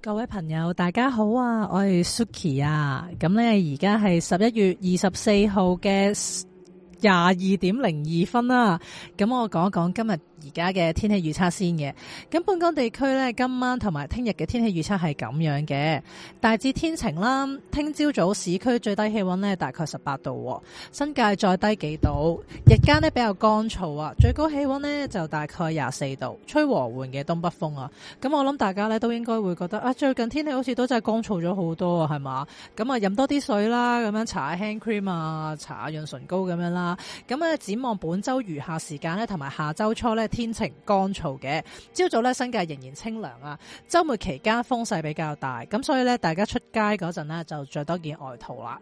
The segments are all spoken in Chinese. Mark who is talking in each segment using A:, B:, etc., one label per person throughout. A: 各位朋友，大家好啊！我係 Suki 啊，咁咧而家係十一月二十四號嘅廿二點零二分啦。咁我講一講今日而家嘅天氣預測先嘅。咁本港地區咧，今晚同埋聽日嘅天氣預測係咁樣嘅，大致天晴啦。聽朝早市區最低氣温咧大概十八度，新界再低幾度。日間咧比較乾燥啊，最高氣温咧就大概廿四度，吹和緩嘅東北風啊。咁我諗大家咧都應該會覺得啊，最近天氣好似都真係乾燥咗好多啊，係嘛？咁啊飲多啲水啦，咁樣搽下 hand cream 啊，搽下潤唇膏咁樣啦。咁啊展望本周餘下時間咧，同埋下周初咧天晴乾燥嘅，朝早咧新界仍然清涼啊。周末期間風勢比較大，咁所以咧大家出街嗰陣咧就着多件外套啦。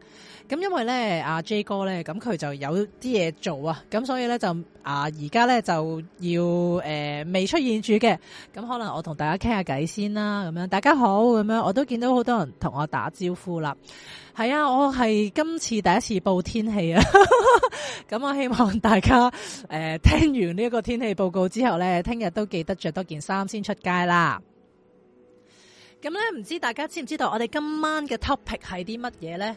A: 咁因為咧阿 J 哥咧，咁佢就有啲嘢做啊，咁所以咧就啊而家咧就要誒、呃未出現住嘅。咁可能我同大家傾下偈先啦，咁樣大家好咁樣，我都見到好多人同我打招呼啦。係啊，我係今次第一次報天氣啊， 咁我希望大家誒、呃、聽完呢一個天氣報告之後咧，聽日都記得着多件衫先出街啦。咁咧，唔知大家知唔知道我哋今晚嘅 topic 係啲乜嘢咧？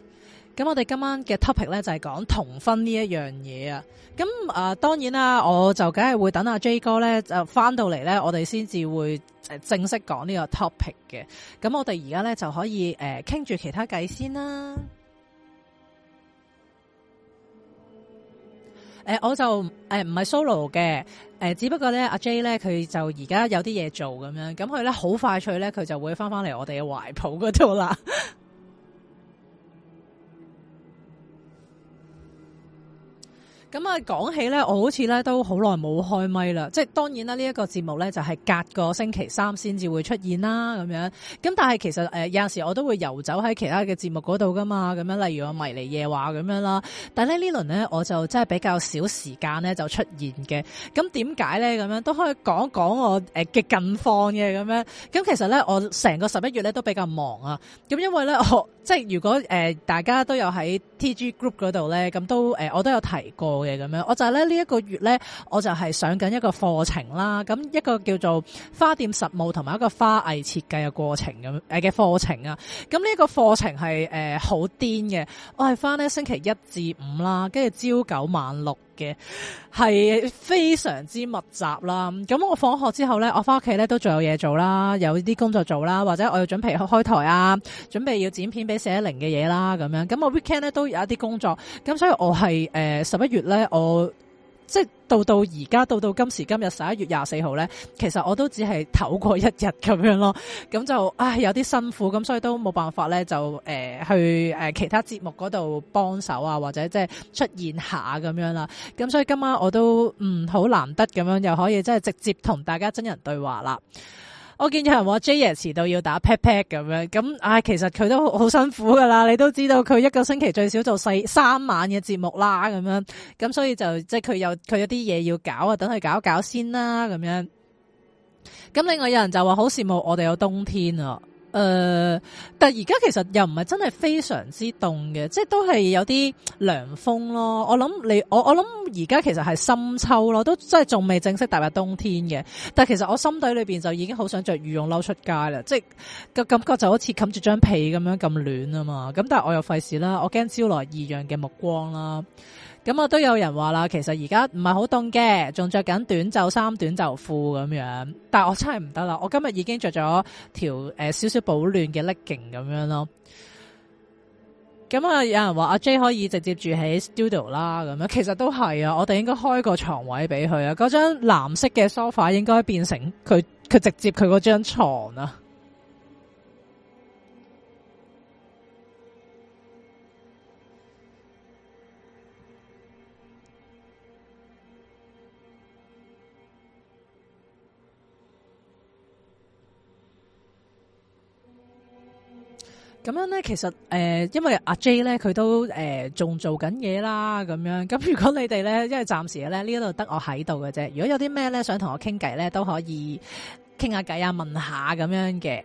A: 咁我哋今晚嘅 topic 咧就係講同婚呢一樣嘢啊。咁啊、呃，當然啦，我就梗係會等阿 J 哥咧就翻到嚟咧，我哋先至會呃正式講呢個 topic 嘅。咁我哋而家咧就可以誒傾住其他偈先啦。誒、呃我就誒唔係 solo 嘅，誒、只不過咧阿 J 咧佢就而家有啲嘢做咁樣，咁佢咧好快脆咧佢就會翻翻嚟我哋嘅懷抱嗰度啦。咁啊，講起咧，我好似咧都好耐冇開咪啦。即係當然啦，呢、一個節目咧就係隔個星期三先至會出現啦，咁樣。咁但係其實誒、呃有陣時我都會遊走喺其他嘅節目嗰度噶嘛，咁樣例如我迷離夜話咁樣啦。但係咧呢輪咧我就真係比較少時間咧就出現嘅。咁點解咧咁樣都可以講講我誒嘅近況嘅咁樣。咁其實咧我成個十一月咧都比較忙啊。咁因為咧，我即係如果誒、呃大家都有喺 TG Group 嗰度咧，咁都誒、呃我都有提過嘅咁樣。我就係咧呢一、個月咧，我就係上緊一個課程啦，咁一個叫做花店實務同埋一個花藝設計嘅過程咁誒嘅課程啊。咁呢個課程係誒好癲嘅，我係翻咧星期一至五啦，跟住朝九晚六。嘅係非常之密集啦，咁我放學之後咧，我翻屋企咧都仲有嘢做啦，有啲工作做啦，或者我要準備開台啊，準備要剪片俾四一零嘅嘢啦，咁樣，咁我 weekend 咧都有一啲工作，咁所以我係誒十一月咧，我即係到到而家到到今時今日十一月廿四號咧，其實我都只係唞過一日咁樣咯，咁就唉有啲辛苦，咁所以都冇辦法咧就誒、呃去誒、呃其他節目嗰度幫手啊，或者即係出現下咁樣啦。咁所以今晚我都嗯好難得咁樣又可以真係直接同大家真人對話啦。我見有人話 J 爺遲到要打 pat pat 咁樣，咁唉、其實佢都好好辛苦噶啦，你都知道佢一個星期最少做四三晚嘅節目啦，咁樣，咁所以就即係佢有佢有啲嘢要搞啊，等佢搞一搞先啦，咁樣。咁另外有人就話好羨慕我哋有冬天啊，誒、但而家其實又唔係真係非常之凍嘅，即係都係有啲涼風咯。我諗你，我我諗而家其實係深秋咯，都真係仲未正式踏入冬天嘅。但其實我心底裏邊就已經好想着羽絨褸出街啦，即係個感覺就好似冚住張被咁樣咁暖啊嘛。咁但係我又費事啦，我驚招來異樣嘅目光啦。咁啊我都有人話啦，其實而家唔係好凍嘅，仲着緊短袖衫、短袖褲咁樣。但係我真係唔得啦，我今日已經着咗條誒少少保暖嘅 legging 咁樣咯。咁啊，有人話阿 J 可以直接住喺 studio 啦，咁樣其實都係啊，我哋應該開個床位俾佢啊。嗰張藍色嘅 sofa 應該變成佢佢直接佢嗰張床啊。咁樣咧，其實誒、呃因為阿 J 咧，佢都誒仲、做緊嘢啦，咁樣。咁如果你哋咧，因為暫時咧呢一度得我喺度嘅啫。如果有啲咩咧想同我傾偈咧，都可以傾下偈啊，問下咁樣嘅。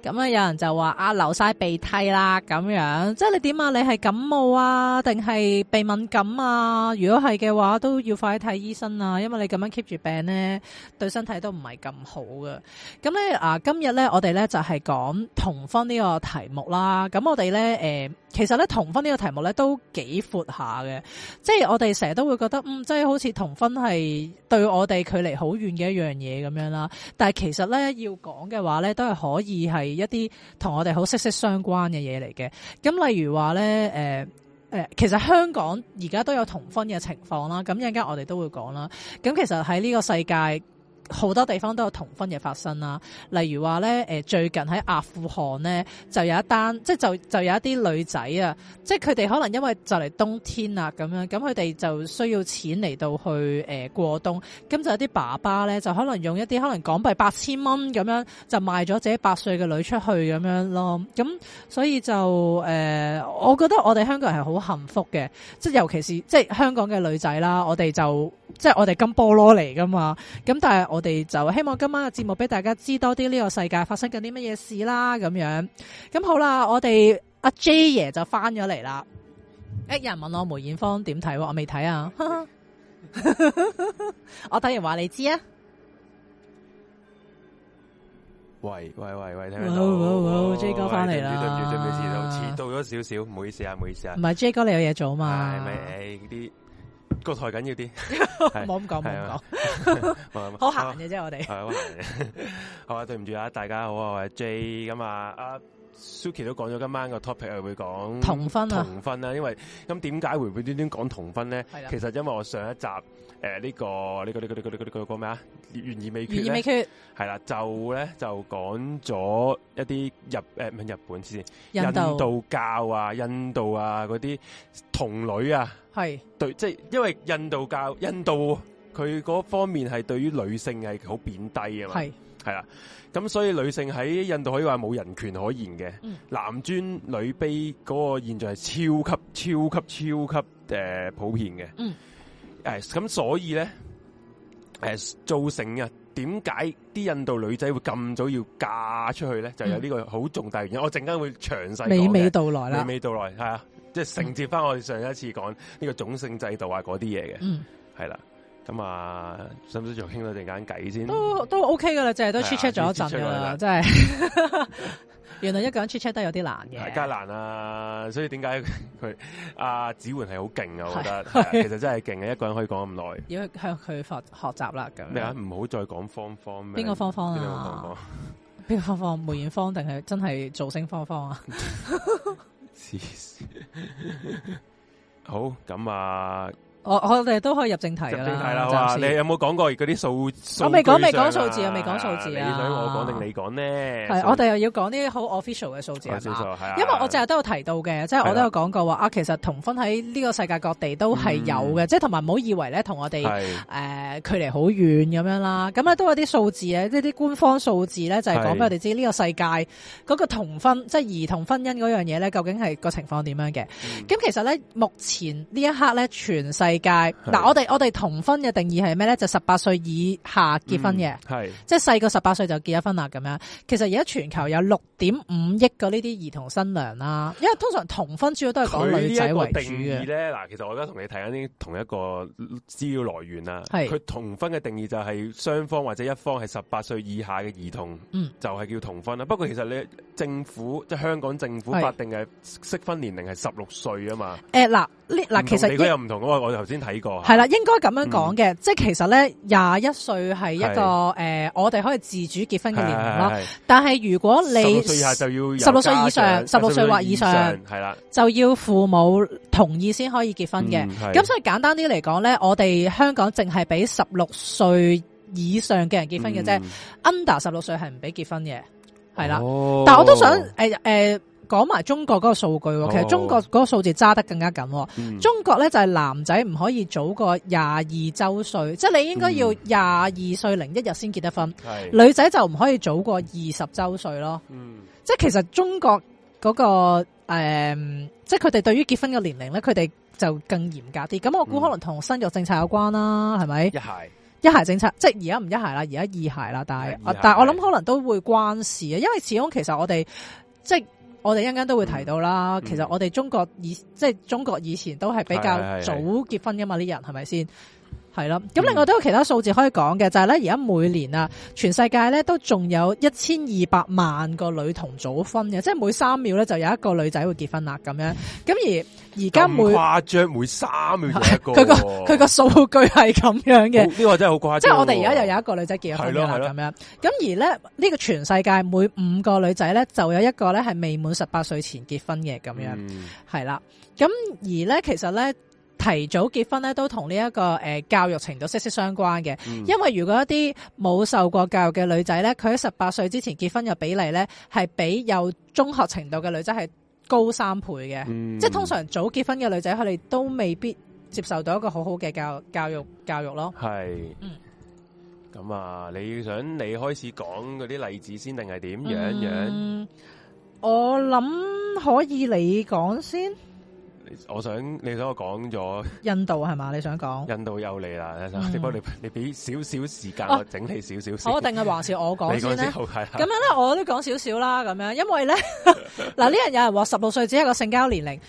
A: 咁啊，有人就話啊流晒鼻涕啦，咁樣即係你點啊？你係感冒啊，定係鼻敏感啊？如果係嘅話，都要快啲睇醫生啊，因為你咁樣 keep 住病咧，對身體都唔係咁好嘅。咁咧啊，今日咧我哋咧就係、講同婚呢個題目啦。咁我哋咧誒，其實咧同婚呢個題目咧都幾闊下嘅，即係我哋成日都會覺得嗯，即係好似同婚係對我哋距離好遠嘅一樣嘢咁樣啦。但係其實咧要講嘅話咧，都係可以係一啲同我哋好息息相關嘅嘢嚟嘅。咁例如話咧，誒、呃。誒、呃，其實香港而家都有同婚嘅情況啦，咁一陣間我哋都會講啦。咁其實喺呢個世界好多地方都有同婚嘅發生啦，例如話咧，誒、呃、最近喺阿富汗咧就有一單，即係就就有一啲女仔啊，即係佢哋可能因為就嚟冬天啦咁樣，咁佢哋就需要錢嚟到去誒、呃、過冬，咁就有啲爸爸咧就可能用一啲可能港幣八千蚊咁樣就賣咗自己八歲嘅女出去咁樣咯，咁所以就誒、呃，我覺得我哋香港人係好幸福嘅，即係尤其是即係香港嘅女仔啦，我哋就即係我哋金菠蘿嚟噶嘛，咁但係我哋就希望今晚嘅節目俾大家知多啲呢個世界發生緊啲乜嘢事啦，咁樣，咁好啦，我哋阿 J 爺就翻咗嚟啦，誒有人問我梅艷芳點睇喎，我未睇 啊，我睇完話你知啊。
B: 喂喂喂喂，聽
A: 哇
B: 唔到
A: 哇哇哇，J 哥返嚟啦
B: 對唔住對唔住對唔住，遲到遲到咗少少，唔好意思啊，唔好意思啊
A: 唔，係 J 哥，你有嘢做嘛
B: 係？咪誒啲個台緊要啲，
A: 唔好咁講，唔好咁講，好
B: 好
A: 閒嘅啫，我哋
B: 係好閒嘅，好啊，對唔住啊，大家好啊，我係 J 咁啊，阿 Suki 都講咗今晚個 topic 係會講
A: 同婚啊，
B: 同婚啦，因為咁點解會無端端講同婚咧
A: 係啦？
B: 其實因為我上一集誒呢個呢個呢個呢個呢個呢個講咩啊，懸而未決
A: 懸而
B: 咧
A: 未。決，
B: 系啦，就咧就講咗一啲日诶唔係日本先，
A: 印度
B: 教啊、印度啊嗰啲童女啊，
A: 係
B: 對，即係因為印度教印度佢嗰方面係對於女性係好貶低啊嘛，
A: 係
B: 係啦，咁所以女性喺印度可以話冇人權可言嘅，
A: 嗯
B: 男尊女卑嗰個現象係超級超級超級诶、呃普遍嘅，
A: 嗯
B: 誒咁所以咧，誒、造成啊，點解啲印度女仔會咁早要嫁出去咧？就
A: 嗯
B: 有呢個好重大原因。我陣間會詳細講嘅
A: 娓娓道來
B: 娓
A: 啦。
B: 娓道來係啊，即係承接翻我哋上一次講呢個種姓制度啊嗰啲嘢嘅，
A: 嗯，
B: 係啦。咁啊，使唔使再傾多陣間偈先？
A: 都都 OK 噶啦，就係都
B: 係啊
A: chit chat 咗一陣
B: chit chat
A: 噶
B: 咗一
A: 啦，
B: 陣
A: 真係。 原來一個人 chit chat 都有啲難
B: 係
A: 嘅，
B: 啊加難啊， 所以點解佢阿子媛係好勁啊？我覺
A: 係
B: 得係啊其實真係勁嘅，一個人可以講咁耐。
A: 要向佢學學習啦。咁樣
B: 咩啊？唔好再講芳芳咩？
A: 邊個芳芳
B: 邊個芳
A: 啊
B: 芳？？
A: 邊個芳芳？梅艷芳定係真係造星芳芳啊？
B: 黐線。 好，咁啊，
A: 我我哋都可以入正題
B: 入
A: 㗎
B: 正題啦，
A: 啦，
B: 好啊！
A: 暫時哦
B: 你有冇講過嗰啲數數？
A: 我未講
B: 講，
A: 未講數字啊未講數字啊
B: 你想我講定你講呢？
A: 係我哋又要講啲好 official 嘅數字
B: 少
A: 係
B: 少
A: 嘛？
B: 係啊，
A: 因為我淨係都有提到嘅，即係我都有講過話啊，其實同婚喺呢個世界各地都係
B: 嗯
A: 有嘅，即係同埋唔好以為咧同我哋誒、
B: 係
A: 呃距離好遠咁樣啦。咁啊咧都有啲數字嘅，即係啲官方數字咧就係講俾
B: 係
A: 我哋知呢個世界嗰個同婚，即係兒童婚姻嗰樣嘢咧，究竟係個情況點樣嘅？
B: 嗯
A: 咁其實咧，目前呢一刻咧，全世界嗱，我哋我哋同婚嘅定義係咩咧？就十八歲以下結婚嘅。
B: 嗯係
A: 即係細過十八歲就結咗婚啦咁樣。其實而家全球有六點五億個呢啲兒童新娘啦，因為通常同婚主要都係
B: 佢
A: 講
B: 呢
A: 女仔
B: 一
A: 為
B: 個
A: 主
B: 定義
A: 嘅，
B: 咧，嗱，其實我而家同你睇緊啲同一個資料來源啦。
A: 係
B: 佢同婚嘅定義就係雙方或者一方係十八歲以下嘅兒童，
A: 嗯
B: 就係叫同婚啦。不過其實你政府即係香港政府
A: 係
B: 法定嘅適婚年齡係十六歲啊嘛。
A: 誒嗱呢嗱其
B: 唔同你嗰
A: 實
B: 又唔同嘅喎，我頭先睇過。
A: 係啦，應該咁樣
B: 嗯
A: 講嘅，即係其實咧廿一歲係一個誒、呃我哋可以自主結婚嘅年齡啦。
B: 係，係
A: 但係如果
B: 係
A: 你
B: 16歲以下就要
A: 16歲以上
B: 有家長
A: 16歲或以上
B: 係啦，
A: 就要父母同意先可以結婚嘅。
B: 嗯係
A: 咁所以簡單啲嚟講咧，我哋香港淨係俾十六歲以上嘅人結婚嘅啫、
B: 嗯
A: u n d e r 十六歲係唔俾結婚嘅，係啦。
B: 哦
A: 但我都想诶诶讲埋中國嗰個數據喎，
B: 哦
A: 其實中國嗰個數字揸得更加緊喎。
B: 嗯
A: 中國咧就係男仔唔可以早過廿二周歲，即係你應該
B: 嗯
A: 要廿二歲零一日先結得婚，
B: 係
A: 女仔就唔可以早過二十周歲咯。
B: 嗯
A: 即係其實中國嗰、個诶、誒即係佢哋對於結婚嘅年齡咧，佢哋就更嚴格啲。咁我估
B: 嗯
A: 可能同生育政策有關啦，係咪？
B: 一鞋
A: 一孩政策，即係而家唔一孩啦，而家二孩啦，但係啊
B: 係二孩
A: 但係我諗可能都會關事啊，因為始終其實我哋即係我哋一陣間都會提到啦，
B: 嗯
A: 其實我哋中國以即係中國以前都係比較
B: 係係係嗯
A: 早結婚噶嘛，啲人係咪先？係啦，咁另外都有其他數字可以講嘅，就係咧而家每年啊，全世界咧都仲有一千二百萬個女童早婚嘅，即係每三秒咧就有一個女仔會結婚啦咁樣。咁而而家每
B: 咁誇張，每三秒就一 個
A: 佢個
B: 喎。
A: 佢個數據係咁樣嘅
B: 好，呢個真係好誇張喎。
A: 即係我哋而家又有一個女仔結咗婚㗎
B: 係咯係
A: 啦，
B: 咯
A: 咁樣。咁而咧，呢、呢個全世界每五個女仔咧，就有一個咧係未滿十八歲前結婚嘅，咁樣
B: 嗯
A: 係啦。咁、而咧，其實咧提早結婚咧，都同呢一個呃教育程度息息相關嘅。
B: 嗯
A: 因為如果一啲冇受過教育嘅女仔咧，佢喺十八歲之前結婚嘅比例咧，係比有中學程度嘅女仔係高三倍嘅。
B: 嗯
A: 即係通常早結婚嘅女仔，佢哋都未必接受到一個好好嘅教教育教育咯。
B: 係
A: 嗯。
B: 咁啊，你想你開始講嗰啲例子先，定係點樣樣？
A: 嗯我諗可以你講先，
B: 我想你想我講咗
A: 印度係嘛？你想講？
B: 印度有你啦，
A: 嗯
B: 你幫你你俾少少時間
A: 哦
B: 我整理少少先。
A: 我定係還是我講
B: 你
A: 先
B: 講
A: 咧
B: 先？好 係啦
A: 咁樣咧，我都講少少啦，咁樣，因為咧， 嗱呢樣有人話十六歲只係一個性交年齡，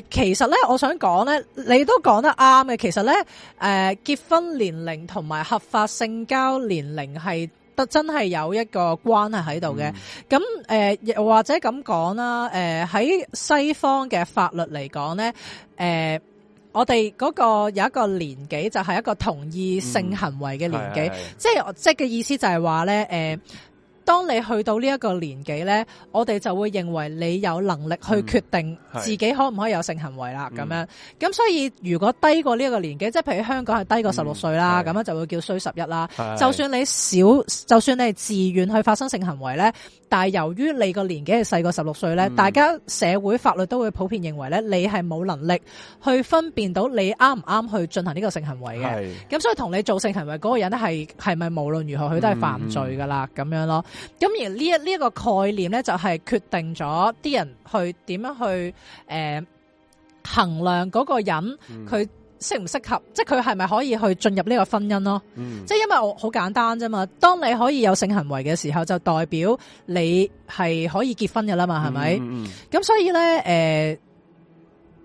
A: 誒、其實咧，我想講咧，你都講得啱嘅，其實咧，誒、結婚年齡同埋合法性交年齡係得真係有一個關係喺度嘅。
B: 嗯
A: 咁誒，又、或者咁講啦，誒、喺西方嘅法律嚟講咧，誒、我哋嗰個有一個年紀就係一個同意性行為嘅
B: 嗯
A: 年紀。
B: 係係係
A: 即係即係嘅意思就係話咧，誒、當你去到呢一個年紀咧，我哋就會認為你有能力去決定
B: 嗯係
A: 自己可唔可以有性行為啦，咁、
B: 嗯
A: 樣。咁所以如果低過呢一個年紀，即係譬如香港係低過十六歲啦，
B: 嗯
A: 咁、樣就會叫衰十一啦。
B: 係
A: 就算你少，就算你係自愿去發生性行為咧，但係由於你個年紀係細過十六歲咧，
B: 嗯
A: 大家社會法律都會普遍認為咧，你係冇能力去分辨到你啱唔啱去進行呢個性行為嘅。
B: 係
A: 咁所以同你做性行為嗰個人咧，係係咪無論如何佢都係
B: 嗯
A: 犯罪噶啦咁樣咯？咁而呢一呢一個概念咧，就係、決定咗啲人去點樣去誒、呃衡量嗰個人
B: 嗯
A: 佢適唔適合，即係佢係咪可以去進入呢個婚姻咯？
B: 嗯
A: 即係因為我好簡單啫嘛，當你可以有性行為嘅時候，就代表你係可以結婚噶啦嘛，係咪？
B: 嗯嗯嗯
A: 咁所以咧，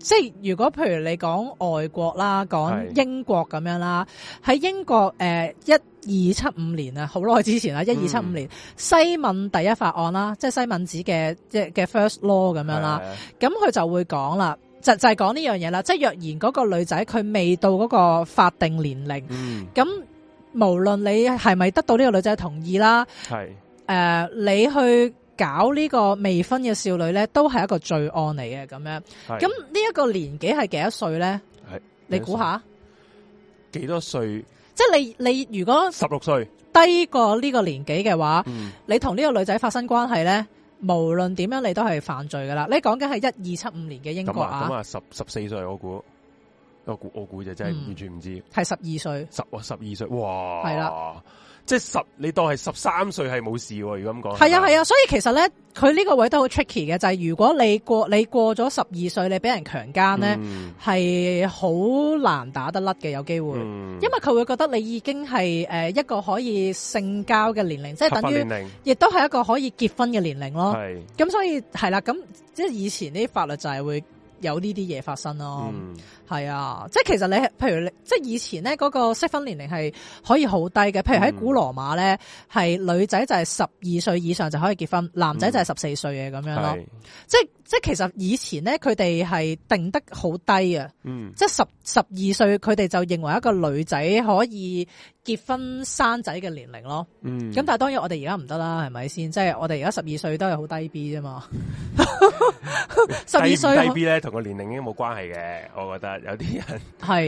A: 誒、即係如果譬如你講外國啦，講
B: 係
A: 英國咁樣啦，喺英國誒一二七五年啊，好耐之前啦，一二七五
B: 嗯
A: 年西敏第一法案啦，即係西敏寺嘅即係嘅 first law 咁樣啦，
B: 係啊
A: 咁佢就會講啦，就就係講呢樣嘢啦，即係若然嗰個女仔佢未到嗰個法定年齡，
B: 嗯
A: 咁無論你係咪得到呢個女仔同意啦。
B: 係
A: 誒、你去搞呢個未婚嘅少女咧，都係一個罪案嚟嘅咁樣。
B: 係
A: 咁呢一個年紀係幾多歲咧？
B: 係
A: 你估下？
B: 幾多歲？
A: 即係你你如果
B: 十六歲。
A: 低過呢個年紀嘅話，
B: 嗯
A: 你同呢個女仔發生關係咧，無論點樣你都係犯罪噶啦。你講緊係一二七五年嘅英
B: 咁
A: 國
B: 啊，咁
A: 啊，
B: 啊，十十四歲我估，我估我估就真係
A: 嗯
B: 完全唔知，
A: 係十二歲。
B: 十哇十二歲，哇，
A: 係
B: 啦，即係十，你當係十三歲係冇事喎，如果咁講，
A: 係啊係
B: 啊，
A: 啊，所以其實咧，佢呢個位都好 tricky 嘅，就係、如果你過你過咗十二歲，你俾人強姦咧，
B: 嗯
A: 係好、難打得甩嘅，有機會。
B: 嗯
A: 因為佢會覺得你已經係呃誒一個可以性交嘅年齡，即係
B: 合
A: 等
B: 法
A: 於
B: 年
A: 哦
B: 齡
A: 亦都係一個可以結婚嘅年齡咯。
B: 係，
A: 咁所以係啦，咁即係以前啲法律就係會有呢啲嘢發生咯。
B: 嗯
A: 係啊，即係其實你譬如你即係以前咧嗰個適婚年齡係可以好低嘅，譬如喺
B: 嗯
A: 古羅馬咧係女仔就係十二歲以上就可以結婚，男仔就係
B: 嗯
A: 十四歲嘅咁樣咯。
B: 係，
A: 即係即係其實以前咧佢哋係定得好低啊。
B: 嗯
A: 即係十十二歲，佢哋就認為一個女仔可以結婚生仔嘅年齡咯。
B: 嗯，
A: 咁、但係當然我哋而家唔得啦，係咪先？即係我哋而家十二歲都係好低 B 啫嘛。 十二
B: 低唔
A: 歲
B: 低 B 咧，同個年齡已經冇關係嘅，我覺得有啲人
A: 係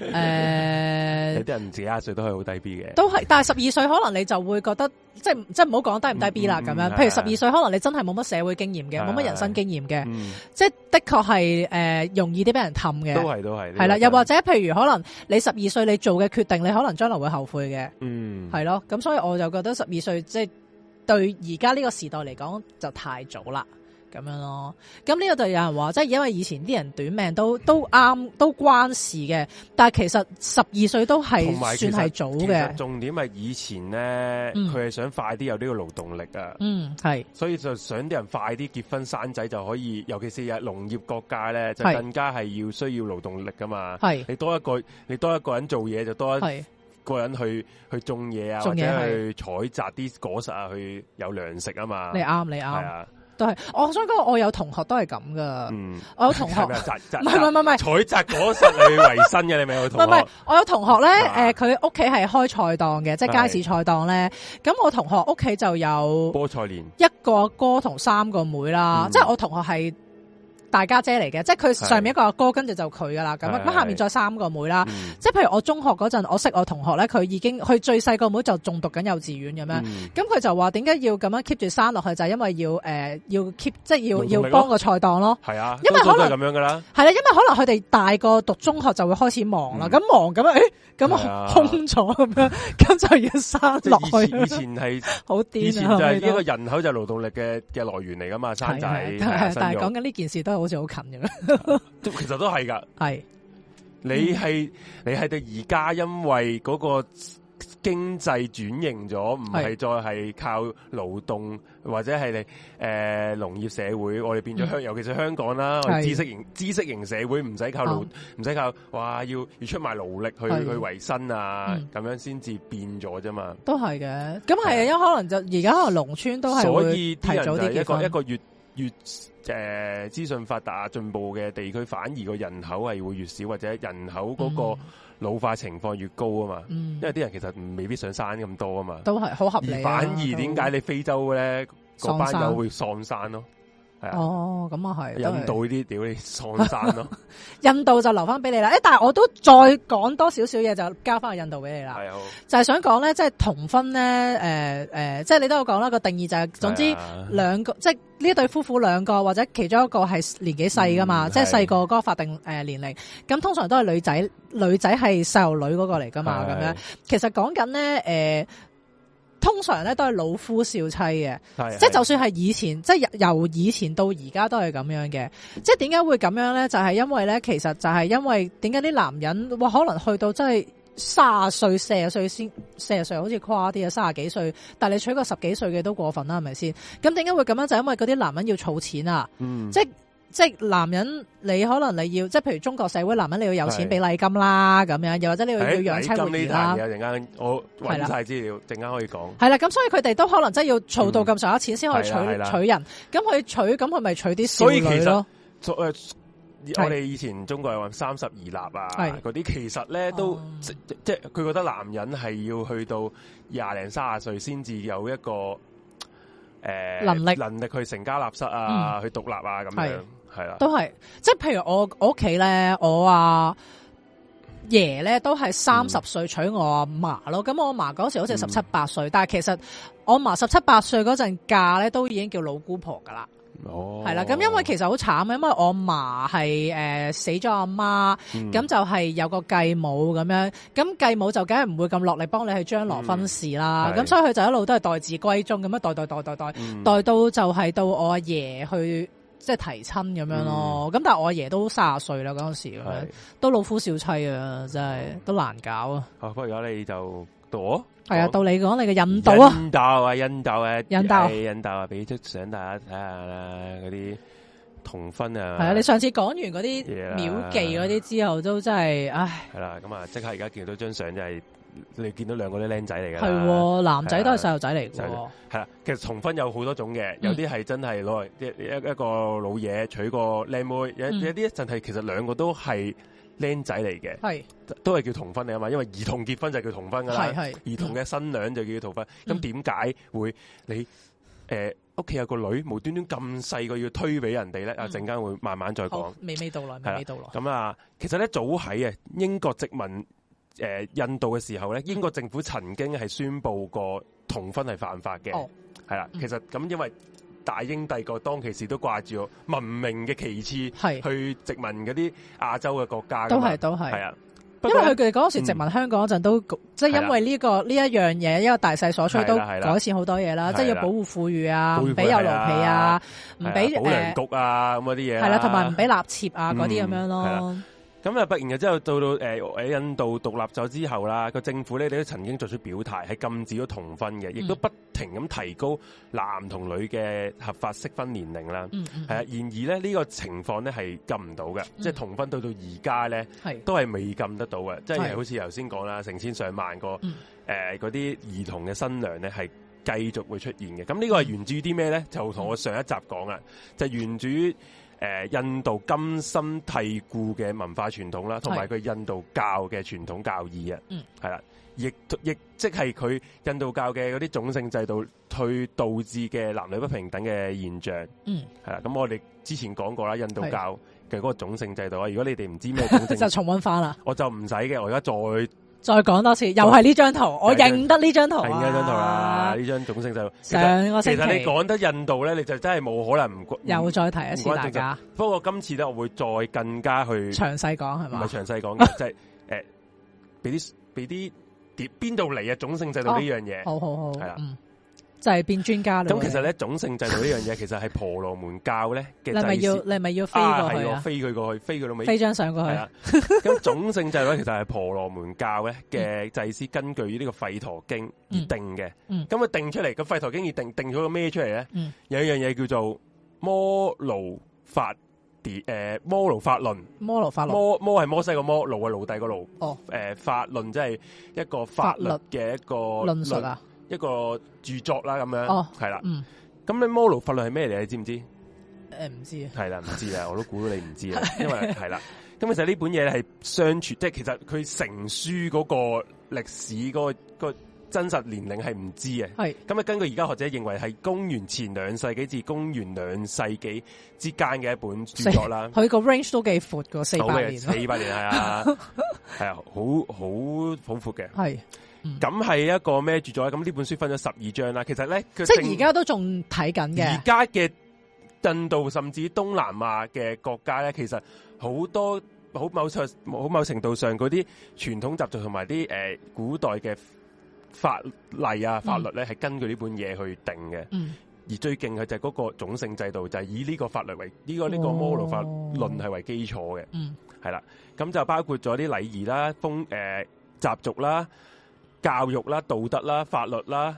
B: 有
A: 誒
B: 啲人自己廿歲都係好低 B 嘅，
A: 都係，但係十二歲可能你就會覺得即係即係唔好講低唔低 B 啦
B: 嗯嗯
A: 咁樣。
B: 嗯
A: 譬如
B: 係
A: 十二歲可能你真係冇乜社會經驗嘅，
B: 係
A: 冇乜人生經驗嘅，
B: 嗯
A: 即係的確係誒、呃容易啲俾人氹
B: 都
A: 嘅。
B: 係都係，
A: 係啦，
B: 呢個
A: 又或
B: 真
A: 者譬如可能你十二歲你做嘅決定，你可能將來會後悔嘅。
B: 嗯
A: 係咯，咁所以我就覺得十二歲即係對而家呢個時代嚟講就太早啦，咁樣咯。咁呢個就有人話，即係因為以前啲人短命都都啱，都關事嘅。但係其實十二歲都係
B: 同埋其
A: 算
B: 實
A: 係早
B: 其實
A: 嘅。
B: 重點係以前咧，
A: 嗯
B: 佢係想快啲有呢個勞動力啊，
A: 嗯，係
B: 所以就想啲人快啲結婚生仔就可以，尤其是啊係農業國家咧，就
A: 係
B: 更加係要需要勞動力噶嘛。
A: 係
B: 你多一個，你多一個人做嘢，就多一
A: 係
B: 個人去去種嘢啊，
A: 種
B: 或
A: 嘢
B: 者去採摘啲果實啊，去有糧食啊嘛。
A: 你
B: 係
A: 啱，你啱，
B: 啊，
A: 都係。我想講，我有同學都係咁噶。
B: 嗯，
A: 我有同學
B: 係咪啊 摘摘
A: 唔係唔係唔係唔係
B: 採摘果實去維生嘅，你咪有
A: 唔
B: 同
A: 係唔係
B: 學，
A: 我有同學咧，誒、
B: 啊
A: 佢屋企係開菜檔嘅，即係街市菜檔咧。咁我同學屋企就有
B: 菠菜蓮。
A: 一個阿哥同三個妹啦，
B: 嗯
A: 即係我同學係大家姐嚟嘅，即係佢
B: 係
A: 上面一個阿哥，跟住就佢噶啦，咁
B: 係
A: 咁下面再三個妹啦。
B: 嗯
A: 即係譬如我中學嗰陣，我識我同學咧，佢已經佢最細個妹就仲讀緊幼稚園咁樣。
B: 嗯
A: 咁佢就話點解要咁樣 keep 住生落去，就係因為要誒、呃要 keep 即係要
B: 勞動力
A: 要
B: 咯
A: 幫個菜檔咯。
B: 係啊，
A: 因為
B: 多數都係
A: 可
B: 咁樣噶啦。
A: 係啦，因為可能佢哋大個讀中學就會開始忙啦，
B: 嗯
A: 咁、忙咁樣，誒
B: 係啊
A: 咁空空咗咁樣，咁就要生
B: 即
A: 落
B: 係以前以
A: 去，
B: 前 係
A: 好癲啊！
B: 以前就係呢
A: 呢
B: 個人口就係勞動力嘅嘅來源嚟噶嘛，生仔
A: 係
B: 係啊
A: 但係
B: 生
A: 但係
B: 育
A: 講緊呢件事都係好似好近咁樣，嗯
B: 都 其實都係噶。
A: 係
B: 你係你係到而家因為嗰個經濟轉型咗，唔係再係靠勞動或者係你誒、呃、農業社會，我哋變咗香，尤其是香港啦，我
A: 嗯係
B: 哋
A: 哦
B: 知識型知識型社會唔使靠勞，唔使靠哇要要出賣勞力去
A: 係
B: 去維生啊
A: 嗯，
B: 咁樣先至變咗啫嘛。
A: 都係嘅，咁係啊，因為可能就而家可能農村都係
B: 所
A: 會
B: 以
A: 提
B: 人
A: 早
B: 就
A: 啲
B: 係一
A: 結
B: 個一
A: 婚，
B: 個越越誒資訊發達進步嘅地區，反而個人口係會越少，或者人口嗰個老化情況越高啊嘛。
A: 嗯
B: 因為啲人其實未必想生咁多啊嘛，
A: 都係好合
B: 而
A: 理啊。
B: 反而點解你非洲咧嗰
A: 喪
B: 班
A: 生
B: 友會喪生咯？係
A: 都
B: 啊，
A: 哦，咁啊係，
B: 印
A: 都係
B: 度呢啲屌你喪生 咯，
A: 印度就留翻俾你啦。誒，但係我都再講多少少嘢，就交翻去印度俾你啦。
B: 係啊，
A: 就係想講咧，即係同婚咧，誒、誒、即係你都有講啦，個定義就係、總之
B: 係啊
A: 兩個，即係呢對夫婦兩個或者其中一個係年紀細噶嘛，
B: 嗯
A: 即係
B: 係
A: 細個嗰個法定誒、呃年齡，咁通常都係女仔，女仔係細路女嗰個嚟噶嘛，咁樣其實講緊咧誒。呃通常咧都係老夫少妻嘅，
B: 係啊
A: 即係就算係以前，即係由以前到而家都係咁樣嘅。即係點解會咁樣咧？就係、因為咧，其實就係因為點解啲男人哇，可能去到真係卅歲、四十歲先，四十歲好似誇啲啊，卅幾歲，但係你娶個十幾歲嘅都過分啦，係咪先？咁點解會咁樣？就因為嗰啲男人要儲錢啊，
B: 嗯
A: 即係。即係男人，你可能你要即係譬如中國社會，男人你要有錢
B: 係
A: 俾禮金啦，咁樣又或者你要
B: 誒
A: 要養妻活
B: 禮金
A: 兒
B: 呢
A: 啦
B: 壇，嘢陣間我
A: 係啦
B: 揾晒資料，陣間可以講。
A: 係啦，咁所以佢哋都可能真係要儲到咁上下錢先可以娶
B: 嗯係啦係啦
A: 娶人，咁佢娶咁佢咪娶啲少
B: 所以其
A: 女
B: 實
A: 咯，
B: 作呃
A: 係
B: 我哋以前中國有話三十二立啊，
A: 係
B: 嗰啲其實咧都、
A: 哦
B: 即即即係佢覺得男人係要去到廿零卅歲先至有一個誒、呃
A: 能力嗯
B: 能力去成家立室啊，去獨立啊咁
A: 係
B: 樣係啦，
A: 都係，即係譬如我我屋企咧，我啊爺咧都係
B: 嗯
A: 三十歲娶我阿嫲咯，咁我阿嫲嗰時好似十七八歲，但係其實我阿嫲十七八歲嗰陣嫁咧都已經叫老姑婆噶啦，
B: 哦
A: 係啦、咁因為其實好慘啊，因為我阿嫲係誒死咗阿媽，
B: 嗯
A: 咁、就係有個繼母咁樣，咁繼母就梗係唔會咁落力幫你去張羅婚事啦，
B: 嗯
A: 咁、
B: 係
A: 所以佢就一路都係待字閨中咁樣代代代代代。
B: 嗯
A: 待到就係到我阿爺去即係提親咁樣咯。咁、但係我阿爺都卅歲啦，嗰陣時咁樣
B: 嗯係嗯
A: 都老夫少妻啊，真係都難搞啊。
B: 好，不如而家你就到我
A: 係啊，
B: 講
A: 道理講你嘅引導啊，
B: 引導啊，引導啊，
A: 引導
B: 唉引導啊，俾張相大家睇下啦，嗰啲同婚啊，
A: 係啊，你上次講完嗰啲
B: 嘢啦
A: 秒記嗰啲之後，都真係唉，
B: 系啦，咁啊，即刻而家見到張相就係你見到兩個啲僆仔嚟㗎
A: 係
B: 啦。
A: 喎男仔都係
B: 啊係啊
A: 細路仔嚟嘅
B: 細路
A: 喎，
B: 係啦，其實重婚有好多種
A: 嗯
B: 嘅，有啲係真係攞嚟一一一個老嘢娶個靚妹，有
A: 嗯
B: 有啲一陣係其實兩個都係僆仔嚟嘅，
A: 係
B: 都係叫同婚嚟啊嘛，因為兒童結婚就叫同婚㗎
A: 係
B: 啦，
A: 係
B: 兒童嘅新娘就叫同婚。
A: 嗯
B: 咁點解會你誒屋企有個女無端端咁細個要推俾人哋咧？啊，
A: 嗯
B: 陣間會慢慢再講
A: 好。娓娓道來，
B: 係啦
A: 娓娓道來，
B: 咁啊，其實咧早喺啊英國殖民誒、呃印度嘅時候咧，英國政府曾經係宣布過同婚係犯法嘅，
A: 哦
B: 係啦。
A: 嗯
B: 其實咁因為大英帝國當其時都掛住啊文明嘅旗幟
A: 係
B: 去殖民嗰啲亞洲嘅國家㗎
A: 都
B: 嘛，
A: 係都係
B: 係啊。不
A: 因為
B: 過
A: 佢哋嗰時殖民香港嗰陣都，即係因為呢個呢一樣嘢，因為大勢所趨
B: 係啦
A: 都
B: 係啦
A: 改善好多嘢啦，
B: 係啦
A: 即係要保護富裕啊，
B: 保護
A: 唔俾有奴婢啊，唔
B: 係啊
A: 俾
B: 保
A: 誒
B: 良局啊咁嗰啲嘢
A: 係啦，同埋唔俾納妾啊嗰啲咁
B: 嗯
A: 樣
B: 係
A: 咯。
B: 咁啊，不然嘅之後到到誒喺印度獨立咗之後啦，個政府咧都曾經作出表態，係禁止咗同婚嘅，亦都
A: 嗯
B: 不停咁提高男同女嘅合法適婚年齡啦。
A: 嗯嗯
B: 係啊，然而咧呢、個情況咧係禁唔到嘅，即係同婚到到而家咧
A: 係
B: 都係未禁得到嘅，即
A: 係
B: 係好似頭先講啦，成千上萬個
A: 嗯
B: 誒呃嗰啲兒童嘅新娘咧係繼續會出現嘅。咁呢個係源自於啲咩咧？就同我上一集講啦，就源自於誒、呃印度根深蒂固嘅文化傳統啦，同埋佢印度教嘅傳統教義啊，
A: 嗯
B: 係啦。亦亦即係佢印度教嘅嗰啲種姓制度，去導致嘅男女不平等嘅現象。
A: 嗯，
B: 系啦，咁我哋之前講過啦，印度教嘅嗰個種姓制度啊，如果你哋唔知咩種
A: 就
B: 姓，
A: 重温翻啦。
B: 我就唔使嘅，我而家再定
A: 再講多次，又係呢張圖，我認得呢張圖
B: 一張圖啦
A: 啊，！
B: 呢張種姓制度。其實
A: 上個
B: 其
A: 星
B: 實你
A: 期
B: 講得印度咧，你就真係冇可能唔關
A: 又
B: 唔
A: 再提一次
B: 唔關
A: 大家
B: 不過今次咧，我會再更加去唔
A: 詳細講係
B: 係
A: 啊嘛？
B: 詳細講嘅，就係诶，俾啲俾啲碟邊度嚟啊種姓
A: 哦
B: 制度呢樣嘢。
A: 好好好
B: 係啦，
A: 嗯，就係變專家啦。
B: 咁其實咧，種姓制度呢樣嘢，其實係婆羅門教咧 嘅
A: 你係咪
B: 祭
A: 要
B: 司
A: 你係咪要飛
B: 啊，
A: 過
B: 係
A: 去
B: 喎
A: 啊？
B: 飛佢過去，飛佢到美
A: 飛張相過
B: 系啊
A: 去，
B: 啦，咁種姓制度咧，其實係婆羅門教咧嘅祭司根據呢個吠陀經而
A: 嗯
B: 定嘅。
A: 嗯
B: 咁佢定出嚟個吠陀經而定定咗個咩出嚟咧？
A: 嗯
B: 有一樣嘢叫做摩奴法典，诶、摩奴法論。
A: 摩羅法律
B: 摩摩係摩西個摩，奴係奴隸個奴。
A: 哦，
B: 诶、法論即係一個法律
A: 法
B: 嘅一個
A: 論述，啊，
B: 一個著作啦咁樣。
A: 哦
B: 係啦。
A: 嗯，
B: 咁你摩奴法論係咩嚟？你知唔知？
A: 誒唔知啊，
B: 系啦，唔知啊，我都估到你唔知啊，因為係啦。咁其實呢本嘢係相傳，即係其實佢成書嗰個歷史嗰、個個真實年齡係唔知嘅。
A: 係
B: 咁啊，根據而家學者認為係公元前兩世紀至公元兩世紀之間嘅一本著作啦。
A: 佢個 range 都幾闊噶，四
B: 好
A: 百
B: 嘅，
A: 年咯，
B: 四百年係 啊，係啊，好好好闊嘅。
A: 係
B: 咁係一個咩著作咧？咁呢本書分咗十二章啦。其實咧，即
A: 即係而家都仲睇緊
B: 而
A: 嘅，
B: 家嘅印度甚至東南亞嘅國家咧，其實好多好某程好某程度上嗰啲傳統習俗同埋啲誒古代嘅法例啊法律咧，係根據呢本嘢去定嘅。
A: 嗯，
B: 而最勁嘅就係嗰個種姓制度，就係、以呢個法律為呢、個呢、個
A: 哦
B: 摩羅法論係為基礎嘅。
A: 嗯，
B: 係啦，咁就包括咗啲禮儀啦、風誒、呃、習俗啦、教育啦、道德啦、法律啦、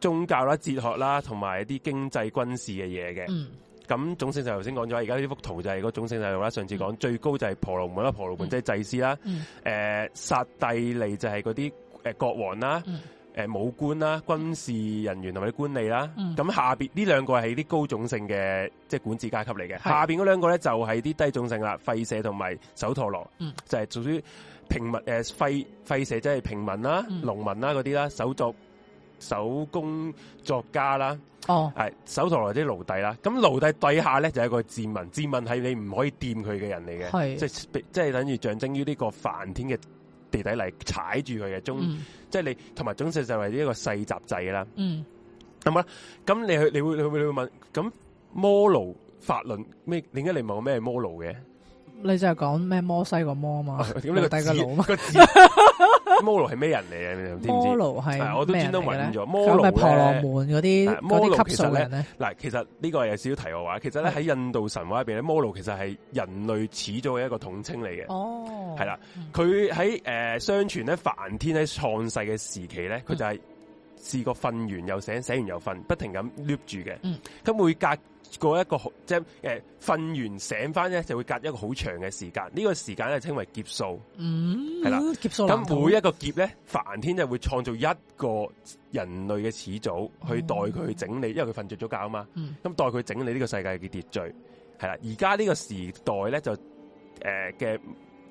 B: 宗教啦、哲學啦，同埋一啲經濟軍事嘅嘢嘅。
A: 嗯，
B: 咁種姓制度頭先講咗，而家呢幅圖就係個種姓制度啦。上次講最高就係婆羅門啦，婆羅門即係祭司啦，
A: 嗯
B: 誒剎帝利就係嗰啲誒國王啦
A: 嗯，
B: 誒呃武官啦、軍事人員同埋啲官吏啦。
A: 嗯
B: 咁下邊呢兩個係啲高種姓嘅即係管治階級嚟嘅，
A: 係
B: 下邊嗰兩個咧就係啲低種姓啦，吠舍同埋首陀羅
A: 嗯，
B: 就係屬於平民呃誒吠吠舍即係平民啦、
A: 嗯
B: 農民啦嗰啲啦，手作手工作家啦。
A: 哦，
B: 系手陀羅啲奴隸啦，咁奴隸底下咧就係一個賤民，賤民係你唔可以掂佢嘅人嚟
A: 係
B: 嘅，即係即係等於象徵於呢個梵天嘅地底嚟踩住佢嘅中，
A: 嗯
B: 即係你同埋總社就係呢一個世襲制啦。
A: 嗯，
B: 咁你去你會你會你會問，咁摩奴法論咩？點解你問我咩係摩奴 嘅？
A: 你就係講咩摩西個摩嘛，
B: 哦咁你
A: 第
B: 個
A: 個
B: 字
A: 佬嘛，
B: 個字摩奴係咩人嚟嘅？你知唔知
A: 摩？奴係
B: 係我都
A: 咩人
B: 專登
A: 嚟嘅
B: 揾
A: 咧
B: 咗
A: 佢
B: 摩
A: 係
B: 奴
A: 咪
B: 咧啊
A: 婆羅門嗰啲
B: 係摩奴
A: 嗰啲級數
B: 其實
A: 嘅
B: 呢
A: 人咧？
B: 嗱，其實呢個係有少少題外話。其實咧喺印度神話入邊咧，摩奴其實係人類始祖嘅一個統稱嚟嘅。
A: 哦，
B: 係啦，佢喺誒相傳咧，梵天喺創世嘅時期
A: 嗯
B: 咧，佢就係試過瞓完又醒，醒完又瞓，不停咁 loop 住嘅。
A: 嗯
B: 咁每隔過一個好即係誒瞓完醒翻咧，就會隔一個好長嘅時間。呢、個時間咧稱為劫數。
A: 嗯，
B: 係啦，
A: 劫數男
B: 咁
A: 童
B: 每一個劫咧，梵天就會創造一個人類嘅始祖去代佢去整理，因為佢瞓着咗覺啊嘛。
A: 嗯
B: 咁代佢整理呢個世界嘅秩序，係啦。而家呢個時代咧就誒呃嘅，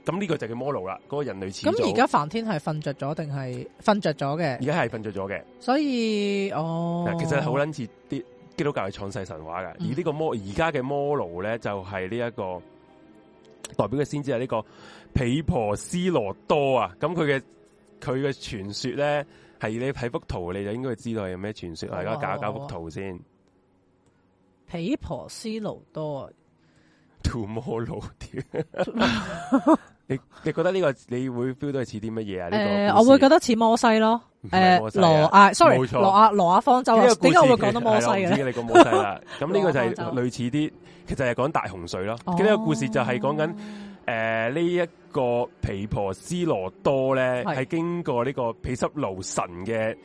B: 咁、呢個就叫摩奴啦，嗰、個人類始祖。
A: 咁而家梵天係瞓着咗定係瞓着咗
B: 而
A: 嘅？
B: 家係瞓着咗嘅，
A: 所以哦，
B: 嗱其實好撚似啲基督教嘅創世神話㗎。而
A: 嗯
B: 呢個摩而家嘅摩奴咧，就係呢一個代表嘅先知係呢個毗婆斯羅多啊。咁佢嘅佢嘅傳說咧，係你睇幅圖你就應該知道係咩傳說。我而家
A: 好啊
B: 搞一搞
A: 好啊
B: 幅圖先。
A: 毗啊婆斯奴多，
B: 圖摩奴，屌！你你覺得呢、個你會 feel 到係似啲乜嘢啊？呢、
A: 诶、
B: 個
A: 我
B: 會
A: 會覺得似摩西咯。诶、
B: 摩西啊
A: 羅亞，sorry，
B: 冇錯
A: 羅亞羅亞方舟啊
B: 呢個，故
A: 點解我
B: 事
A: 會
B: 其
A: 講到摩西嘅
B: 係啦我唔
A: 咧？
B: 知你啊講摩西 啦，咁呢個就係
A: 羅亞方舟
B: 類似啲，其實係講大洪水咯。
A: 哦
B: 咁呢個故事就係講緊誒呢一個皮婆斯羅多咧，
A: 係
B: 係經過呢個皮濕奴神嘅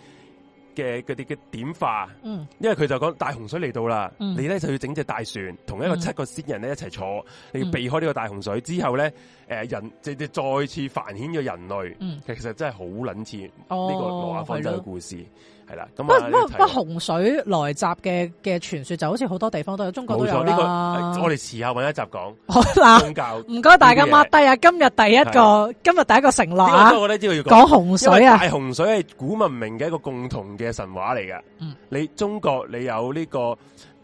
B: 嘅嗰啲嘅點化，
A: 嗯
B: 因為佢就講大洪水嚟到啦，
A: 嗯
B: 你咧就要整隻大船，同一個
A: 嗯
B: 七個仙人咧一齊坐，你要
A: 嗯
B: 避開呢個大洪水之後咧，誒、人即即再次繁衍咗人類，
A: 嗯，
B: 其實真係好撚似呢
A: 哦，
B: 個羅亞方舟
A: 係
B: 嘅
A: 咯
B: 故事，係啦。
A: 不
B: 咁
A: 過不過
B: 啊，你
A: 不
B: 睇
A: 過洪水來襲嘅嘅傳說就好似好多地方都有，中國都
B: 冇
A: 有
B: 錯，
A: 啦。啊
B: 呢、個係我哋遲下揾一集講
A: 好嗱，
B: 宗教。呢、
A: 唔該大家 mark 低啊！今日第一個，今日第一個承諾啊
B: 個，我覺得呢個要講。
A: 講洪
B: 因為
A: 水啊，
B: 大洪水係古文明嘅一個共同嘅神話嚟嘅。
A: 嗯
B: 你中國你有呢、個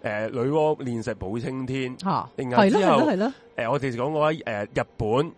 B: 誒女媧煉石補青天，誒、
A: 吓
B: 然後
A: 係咯
B: 之後
A: 係咯係咯，
B: 我哋講過誒、日本，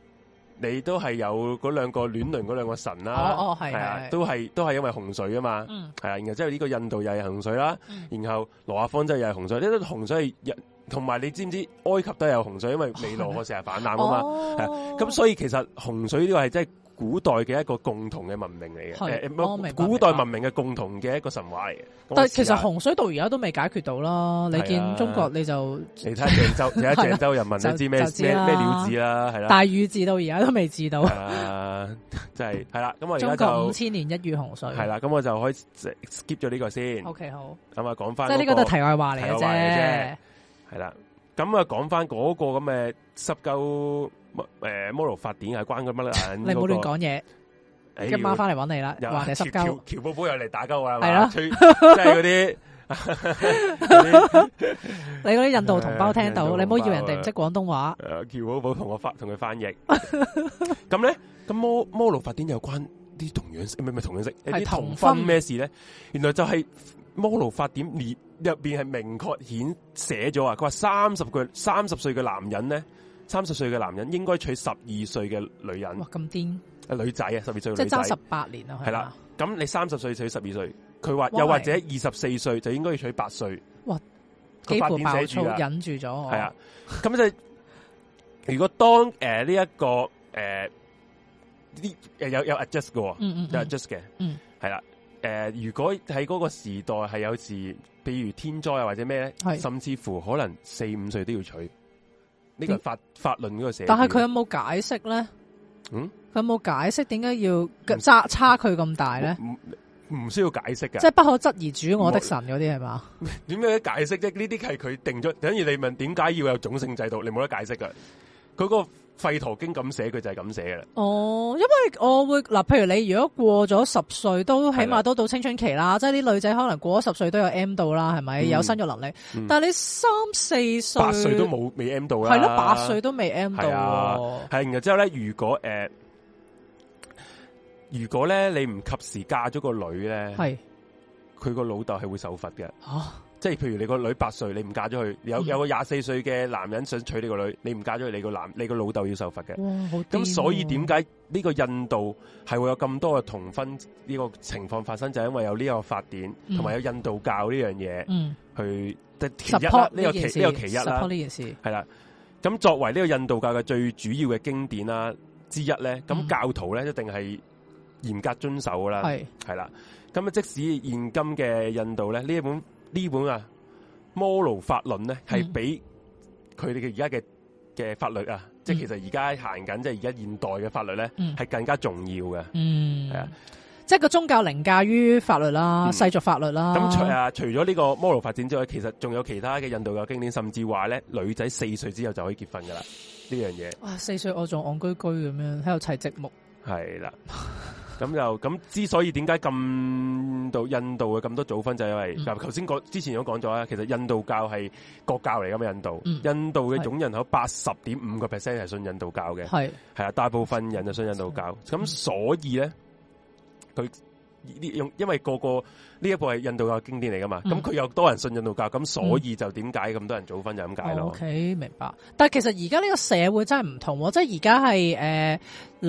B: 你都係有嗰兩個亂倫嗰兩個神啦、
A: 哦哦係
B: 係啊
A: 係，
B: 都係都係因為洪水啊嘛。
A: 嗯
B: 係啊，然後之後呢個印度又係洪水啦，
A: 嗯
B: 然後羅亞方舟又係洪水，呢啲洪水係日同埋你知唔知埃及都有洪水，因為尼羅河成日泛濫啊嘛。係
A: 哦
B: 咁所以其實洪水呢個係真係古代嘅一個共同嘅文明嚟嘅，
A: 係
B: 誒誒
A: 我明白
B: 古代文明嘅共同嘅一個神話嚟嘅。
A: 但係其實
B: 洪，
A: 洪水到而家都未解決到啦，你
B: 啊係啊
A: 見中國你就
B: 你睇下 鄭州，你睇下鄭州人民，
A: 就
B: 你知咩
A: 就知
B: 咩
A: 啦
B: 咩料子啦，係啦。
A: 大禹治到而家都未治 到，
B: 啊，即係係啦，咁我而
A: 中
B: 家
A: 國五
B: 就
A: 千年一遇洪水。
B: 係啦，咁我就可以 skip 咗呢個先，
A: ，OK 好，
B: 咁啊講翻
A: 即係呢個都
B: 個
A: 係題外話嚟嘅
B: 題外話嚟
A: 啫
B: 嘅。係啦，咁啊講翻嗰個咁嘅濕鳩誒摩羅法典係關佢乜撚
A: 你唔好
B: 嗰個
A: 亂講嘢，
B: 哎
A: 今晚翻嚟揾你啦，
B: 又
A: 話你濕鳩
B: 喬，喬寶寶又嚟打鳩我啦，
A: 係咯
B: 嘛吹即係嗰啲嗰啲
A: 你嗰啲印度同胞聽
B: 哎係
A: 到，
B: 印度同胞
A: 你唔好以為人哋唔識廣東話。
B: 誒喬寶寶同 我翻同佢翻譯，咁咧咁摩摩羅法典有關啲同樣色，唔係唔係同樣色，有
A: 係
B: 啲
A: 同
B: 同
A: 分
B: 分咩事咧？原來就係摩羅法典列入邊係明確顯寫咗啊！佢話三十個三十歲嘅男人咧，三十歲嘅男人應該娶十二歲嘅女人
A: 哇，咁癲，即
B: 啊女仔啊，十二歲
A: 係
B: 嘅嗯女
A: 爭十
B: 仔。
A: 八年啊，
B: 係啦，咁你三十歲娶十二歲，佢話
A: Why？
B: 又或者二十四歲就應該要娶八歲。
A: 哇！
B: 佢
A: 幾
B: 法
A: 乎
B: 典
A: 爆
B: 寫住
A: 粗，
B: 啦，
A: 忍住咗我。
B: 係啊。咁就如果當誒呢一個誒呢誒有有 adjust 嘅喎，
A: 嗯，嗯
B: 有
A: 嗯，
B: adjust 嘅，
A: 嗯，
B: 係啦。誒、如果喺嗰個時代係有時，譬如天災啊或者咩咧，
A: 係
B: 甚至乎可能四五歲都要娶。呢個係法法論嗰個寫住嘅，
A: 但係佢有冇解釋咧？
B: 嗯，
A: 佢有冇解釋點解要差差距咁大咧？
B: 唔啊唔唔需要解釋㗎。
A: 即係不可質疑主我的神嗰啲係嘛？
B: 點樣解釋啫？呢啲係佢定咗，等於你問點解要有種姓制度，你冇得解釋噶。佢個吠陀經咁寫，佢就係咁寫噶啦。
A: 哦，因為我會嗱，譬如你如果過咗十歲，都起碼都到青春期啦，即係啲女仔可能過咗十歲都有 M 到啦，係咪
B: 嗯
A: 有生育能力？
B: 嗯
A: 但係你三四歲，
B: 八歲都冇未 M 到啦，
A: 係咯，八歲。都未 M 到
B: 係啊
A: 喎。
B: 係，然後之後咧，如果誒、呃如果咧你唔及時嫁咗個女咧，
A: 係
B: 佢個老豆係會受罰嘅。
A: 嚇
B: 即係譬如你個女八歲，你唔嫁咗佢，有
A: 嗯
B: 有個廿四歲嘅男人想娶你個女，你唔嫁咗佢，你個男你個老豆要受罰嘅。
A: 哇，好癲
B: 咁所以
A: 喎
B: 點解呢個印度係會有咁多嘅同婚呢個情況發生，就係因為有呢個法典，
A: 嗯
B: 同埋有印度教呢樣嘢
A: 嗯
B: 去即係其一啦
A: support，
B: 呢個
A: 件事
B: 其呢個其一
A: support
B: 啦，
A: 呢件事
B: 係啦。咁作為呢個印度教嘅最主要嘅經典啦之一咧，
A: 嗯
B: 咁教徒咧一定係嚴格遵守噶啦，
A: 係
B: 係啦。咁啊，即使現今嘅印度咧，呢一本呢本啊《摩奴法論》咧，係
A: 嗯
B: 比佢哋嘅而家嘅嘅法律啊，即係其實而家行緊，即係而家現代嘅法律咧，
A: 嗯
B: 係更加重要嘅。係
A: 嗯
B: 啊。
A: 即係個宗教凌駕於法律啦，
B: 嗯
A: 世俗法律啦。
B: 咁除啊，除咗呢個摩奴發展之外，其實仲有其他嘅印度教經典，甚至話咧，女仔四歲之後就可以結婚噶啦。呢樣嘢
A: 哇，四歲我仲戇居居咁樣喺度砌積木。
B: 係啦。咁就咁，之所以點解咁到印度嘅咁多早婚，就係因為
A: 嗯
B: 嗱，頭先講之前都講咗啊啦，其實印度教係國教嚟噶嘛，印度、
A: 嗯
B: 印度嘅總人口八十點五個 percent 係信印度教嘅，
A: 係
B: 係啊，大部分人就信印度教，咁所以咧，佢呢用因為個個呢一部係印度教經典嚟噶嘛，
A: 嗯
B: 咁佢又多人信印度教，咁所以就點解咁多人早婚就咁解
A: 哦
B: 咯？
A: ，OK，明白。但係其實而家呢個社會真係唔同喎，即係而家係誒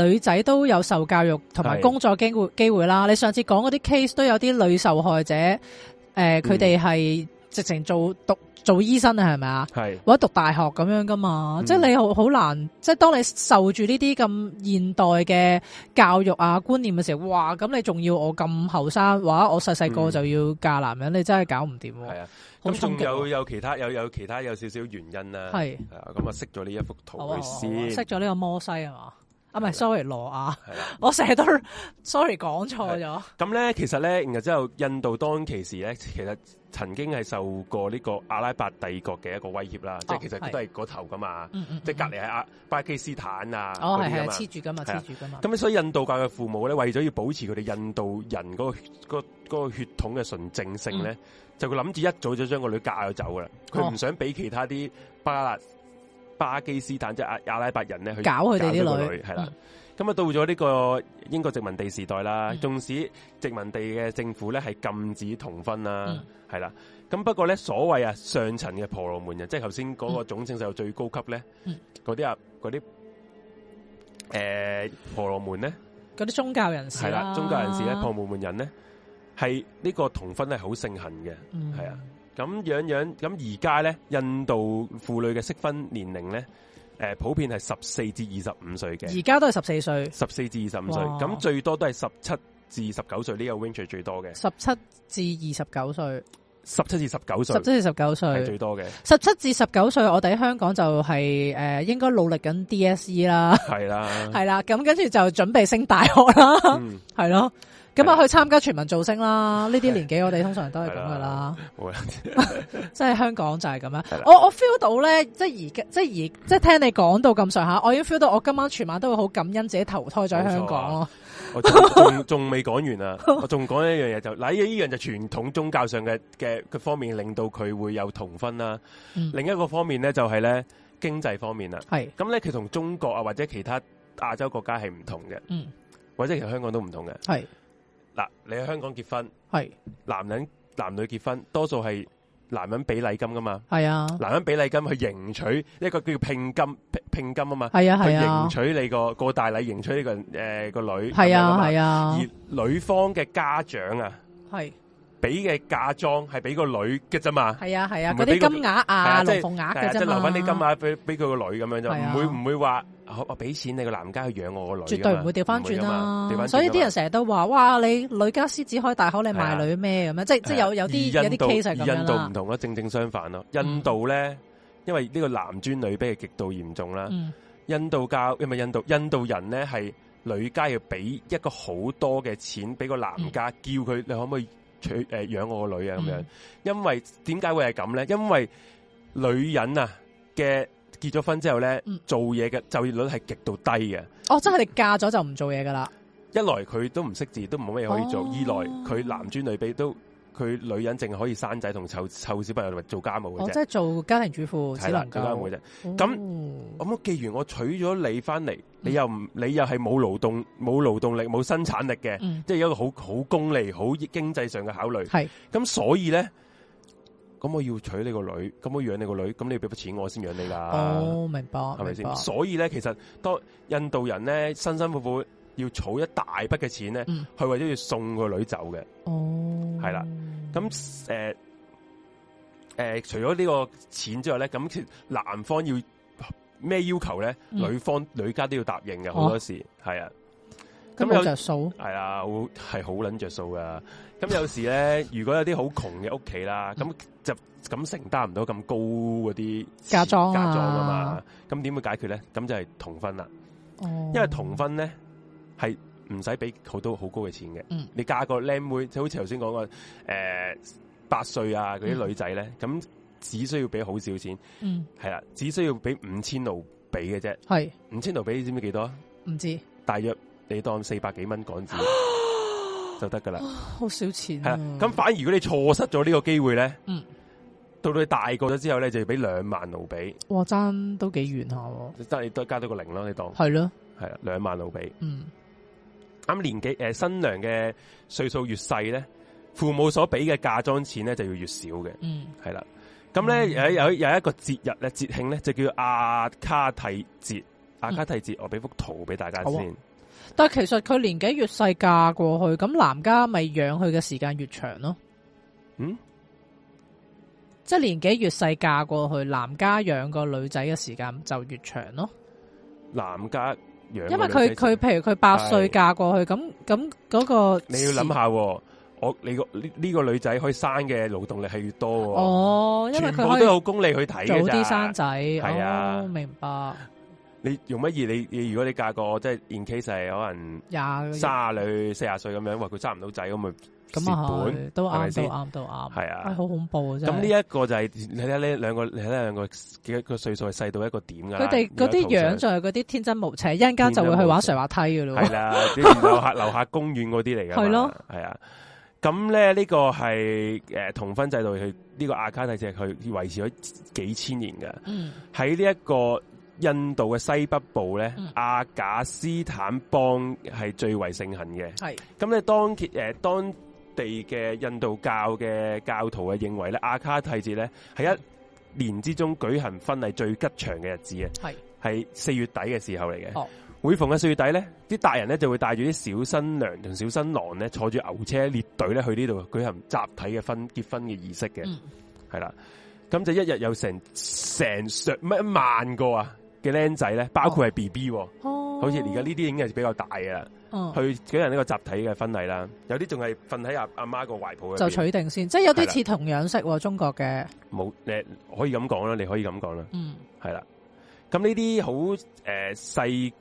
A: 女仔都有受教育同埋
B: 係
A: 工作
B: 嗯
A: 機會機會啦。你上次講嗰啲 case 都有啲女受害者，誒佢哋係直情做讀做醫生啊，係咪啊？
B: 係
A: 或者讀大學咁樣噶嘛，
B: 嗯
A: 即係你好好難，即係當你受住呢啲咁現代嘅教育啊觀念嘅時候，哇！咁你仲要我咁後生，或者我細細個
B: 嗯
A: 就要嫁男人，你真係搞唔掂喎
B: 係。啊。
A: 好
B: 咁
A: 衝
B: 仲
A: 擊
B: 有
A: 喎
B: 有其他有有其他有少少原因啦。
A: 係
B: 係啊，咁啊，識咗呢一幅圖
A: 好啊好啊
B: 佢
A: 好啊
B: 先
A: 識。咗呢個摩西係嘛？啊，唔係
B: 係啦
A: ，sorry 羅亞，
B: 係啦，
A: 我成日都 sorry 講錯咗。
B: 咁咧，其實咧，然後之後，印度當其時咧，其實曾經係受過呢個阿拉伯帝國嘅一個威脅啦，即係其實
A: 係
B: 佢都係嗰頭噶嘛，
A: 嗯嗯，
B: 即係
A: 嗯
B: 隔離係阿巴基斯坦啊
A: 哦係係
B: 嗰啲㗎嘛。
A: 黐住噶嘛，
B: 係
A: 黐
B: 啊
A: 住噶嘛。
B: 咁所以印度教嘅父母咧，為咗要保持佢哋印度人嗰、個血、嗰嗰個血統嘅純正性咧，就佢諗住一早就將個女嫁咗走噶啦。佢唔
A: 嗯哦
B: 想俾其他啲巴勒巴基斯坦即係阿阿拉伯人咧去
A: 搞佢哋
B: 搞咗
A: 啲
B: 個
A: 女嗯
B: 女係啦。咁啊，到咗呢個英國殖民地時代啦，
A: 嗯
B: 縱使殖民地嘅政府咧係禁止同婚啦
A: 嗯，
B: 係啦、咁不過咧，所謂啊上層嘅婆羅門人，即係頭先嗰個種姓就最高級咧
A: 嗯，
B: 嗰啲啊嗰啲誒婆羅門咧。
A: 嗰啲宗教人士嗯
B: 系啦，宗教人士咧，
A: 係
B: 旁門門人咧，係呢個同婚係好盛行嘅，係啊，咁樣樣咁而家咧，印度婦女嘅適婚年齡咧，诶、普遍係十四至二十五歲嘅，
A: 而家都係十四歲，
B: 十四至二十五歲，
A: 哇
B: 咁最多都係十七至十九歲呢個 range 係最多嘅，
A: 十七至二十九歲，
B: 十七至十九歲
A: 十七至十九
B: 係
A: 歲
B: 最，多嘅，
A: 十七至十九歲，我哋喺香港就係、呃、應該努力緊 DSE E 啦，
B: 係啦，
A: 係啦，啊咁跟住就準備升大學啦，
B: 嗯，
A: 係咯。咁
B: 係
A: 啊，去參加全民造星啦！呢啲年紀我哋通常都係咁噶啦，
B: 好啦，
A: 即係香港就係咁樣
B: 係啦。
A: 我我 feel 到咧，即係而家，即係而即係聽你講到咁上下，我已經 feel 到我今晚全晚都會好感恩自己投胎咗
B: 啊
A: 喺香港咯。
B: 我仲仲仲未講完啊，我仲講一樣嘢就嗱，呢呢樣就傳統宗教上嘅嘅嘅方面，令到佢會有同婚啦。
A: 嗯
B: 另一個方面咧就係咧經濟方面啦。
A: 係，
B: 咁咧佢同中國啊或者其他亞洲國家係唔同嘅，
A: 嗯，
B: 或者其實香港都唔同嘅。
A: 係，
B: 嗱，你喺香港結婚，
A: 係，
B: 男人男女結婚多數係男人俾禮金噶嘛，
A: 係啊，
B: 男人俾禮金去迎娶一個叫聘金聘聘金啊嘛，
A: 係啊，
B: 去
A: 係啊
B: 迎，娶你個個大禮，迎娶呢個誒個女
A: 係
B: 咁樣㗎
A: 啊，
B: 嘛
A: 係啊，
B: 而女方嘅家長啊，
A: 係。
B: 俾嘅嫁妝係俾個女嘅啫嘛，
A: 系啊系啊，
B: 唔
A: 嗰
B: 會俾
A: 啲
B: 個
A: 金額
B: 係
A: 啊、
B: 啊即
A: 龍
B: 係
A: 鳳額
B: 係
A: 嘅
B: 啊即
A: 啫
B: 係
A: 嘛，
B: 留翻啲金啊，俾俾佢個女咁樣
A: 係
B: 啫，
A: 啊
B: 唔會唔會話我我俾錢你個男家去養我個女㗎嘛，
A: 絕對唔會掉翻轉
B: 啊唔會㗎
A: 啦。
B: 嘛調
A: 所以啲人
B: 返轉㗎嘛
A: 成日都話：，哇，你女家獅子開大口，你賣女咩咁樣？即係即係
B: 係啊
A: 有有啲
B: 而
A: 有啲
B: 印度
A: case 係咁
B: 而
A: 樣
B: 印度
A: 啦嗯
B: 唔。同咯，正正相反咯。印度咧，因為呢個男尊女卑係極度嚴重啦。
A: 嗯，
B: 印度教因為印度印度人咧係女家要俾一個好多嘅錢俾個男家，叫佢你可唔可以娶誒、呃、養我個女啊咁樣？
A: 嗯
B: 因為點解會係咁咧？因為女人啊嘅結咗婚之後咧，
A: 嗯
B: 做嘢嘅就業率係極度低嘅。
A: 哦，即係你嫁咗就唔做嘢噶啦。
B: 一來佢都唔識字，都冇乜嘢可以做；
A: 哦
B: 二來佢男尊女卑都。佢女人淨係可以生仔同湊湊小朋友同埋做家務
A: 我即
B: 嘅
A: 哦
B: 啫，
A: 係做家庭主婦，只
B: 係啦
A: 能，哦
B: 做家務
A: 夠
B: 嘅啫。咁
A: 咁
B: 咁既然我娶咗你翻嚟，
A: 嗯
B: 你又唔你又係冇勞動冇勞動力冇生產力嘅，
A: 嗯
B: 即係有一個好好功利、好經濟上嘅考慮。
A: 係
B: 咁所以咧，咁我要娶你個女，咁我養你個女，咁你要俾筆錢我先養你㗎，
A: 哦，明白
B: 係啊咪
A: 明白
B: 先？。所以咧，其實當印度人咧辛辛苦苦要儲一大筆嘅錢咧，
A: 嗯
B: 係為咗要送個女走嘅。
A: 哦，
B: 係啦，咁誒誒，除咗呢個錢之外咧，咁其實男方要咩要求咧？
A: 嗯哦
B: 女方女家都要答應嘅，好多時係啊，
A: 咁
B: 咁有
A: 冇着數。
B: 係啊，好係好撚着數噶。咁有時咧，如果有啲好窮嘅屋企啦，
A: 嗯
B: 咁就咁承擔唔到咁高嗰啲
A: 嫁妝啊
B: 嫁妝啊嘛，咁點會解決咧？咁就係同婚啦，
A: 哦
B: 因為同婚咧係唔使俾好多好高嘅錢嘅。
A: 嗯
B: 你嫁個靚妹，就好似頭先講個誒呃八歲啊嗰啲女仔咧，咁、只需要俾好少錢，
A: 嗯
B: 係啦，只需要俾五千盧比嘅啫，
A: 係
B: 五千盧比你知唔知幾多啊？
A: 唔知
B: 大約你當四百幾蚊港 紙就得噶啦，
A: 好少錢
B: 係啦
A: 啊。。
B: 咁反而如果你錯失咗呢個機會咧，
A: 嗯
B: 到到你大個咗之後咧，就要俾兩萬盧比，
A: 哇，爭都幾遠下喎。
B: 得你多加多個零咯，你當
A: 係咯，
B: 係啦，兩萬盧比。
A: 嗯
B: 啱年紀誒、呃新娘嘅歲數越細咧，父母所俾嘅嫁妝錢咧就要越少嘅。
A: 嗯。
B: 系啦。咁咧有有有一個節日咧節慶咧就叫阿卡蒂節。阿卡蒂節，我俾幅圖俾大家
A: 好啊
B: 先。
A: 但其實佢年紀越細嫁過去，咁男家咪養佢嘅時間越長咯。
B: 嗯，
A: 即係年紀越細嫁過去，男家養個女仔嘅時間就越長咯。
B: 男家養個女仔先，
A: 因為佢佢譬如佢八歲
B: 係
A: 嫁過去，咁咁嗰個
B: 你要諗下喎，我你個呢呢個女仔可以生嘅勞動力係越多喎，
A: 哦，因為
B: 全
A: 佢
B: 部
A: 可
B: 都
A: 以
B: 有功利去睇
A: 早
B: 嘅
A: 啲
B: 咋
A: 生。仔，
B: 係啊
A: 哦，明白
B: 你用乜嘢？你你如果你嫁個即係 in case 係可能
A: 廿個月
B: 卅女四十歲咁樣，喂佢生唔到仔咁咪
A: 咁啊
B: 蝕
A: 係，都
B: 係咪
A: 啱，都
B: 先
A: 啱，都啱，
B: 係啊
A: 唉好恐怖啊！真
B: 本。咁
A: 係
B: 呢一個就係你睇呢兩個，你睇呢兩個幾個歲數係細到一個點㗎啦。
A: 佢哋嗰啲樣就係嗰啲天真無邪，一陣間就會去玩垂滑梯噶咯
B: 係。啦， 啲樓下樓下公園嗰啲嚟㗎嘛。
A: 係咯
B: 係啊。咁咧呢個係誒同婚制度，佢呢個阿卡帝制佢維持咗幾千年㗎。
A: 嗯，
B: 喺呢一個印度嘅西北部咧
A: 嗯，
B: 阿賈斯坦邦係最為盛行嘅。
A: 係
B: 咁咧當其誒、呃、當地嘅印度教嘅教徒啊，認為咧阿卡蒂節咧
A: 嗯
B: 係一年之中舉行婚禮最吉祥嘅日子啊，
A: 係
B: 係四月底嘅時候嚟嘅。
A: 哦
B: 每逢嘅四月底咧，啲大人咧就會帶住啲小新娘同小新郎咧，坐住牛車列隊咧去呢度舉行集體嘅婚結婚嘅儀式嘅。
A: 嗯
B: 係啦，咁就一日有成成上乜一萬個啊嘅僆仔咧，包括係 B B，好
A: 哦，
B: 似而家呢啲已經係比較大嘅啦，
A: 嗯
B: 去舉行呢個集體嘅婚禮啦，有啲仲係瞓喺阿阿媽個懷抱嘅，
A: 就取定先，即係有
B: 係
A: 啲
B: 啦
A: 似童養媳喎，中國嘅，
B: 冇誒，可以咁講啦，你可以咁講啦，
A: 嗯
B: 係啦，咁呢啲好誒細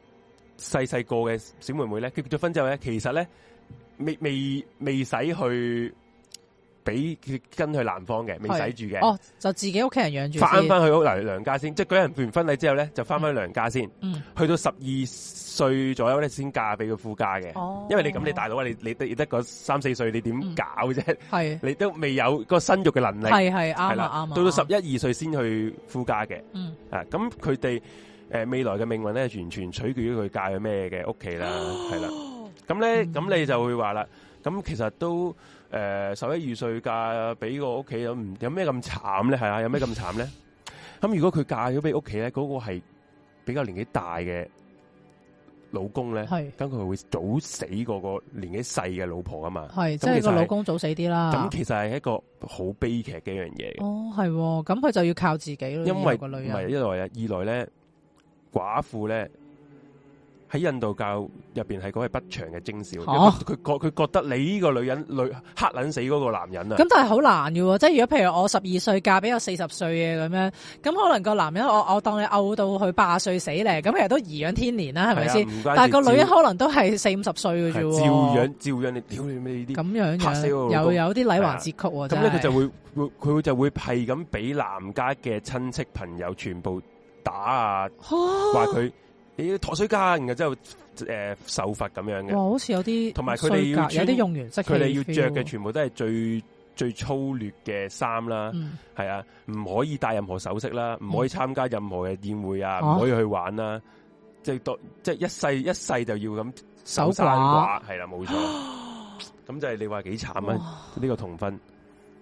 B: 細細個嘅小妹妹咧，佢結咗婚之後咧，其實咧未未未使去俾佢跟去男方嘅，未使
A: 係
B: 住嘅，
A: 哦，就自己屋企人養住
B: 翻
A: 先，
B: 翻去好娘娘家先，即係舉行完婚禮之後咧，就翻翻娘家先，
A: 嗯，
B: 去到十二歲左右咧先嫁俾佢夫家嘅。
A: 哦，嗯
B: 因為你咁你大佬啊，你你得你得個三四歲，你點搞啫？
A: 係
B: 你都未有個生育嘅能力，
A: 係係啱啊
B: 係
A: 啱啊
B: 啦，，到到十
A: 啱啊，
B: 一二歲先去夫家嘅。
A: 嗯
B: 啊，咁佢哋誒未來嘅命運咧，完全取決於佢嫁去咩嘅屋企啦，係啦。咁咧，
A: 哦嗯
B: 咁你就會話啦，咁其實都誒十一二歲嫁俾個屋企有唔有咩咁慘咧？係啊，有咩 咁慘咧？咁如果佢嫁咗俾屋企咧，嗰、個係比較年紀大嘅老公咧，
A: 係
B: 咁佢會早死過個年紀細嘅老婆啊嘛。
A: 係，即
B: 咁
A: 係
B: 其
A: 個
B: 實係
A: 老公早死啲啦，
B: 咁其實係一個好悲劇嘅一樣嘢嘅，
A: 啊哦係喎，咁佢就要靠自己咯，
B: 因為
A: 個
B: 唔
A: 女
B: 係
A: 人，
B: 一來啊，二來咧寡婦咧喺印度教入邊係講係不祥嘅徵兆，
A: 哦
B: 佢覺佢覺得你呢個女人女黑撚死嗰個男人啊，
A: 咁但係好難嘅喎，即係如果譬如我十二歲嫁俾我四十歲嘅咁樣，咁可能個男人我我當你漚到佢八十歲死咧，咁其實都頤養天年啦，係咪先？
B: 先？
A: 但係個女人
B: 係啊
A: 可能都係四五十歲嘅
B: 照
A: 啫喎，
B: 樣照樣你屌你咩呢啲？
A: 咁樣
B: 嚇死我
A: 樣，
B: 老
A: 又
B: 公
A: 有啲禮還節曲喎，
B: 啊咁咧
A: 真
B: 佢
A: 係
B: 就會會佢就會係咁俾男家嘅親戚朋友全部 打啊，話佢你陀水家，然後之後誒受罰咁樣嘅
A: 哇，。好似有啲
B: 同埋佢哋要
A: 衰格有啲
B: 穿
A: 用完即
B: 佢哋要着嘅全部都係最最粗劣嘅衫啦，
A: 嗯
B: 係啊，唔可以戴任何首飾啦，唔可以參加任何嘅宴會啊，
A: 啊
B: 唔可以去玩啦，即係多即係一世一世就要咁
A: 守寡
B: 守山寡，係啦，冇錯。 咁就係你話幾慘
A: 哇
B: 啊？呢個同婚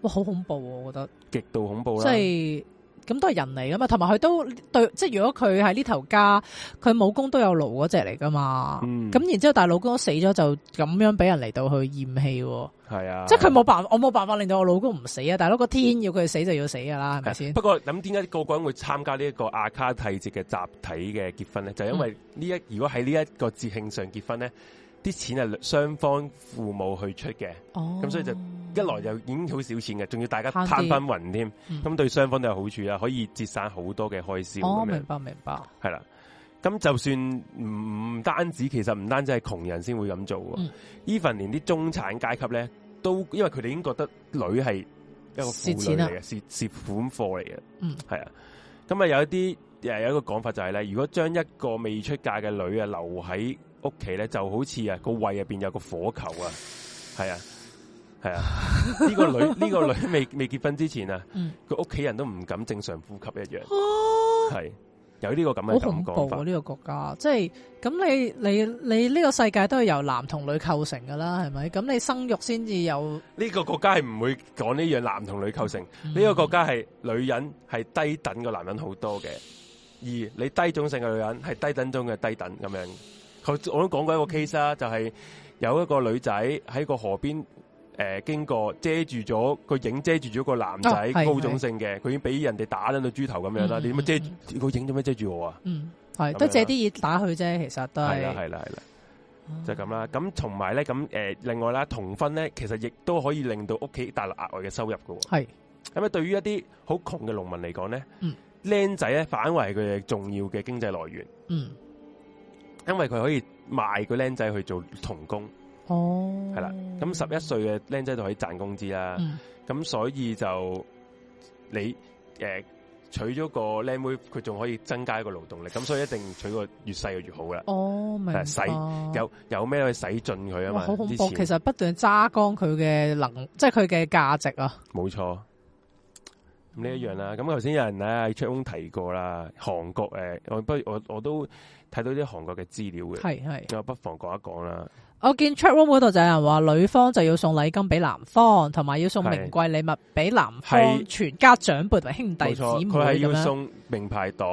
A: 哇好恐怖喎，我覺得
B: 極度恐怖
A: 即
B: 啦，
A: 係。咁都係人嚟噶嘛，同埋佢都對，即係如果佢喺呢頭家，佢武功都有勞嗰只嚟噶嘛。
B: 嗯
A: 咁、然之後，但係老公死咗就咁樣俾人嚟到去厭棄喎，
B: 係啊，
A: 即係佢冇辦，我冇辦法令到我老公唔死啊！大佬個天要佢死就要死噶啦，係咪先？
B: 啊不過咁點解個個人會參加呢一個阿卡蒂節嘅集體嘅結婚咧？就因為
A: 嗯
B: 呢一如果喺呢一個節慶上結婚咧，啲錢係雙方父母去出嘅。
A: 哦，
B: 咁所以就一來就已經好少錢嘅，仲要大家
A: 慳啲
B: 攤分雲添，咁、
A: 嗯
B: 對雙方都有好處啦，可以節省好多嘅開銷
A: 哦，
B: 咁
A: 明
B: 樣，
A: 白明白，
B: 係啦。咁就算唔唔單止，其實唔單止係窮人先會咁做喎
A: 嗯。
B: even、連啲中產階級咧，都因為佢哋已經覺得女係一個婦
A: 蝕錢
B: 女
A: 啊
B: 嚟嘅，蝕蝕款貨嚟嘅，
A: 嗯
B: 係啊。咁啊有一啲誒有一個講法就係、咧，如果將一個未出嫁嘅女啊留喺屋企咧，就好似啊個胃入邊有個火球啊，係啊。系啊，呢個女呢、個女未未结婚之前啊
A: 嗯，
B: 佢屋企人都唔敢正常呼吸一樣，
A: 哦
B: 係有呢個咁
A: 好
B: 嘅
A: 恐
B: 咁
A: 怖
B: 講
A: 啊！
B: 法
A: 呢、，個國家，即係咁你你你呢個世界都係由男同女構成噶啦，係咪？咁你生育先至有嗯
B: 呢個國家係唔會講呢樣男同女構成，
A: 呢
B: 呢個國家係女人係低等個男人好多嘅，而你低種姓嘅女人係低等中嘅低等咁
A: 嗯
B: 樣。啊佢我都講過一個 case 啦，就係有一個女仔喺個河邊誒、誒經過遮住咗個影遮住咗個男仔
A: 哦係
B: 高種姓嘅，佢已經俾人哋打撚到豬頭咁樣啦。
A: 嗯
B: 你點解遮住個影做咩遮住我啊？
A: 嗯，係都借啲嘢打佢啫，其實都
B: 係啦
A: 係嗯
B: 係啦係啦，就係咁啦。咁同埋咧咁誒，另外啦，同婚咧其實亦都可以令到屋企帶來額外嘅收入嘅喎。
A: 係
B: 咁啊，對於一啲好窮嘅農民嚟講咧
A: 嗯，
B: 僆仔咧反為佢哋重要嘅經濟來源，
A: 嗯，
B: 因為佢可以賣個僆仔去做童工，
A: 哦，
B: 係啦。咁十一歲啊嘅僆仔就可以賺工資啦。
A: 嗯
B: 咁所以就你诶、呃娶咗個靚妹，佢仲可以增加一個勞動力，咁所以一定娶個越細嘅越好啦。
A: 哦，明白
B: 係洗有有咩去洗盡佢啊
A: 哇
B: 嘛？
A: 好恐
B: 之
A: 怖，
B: 前
A: 其實不斷揸光佢嘅能，即係佢嘅價值啊，
B: 冇錯。咁呢一樣
A: 嗯
B: 啦，咁頭先有人咧出翁提過啦，韓國诶、呃我不我我都睇到啲韓國嘅資料嘅，
A: 係係。
B: 我不妨講一講啦。
A: 我見 chat room 嗰度就有人話女方就要送禮金俾男方，同埋要送
B: 係
A: 名貴禮物俾男
B: 係
A: 方全家長輩同埋兄弟
B: 冇
A: 姊
B: 錯，
A: 妹
B: 佢係
A: 咁
B: 要
A: 樣
B: 送名牌袋。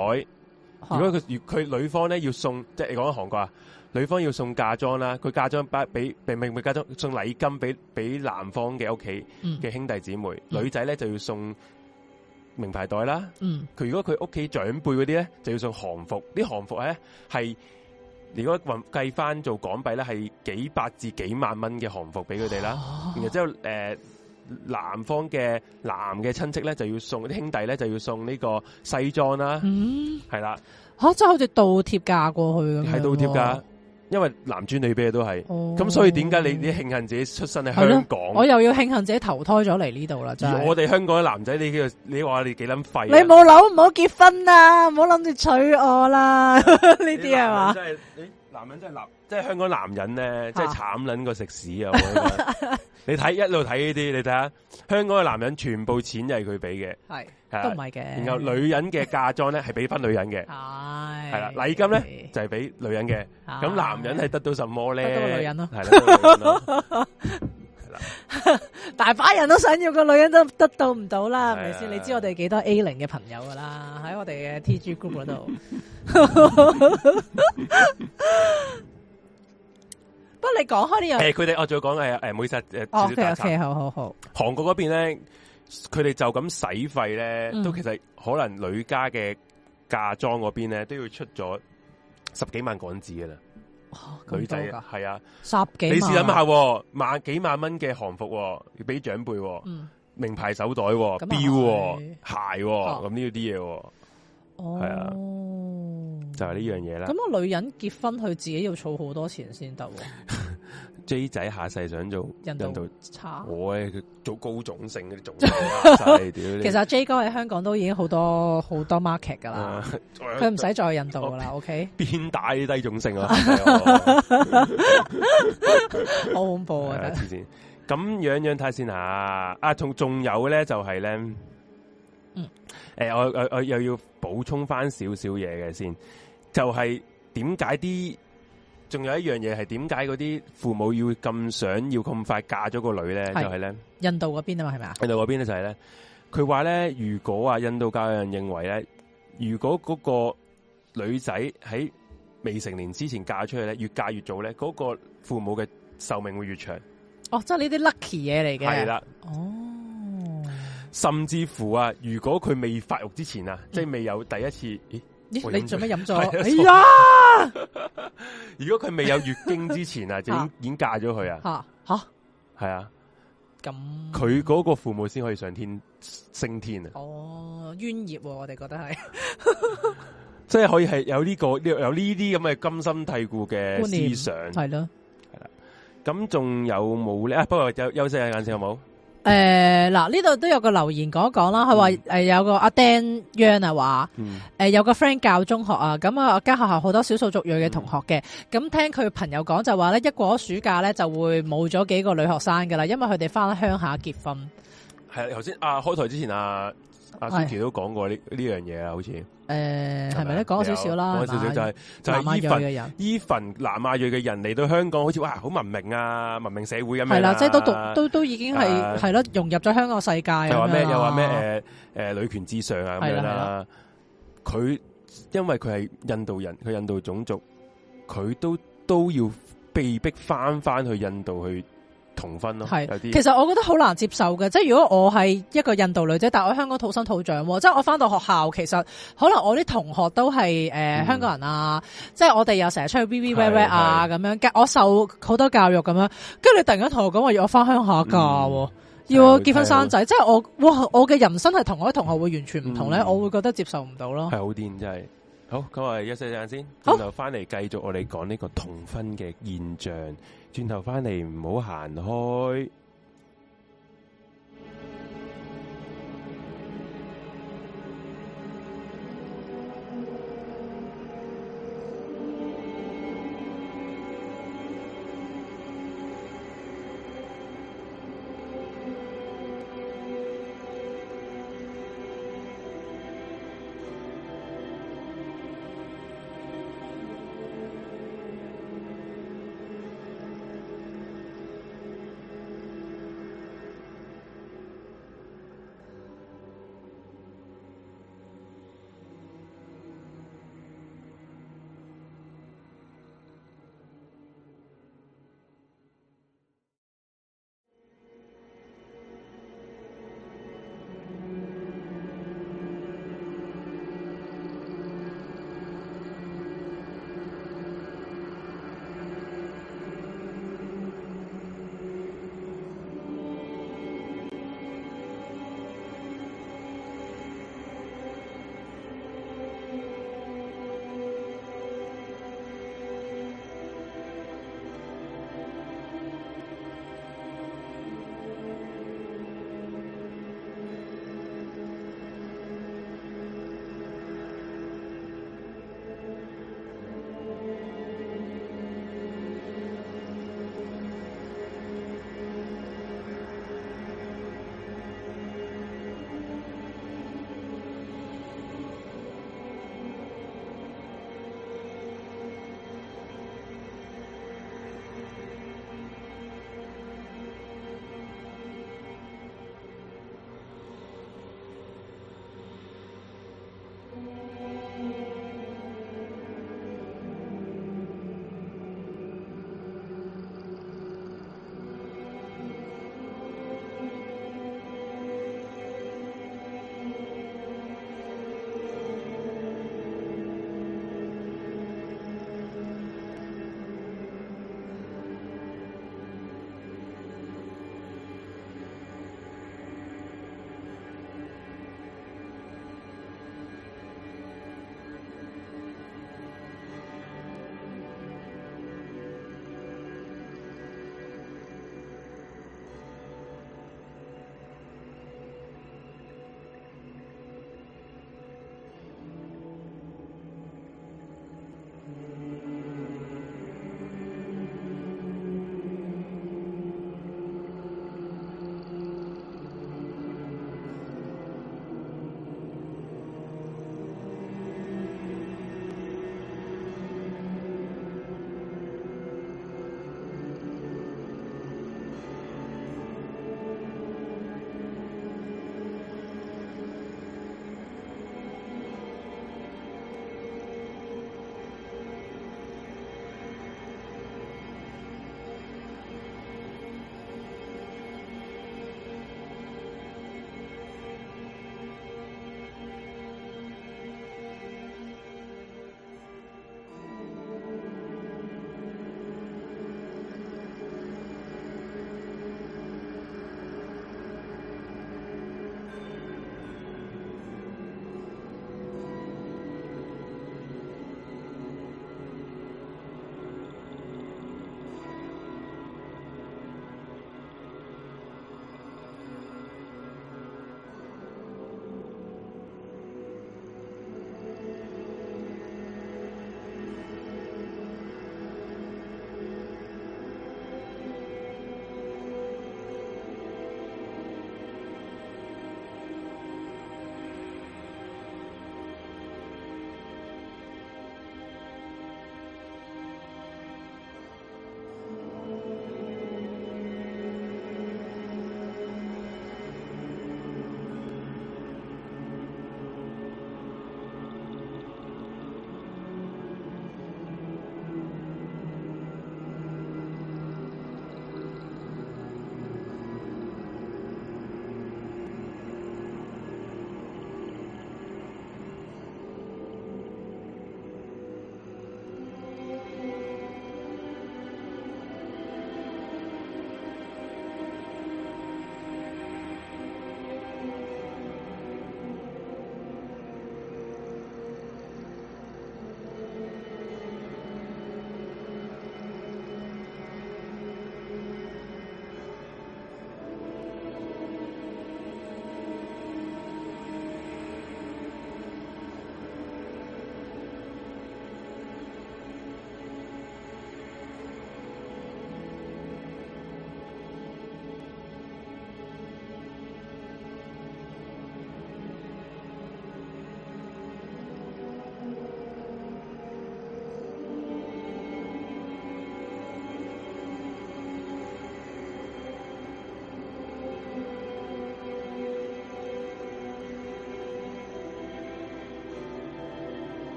A: 嚇
B: 如果佢如佢女方咧要送，即係你講緊韓國啊，女方要送嫁妝啦，佢嫁妝包俾俾俾俾嫁妝送禮金俾俾男方嘅屋企
A: 嗯
B: 嘅兄弟姊妹，
A: 嗯
B: 女仔咧就要送名牌袋啦。
A: 嗯
B: 佢如果佢屋企長輩嗰啲咧，就要送韓服。啲韓服咧係如果運計翻做港幣咧，係幾百至幾萬蚊嘅韓服俾佢哋啦。
A: 哦
B: 然後之後誒、呃男方嘅男嘅親戚咧就要送啲兄弟咧就要送呢個西裝啦，
A: 嗯
B: 係啦，
A: 吓，即係好似倒貼嫁過去咁樣喎，
B: 係倒貼㗎，因為男尊女卑都係。
A: 哦。
B: 咁所以點解你你慶幸自己出身喺
A: 係咯
B: 香
A: 我
B: 港？
A: 又要慶幸自己投胎咗嚟呢度啦，真
B: 而
A: 係
B: 我。哋香港嘅男仔，你叫你話你幾撚廢啊？
A: 你冇樓唔好結婚啊啦，唔好諗住娶我啦，呢 啲
B: 你
A: 係嘛
B: 男人？真係，你男人真係男，即係香港男人
A: 啊
B: 咧，真係慘撚過食屎啊！我 覺得你睇一路睇呢啲，你睇下香港嘅男人全部錢就係佢俾嘅，
A: 係
B: 係
A: 都
B: 啊
A: 唔係嘅。
B: 然後女人嘅嫁妝咧係俾翻女人
A: 係，
B: 嘅
A: 係
B: 係啦，禮金咧就係俾女人嘅。咁男人係得到什麼咧？
A: 啊得到個女人咯
B: 係啦，得到個女人 咯
A: 大把人都想要個女人都得到唔到啦，係
B: 係啊
A: 咪先？你知我哋幾多 A 零嘅朋友噶啦，喺我哋嘅 T G group 嗰 度。不過你講開呢樣
B: 誒，佢哋我仲要講誒誒，唔好意思啊誒，
A: 哦
B: 少少
A: ，OK
B: 打岔
A: OK，好好好，
B: 韓國嗰邊咧，佢哋就咁使費咧，
A: 嗯
B: 都其實可能女家嘅嫁妝嗰邊咧都要出咗十幾萬港紙噶啦，
A: 哦咁
B: 女仔
A: 哦多㗎，
B: 係啊，
A: 十幾萬
B: 你試諗下喎，萬幾萬蚊嘅韓服喎，要俾長輩喎，
A: 嗯，
B: 名牌手袋喎，
A: 咁啊
B: 錶喎，
A: 係
B: 鞋喎，
A: 哦
B: 咁呢啲嘢喎，
A: 哦，
B: 係啊就係呢樣嘢啦。
A: 咁個女人結婚，佢自己要儲好多錢先得喎，
B: J 仔下世想做
A: 印
B: 印
A: 度
B: 度，
A: 差。
B: 我咧佢做高種姓嗰啲種啊姓 下世，屌你
A: 其實 J 哥喺香港都已經好多好多 market 噶啦
B: 啊，
A: 佢唔使再去印度噶啦，OK，
B: 邊打呢啲低種 姓啊！下世我
A: 好恐怖啊！
B: 係啊
A: 真係
B: 黐線咁樣樣睇先吓，啊，仲仲有咧就係咧，
A: 嗯
B: 誒我我我又要補充翻少少嘢嘅先，就係點解啲，仲有一樣嘢係點解嗰啲父母要咁想要咁快嫁咗個女咧，就
A: 係
B: 係咧
A: 印度嗰邊啊嘛，係咪啊？
B: 印度嗰邊咧就係咧，佢話咧如果啊印度教有人認為咧，如果嗰個女仔喺未成年之前嫁出去咧，越嫁越早咧，嗰、個父母嘅壽命會越長，
A: 哦，即係呢啲 lucky 嘢嚟嘅。
B: 係。啦。
A: 哦，
B: 甚至乎啊，如果佢未發育之前啊，即係未有第一次，咦？
A: 咦，
B: 我
A: 你
B: 飲
A: 做
B: 咗
A: 咩飲咗？
B: 係啊
A: 嗯哎呀，
B: 如果佢未有月經之前啊，就已經已經嫁咗佢啊，
A: 吓吓
B: 係啊，
A: 咁。
B: 佢嗰個父母先可以上天升天啊，
A: 哦，冤孽喎，我哋覺得係
B: 即係可以係有呢、個有呢啲咁嘅根深蒂固嘅
A: 觀念
B: 思想。
A: 係咯。
B: 咁仲有冇咧？啊，不過休休息下眼先好冇？
A: 诶，嗱，呢度都有個留言講一講啦。佢話诶有個阿 Dan Yan 啊話。
B: 嗯，
A: 誒、有個 friend 教中學啊，咁啊我間學校好多少數族裔嘅同學
B: 嗯
A: 嘅，咁、聽佢朋友講就話咧，一過咗暑假咧就會冇咗幾個女學生噶啦，因為佢哋翻鄉下結婚。
B: 係啊頭先啊，開台之前啊，阿
A: 係
B: Suki 都講過呢呢樣嘢啊，好似係
A: 誒係
B: 咪
A: 咪
B: 啊
A: 咧？講咗少少啦，
B: 講咗少少就係就
A: 係嘛南
B: 係依
A: 亞
B: 份
A: 裔嘅人，
B: 依份南亞裔嘅人嚟到香港，好似哇好文明啊，文明社會咁樣。
A: 係啦，即係都讀都都已經
B: 啊
A: 係係咯，融入咗香港世界咁樣啦。
B: 又話咩？又話咩？誒、呃、女權至上啊咁樣
A: 係啦
B: 啦。佢因為佢係印度人，佢印度種族，佢都都要被逼翻翻去印度去同婚咯，
A: 係
B: 有啲
A: 其實我覺得好難接受嘅，即係如果我係一個印度女仔，但我喺香港土生土長喎，即係我翻到學校，其實可能我啲同學都係誒、呃
B: 嗯
A: 香港人啊，即係我哋又成日出去 V V
B: 係
A: w e 啊咁樣，我受好多教育咁樣，跟住你突然間同我講話要我翻鄉下嫁喎。啊
B: 嗯
A: 要我結婚生仔，即係我哇！我嘅人生係同我啲同學會完全唔同咧，
B: 嗯
A: 我會覺得接受唔到咯
B: 系。好癲真係。好，咁我哋休息一陣先，
A: 好
B: 轉頭翻嚟繼續我哋講呢個同婚嘅現象。轉頭翻嚟唔好行開。
C: Hãy subscribe cho kênh Ghiền Mì Gõ Để không bỏ lỡ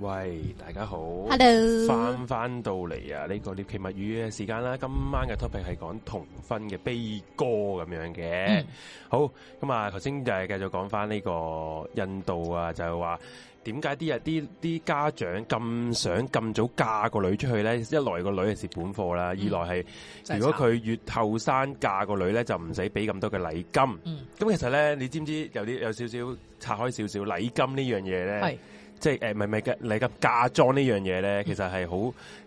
B: 喂，大家好
C: Hello
B: 翻翻到嚟啊！呢、個個獵奇物語嘅時間啦，今晚嘅 topic 係講同婚嘅悲歌咁樣嘅。
A: 嗯
B: 好，咁啊，頭先就係繼續講翻呢個印度啊，就係話點解啲人啲啲家長咁想咁早嫁個女出去咧？一來個女係蝕本貨啦，二來係
A: 嗯真係
B: 如果
A: 慘
B: 佢越後生嫁個女咧，就唔使俾咁多嘅禮金。
A: 嗯
B: 咁其實咧，你知唔知有啲有少少拆開少少禮金呢樣嘢咧？
A: 係
B: 即係誒，唔係唔係嘅禮金嫁妝呢樣嘢咧，其實係好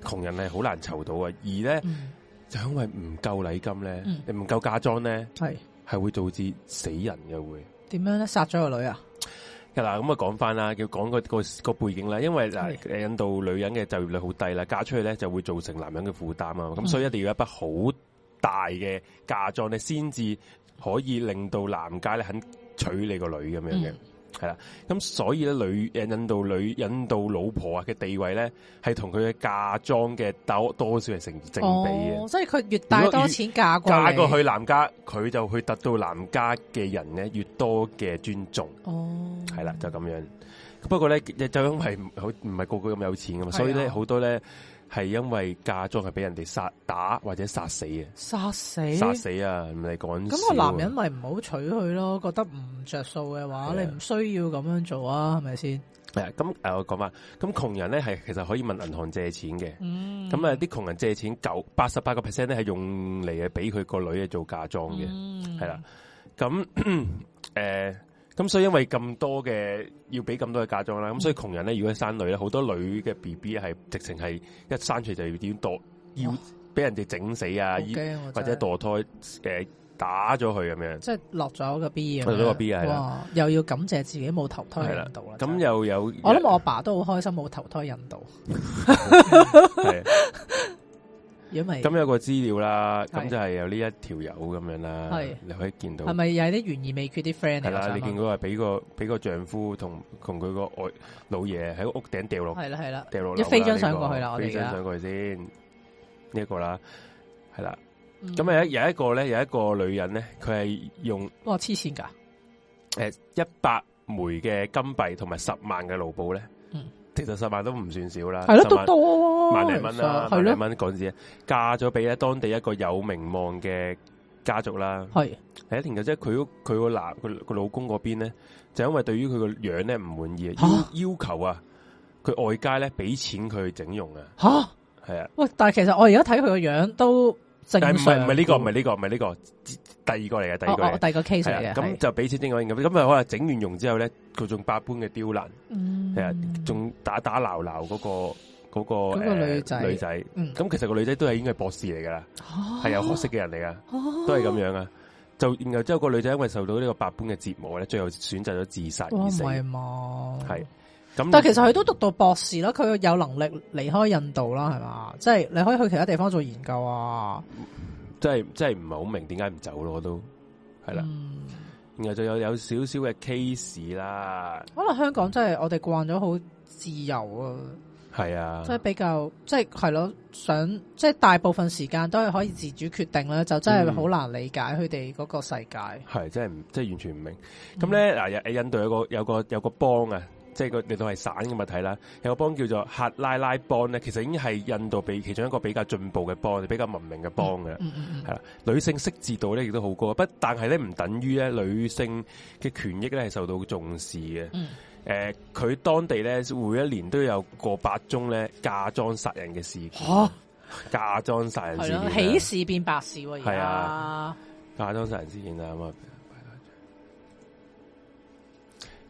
B: 窮人係好難籌到啊。而咧
A: 嗯
B: 就因為唔夠禮金咧，
A: 嗯
B: 你唔夠嫁妝咧，
A: 係
B: 係會導致死人嘅會。
A: 點樣咧？殺咗個女啊？
B: 嗱，咁啊講翻啦，要講個個個背景啦，因為嗱，
A: 係
B: 誒印度女人嘅就業率好低啦，嫁出去咧就會造成男人嘅負擔啊，
A: 嗯
B: 咁所以一定要有一筆好大嘅嫁妝咧，先至可以令到男家咧肯娶你個女咁樣嘅
A: 嗯，
B: 係啦、咁所以咧女誒印度女印度老婆啊嘅地位咧，係同佢嘅嫁妝嘅多多少係成正比嘅。
A: 哦，即係佢越帶
B: 如果
A: 多
B: 越
A: 錢嫁過
B: 嫁
A: 嚟
B: 過去男家，佢就去得到男家嘅人咧越多嘅尊重。
A: 哦，
B: 系啦，就咁樣。不過咧，就因為唔好唔係個個咁有錢噶嘛，
A: 係啊
B: 所以咧好多咧係因為嫁妝係俾人哋殺打或者殺死嘅，
A: 殺死
B: 殺死啊，唔係講笑啊
A: 咁個男人咪唔好娶佢咯，覺得唔着數嘅話，
B: 係啊
A: 你唔需要咁樣做啊，係咪先？
B: 係啊咁诶，我講翻，咁窮人咧係其實可以問銀行借錢嘅。
A: 嗯
B: 咁啊，啲窮人借錢九八十八個 percent 咧係用嚟係俾佢個女嘅做嫁妝嘅。
A: 嘅
B: 係啦，咁 诶，誒咁、所以因為咁多嘅要俾咁多嘅嫁妝啦，咁
A: 嗯
B: 所以窮人咧，如果生女咧，好多女嘅 B B 係直情係一生出嚟就要點墮，要
A: 哇
B: 俾人哋整死啊，
A: 好驚我
B: 或者
A: 真係
B: 墮胎诶、誒打咗佢咁樣。
A: 即係落咗個 B 咁樣
B: 落咗個 B 啊係啦
A: 哇又要感謝自己冇投胎
B: 係啦
A: 印度啦，真
B: 咁
A: 係
B: 又有
A: 我諗我阿爸都好開心冇投胎印度，
B: 係
A: 如果咪
B: 咁有個資料啦，
A: 係
B: 咁就係有呢一條友咁樣啦
A: 係，
B: 你可以見到
A: 係咪又係啲懸而未決啲 friend
B: 係
A: 嚟啊㗎？
B: 啦，你見
A: 見
B: 到係俾個俾個丈夫同同佢個外老爺喺屋頂掉落
A: 係啦係啦，
B: 掉落
A: 一飛張相過去啦我哋而
B: 飛
A: 家
B: 張相過去先呢一個啦，係啦。
A: 嗯
B: 咁啊有一有一個咧，有一個女人咧，佢係用
A: 哇黐線
B: 啊
A: 㗎，
B: 誒一百枚嘅金幣同埋十萬嘅盧布咧，
A: 嗯
B: 其實十萬都唔算少啦，
A: 係咯
B: 10
A: 都
B: 萬
A: 多啊
B: 萬零蚊啦，
A: 其實係
B: 萬零
A: 咯
B: 蚊港紙，嫁啊咗俾咧當地一個有名望嘅家族啦。
A: 係
B: 係一年嘅啫，佢嗰佢個男佢個老公嗰邊咧，就因為對於佢個樣咧唔滿意，
A: 嚇
B: 要要求啊，佢外家咧俾錢佢整容啊，
A: 吓
B: 係啊。
A: 喂！但係其實我而家睇佢個樣都正
B: 但
A: 常，
B: 係唔係唔係呢個唔係呢個唔係呢個，第二個嚟嘅第
A: 哦
B: 二個
A: 哦
B: 嚟嘅
A: 第二個 case
B: 係
A: 嚟嘅
B: 啊，咁
A: 係
B: 就俾錢整個咁，咁啊可能整完容之後咧，佢仲百般嘅刁難，
A: 嗯
B: 係啊，仲打打鬧鬧嗰個嗰個
A: 嗰個
B: 呃
A: 女仔
B: 女仔，
A: 嗯
B: 咁其實個女仔都係應該係博士嚟噶啦，係有學識嘅人嚟噶，
A: 哦
B: 都係咁樣啊。就然後之後個女仔因為受到呢個百般嘅折磨咧，最後選擇咗自殺
A: 哇，
B: 而
A: 唔
B: 死。
A: 係嘛？
B: 係咁，
A: 但係其實佢都讀到博士啦，佢有能力離開印度啦，係嘛？即係你可以去其他地方做研究啊。
B: 真係真係唔係好明點解唔走咯，我都係啦。
A: 嗯
B: 然後就有有少少嘅 case 啦，
A: 可能香港真係我哋慣咗好自由啊，
B: 係啊，
A: 即係比較即係係咯，想即係大部分時間都係可以自主決定啦，就真係
B: 嗯
A: 好難理解佢哋嗰個世界。
B: 係真係唔真係完全唔
A: 嗯
B: 明。咁咧嗱，印印度有個有個有個邦啊，即係個你當係省咁啊睇啦，有個邦叫做克拉拉邦咧，其實已經係印度比其中一個比較進步嘅邦，比較文明嘅邦嘅。
A: 嗯嗯嗯
B: 係啦，女性識字度咧亦都好高，啊不但係咧唔等於咧女性嘅權益咧係受到重視嘅。
A: 嗯，
B: 誒，佢當地咧每一年都有過百宗咧嫁妝殺人嘅事件，
A: 吓
B: 嫁妝殺人事
A: 係
B: 件啊
A: 咯，喜事變白事喎，而
B: 係
A: 家
B: 啊嫁妝殺人事件啦，咁啊。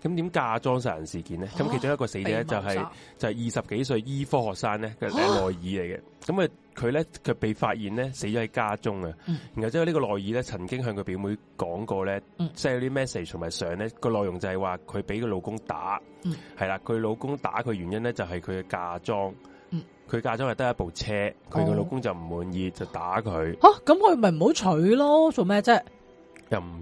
B: 咁點嫁妝殺人事件咧？咁
A: 嚇
B: 其中一個死者
A: 被
B: 咧
A: 謀
B: 就係、
A: 殺
B: 就係二十幾歲醫科學生咧嘅內爾嚟嘅。咁啊，佢咧佢被發現咧死咗喺家中啊。
A: 嗯
B: 然後之後呢個內爾咧曾經向佢表妹講過咧
A: 嗯，
B: 即係啲 message 同埋相咧個內容就係話佢俾佢老公打
A: 嗯，
B: 係啦、佢老公打佢原因咧就係佢嘅嫁妝
A: 嗯，
B: 佢嫁妝係得一部車，佢
A: 哦
B: 個老公就唔滿意就打佢。
A: 吓咁佢咪唔好娶咯，做咩啫？
B: 又唔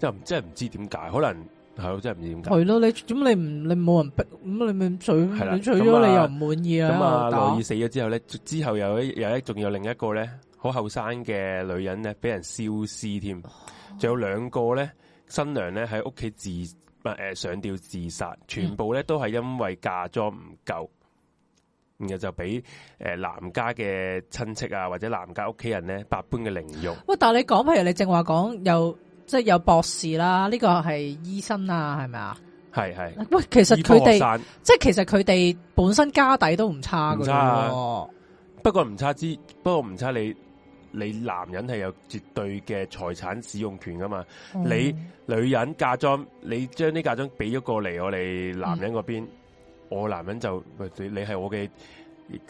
B: 又唔真係唔知點解，可能係我真係唔知點解。
A: 系咯，你咁你唔你冇人逼，咁你咪娶，
B: 係啦
A: 你娶
B: 咁
A: 咗
B: 啊
A: 你又唔滿意啊？
B: 咁啊，
A: 喺度
B: 羅
A: 打
B: 爾死咗之後咧，之後有一有一仲有另一個咧，好後生嘅女
A: 哦
B: 人咧，俾人燒屍添，仲有兩個咧新娘咧喺屋企自誒、上吊自殺，全部咧都係因為嫁妝唔夠，然後就俾誒、男家嘅親戚啊或者男家屋企人咧百般嘅凌辱。
A: 喂，但係你講，譬如你正話講有即係有博士啦，呢個係醫生啊，係咪啊？
B: 係係，
A: 喂，其實
B: 醫科
A: 佢
B: 學
A: 哋
B: 生
A: 即係其實佢哋本身家底都唔差噶
B: 唔差不過唔差之，不過唔差你你男人係有絕對嘅財產使用權噶嘛，
A: 嗯
B: 你女人嫁妝，你將啲嫁妝俾咗過嚟我哋男人嗰邊，
A: 嗯
B: 我男人就喂你你係我嘅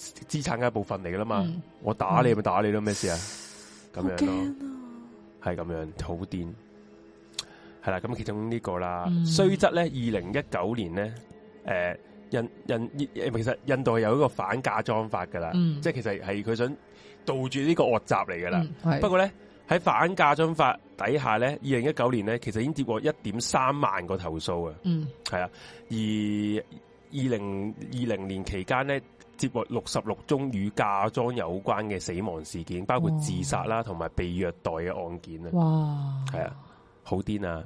B: 資產嘅一部分嚟噶啦嘛，
A: 嗯
B: 我打你咪打你咯，咩事啊？咁
A: 好
B: 樣咯，
A: 驚啊！
B: 係咁樣，好癲。係啦，咁其中呢個啦，
A: 嗯
B: 雖則咧，二零一九年咧，诶、印印印其實印度係有一個反嫁妝法噶啦，
A: 嗯
B: 即係其實係佢想杜絕呢個惡習嚟噶啦。
A: 嗯，係
B: 不過咧喺反嫁妝法底下咧，二零一九年咧，其實已經接過一點三萬個投訴啊，
A: 嗯
B: 係啊，而二零二零年期間咧，接獲六十六宗與嫁妝有關嘅死亡事件，包括
A: 哦
B: 自殺啦同埋被虐待嘅案件啊，
A: 哇，
B: 係啊，好癲啊！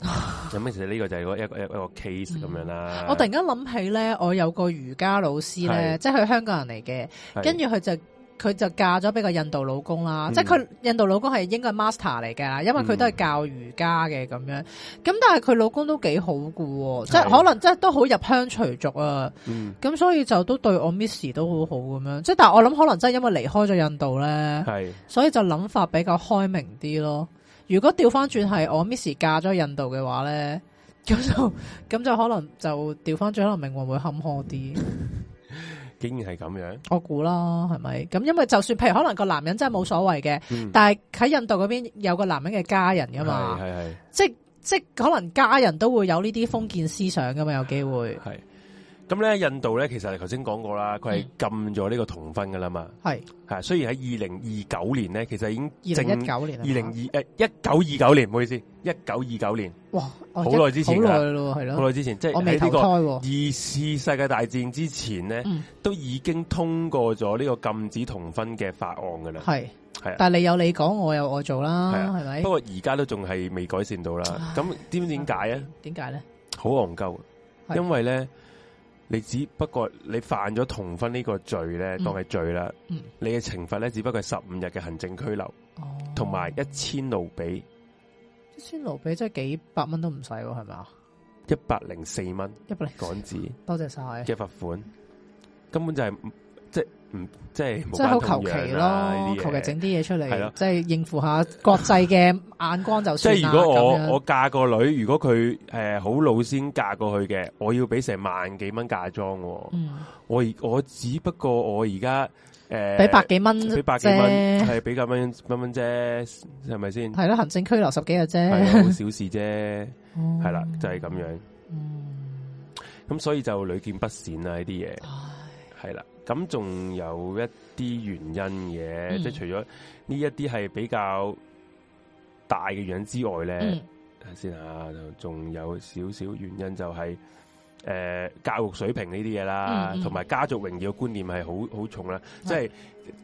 B: 咁其實呢個就係一個一個一個一個 case 咁樣啦。
A: 嗯我突然間諗起咧，我有個瑜伽老師咧，
B: 係
A: 即係佢香港人嚟嘅，
B: 係
A: 跟住佢就佢就嫁咗俾個印度老公啦，
B: 嗯
A: 即係佢印度老公係應該係 master 嚟㗎，因為佢都係教瑜伽嘅咁樣。咁但係佢老公都幾好嘅喎，即係
B: 係
A: 可能即係都好入鄉隨俗啊。
B: 嗯
A: 咁所以就都對我 Miss 都好好咁樣。即係但係我諗可能真係因為離開咗印度咧，
B: 係
A: 所以就諗法比較開明啲咯。如果調翻轉係我 Miss 嫁咗印度嘅話咧，咁就 咁就可能就調翻轉，可能命運會坎坷啲。
B: 竟然係咁樣，
A: 我估啦，係咪？咁因為就算譬如可能個男人真係冇所謂嘅，
B: 嗯
A: 但係喺印度嗰邊有個男人嘅家人噶啊嘛，
B: 係係係。
A: 即即可能家人都會有呢啲封建思想噶嘛，有機會
B: 系，咁咧印度咧，其實頭先講過啦，佢係
A: 嗯
B: 禁咗呢個同婚噶啦嘛。
A: 係
B: 吓，雖然喺二零二九年咧，其實已經
A: 二
B: 正
A: 零一九年啊
B: 二
A: 嘛
B: 零二诶呃一九二九年，唔好意思，一九二九年，
A: 哇，我
B: 好
A: 一
B: 耐之前㗎
A: 好耐咯，係
B: 好
A: 咯，
B: 耐之前，即係
A: 我未
B: 喺
A: 投
B: 呢
A: 胎
B: 個
A: 喎，
B: 二次世界大戰之前咧，
A: 嗯
B: 都已經通過咗呢個禁止同婚嘅法案噶啦。
A: 係，
B: 係啊
A: 但係你有你講，我有我做啦，
B: 係啊
A: 係咪
B: 不？過而家都仲係未改善到啦。咁知唔知點解啊？
A: 點解咧？
B: 好戇鳩，啊
A: 係
B: 因為咧，你只不過你犯咗同婚呢個罪咧，
A: 嗯
B: 當係罪啦。
A: 嗯
B: 你嘅懲罰咧，只不過係十五日嘅行政拘留，
A: 哦
B: 同埋一千盧比
A: 一千盧比真係幾百蚊都唔使喎，係咪啊？
B: 一百零四蚊
A: 一百零，
B: 港紙
A: 多謝晒。
B: 嘅罰款，根本就係唔即係唔即係
A: 即係
B: 冇
A: 好
B: 關
A: 求
B: 痛
A: 其
B: 癢啦
A: 咯
B: 呢，
A: 求
B: 啲
A: 其
B: 嘢。
A: 整啊啲嘢出
B: 係
A: 嚟，
B: 咯
A: 即係應付下國際嘅眼光就
B: 即
A: 算
B: 係
A: 啦。
B: 如果
A: 咁
B: 我
A: 樣
B: 我嫁個女，如果佢誒好老先嫁過去嘅，我要俾成萬幾蚊嫁妝喎。
A: 嗯，
B: 我而我只不過我而家誒
A: 俾百幾蚊
B: 俾百幾蚊，
A: 啫，
B: 係俾百蚊蚊蚊啫，係咪先？係
A: 係咯，嗯行政拘留十幾日
B: 啊
A: 啫，哦
B: 好小事啫，係啦，就係咁樣。
A: 嗯。
B: 咁所以就屢見不鮮啦呢啲嘢，
A: 唉
B: 係啦。咁仲有一啲原因嘅，
A: 嗯
B: 即係除咗呢一啲係比較大嘅原因之外咧，
A: 嗯
B: 睇下先啊，就仲有少少原因就係、诶教育水平呢啲嘢啦
A: 嗯嗯，
B: 同埋、家族榮耀觀念係好好重啦。即係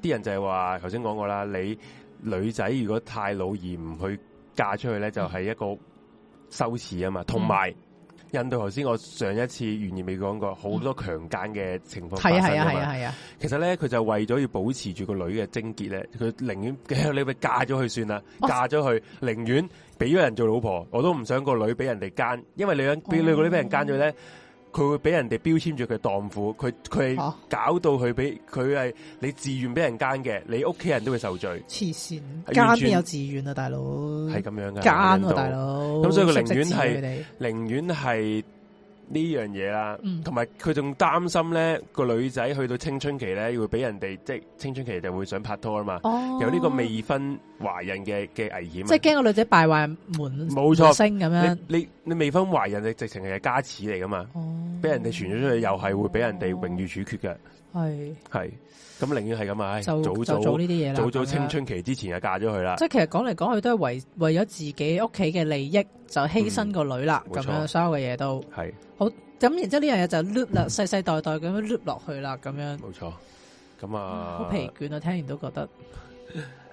B: 啲人就係話，頭先講過啦，你女仔如果太老而唔去嫁出去咧，就
A: 嗯
B: 係、一個羞恥啊嘛。同埋、印度頭先我上一次原言未講過，好多強姦嘅情況發
A: 嗯係啊
B: 生
A: 係啊
B: 啊
A: 係啊
B: 嘛。
A: 係啊，
B: 其實咧，佢就為咗要保持住個女嘅貞潔咧，佢寧願 你咪嫁咗佢算啦，
A: 哦
B: 嫁咗佢，寧願俾咗人做老婆，我都唔想個女俾人哋奸，因為你
A: 哦
B: 想俾你個女俾人奸咗咧，佢會俾人哋標籤住佢蕩婦，佢佢係
A: 嚇
B: 搞到佢俾佢係你自願俾人奸嘅，你屋企人都會受罪，
A: 黐線，
B: 係
A: 奸
B: 完全
A: 邊有自願啊，大佬？
B: 係咁樣噶。
A: 奸
B: 印
A: 喎，
B: 度
A: 大佬。
B: 咁所以佢
A: 識唔識
B: 寧願
A: 字啊
B: 係
A: 佢哋
B: 寧願係呢樣嘢啦
A: 嗯，
B: 同埋佢仲擔心咧個女仔去到青春期咧，會俾人哋即係青春期就會想拍拖啊嘛，
A: 哦，
B: 有呢個未婚懷孕嘅嘅危險啊。
A: 即係驚個女仔敗壞門
B: 冇錯
A: 星咁樣。
B: 你你你未婚懷孕，你直情係家恥嚟噶嘛，
A: 哦
B: 俾人哋傳咗出去，又係會俾人哋榮譽處決嘅，
A: 係
B: 係咁寧願係咁啊，唉
A: 就
B: 早
A: 就
B: 早
A: 做呢啲嘢啦，
B: 早早
A: 咁樣
B: 青。春期之前就嫁咗佢啦
A: 即，係其實講嚟講去都係為為咗自己屋企嘅利益就犧牲個女啦，
B: 嗯
A: 咁、
B: 冇錯
A: 樣所有嘅嘢都
B: 係
A: 咁，然之後呢樣嘢就 loop 啦，世世代代咁樣 loop 落去啦，咁樣
B: 冇錯。咁
A: 好
B: 啊，
A: 疲倦啊！聽完都覺得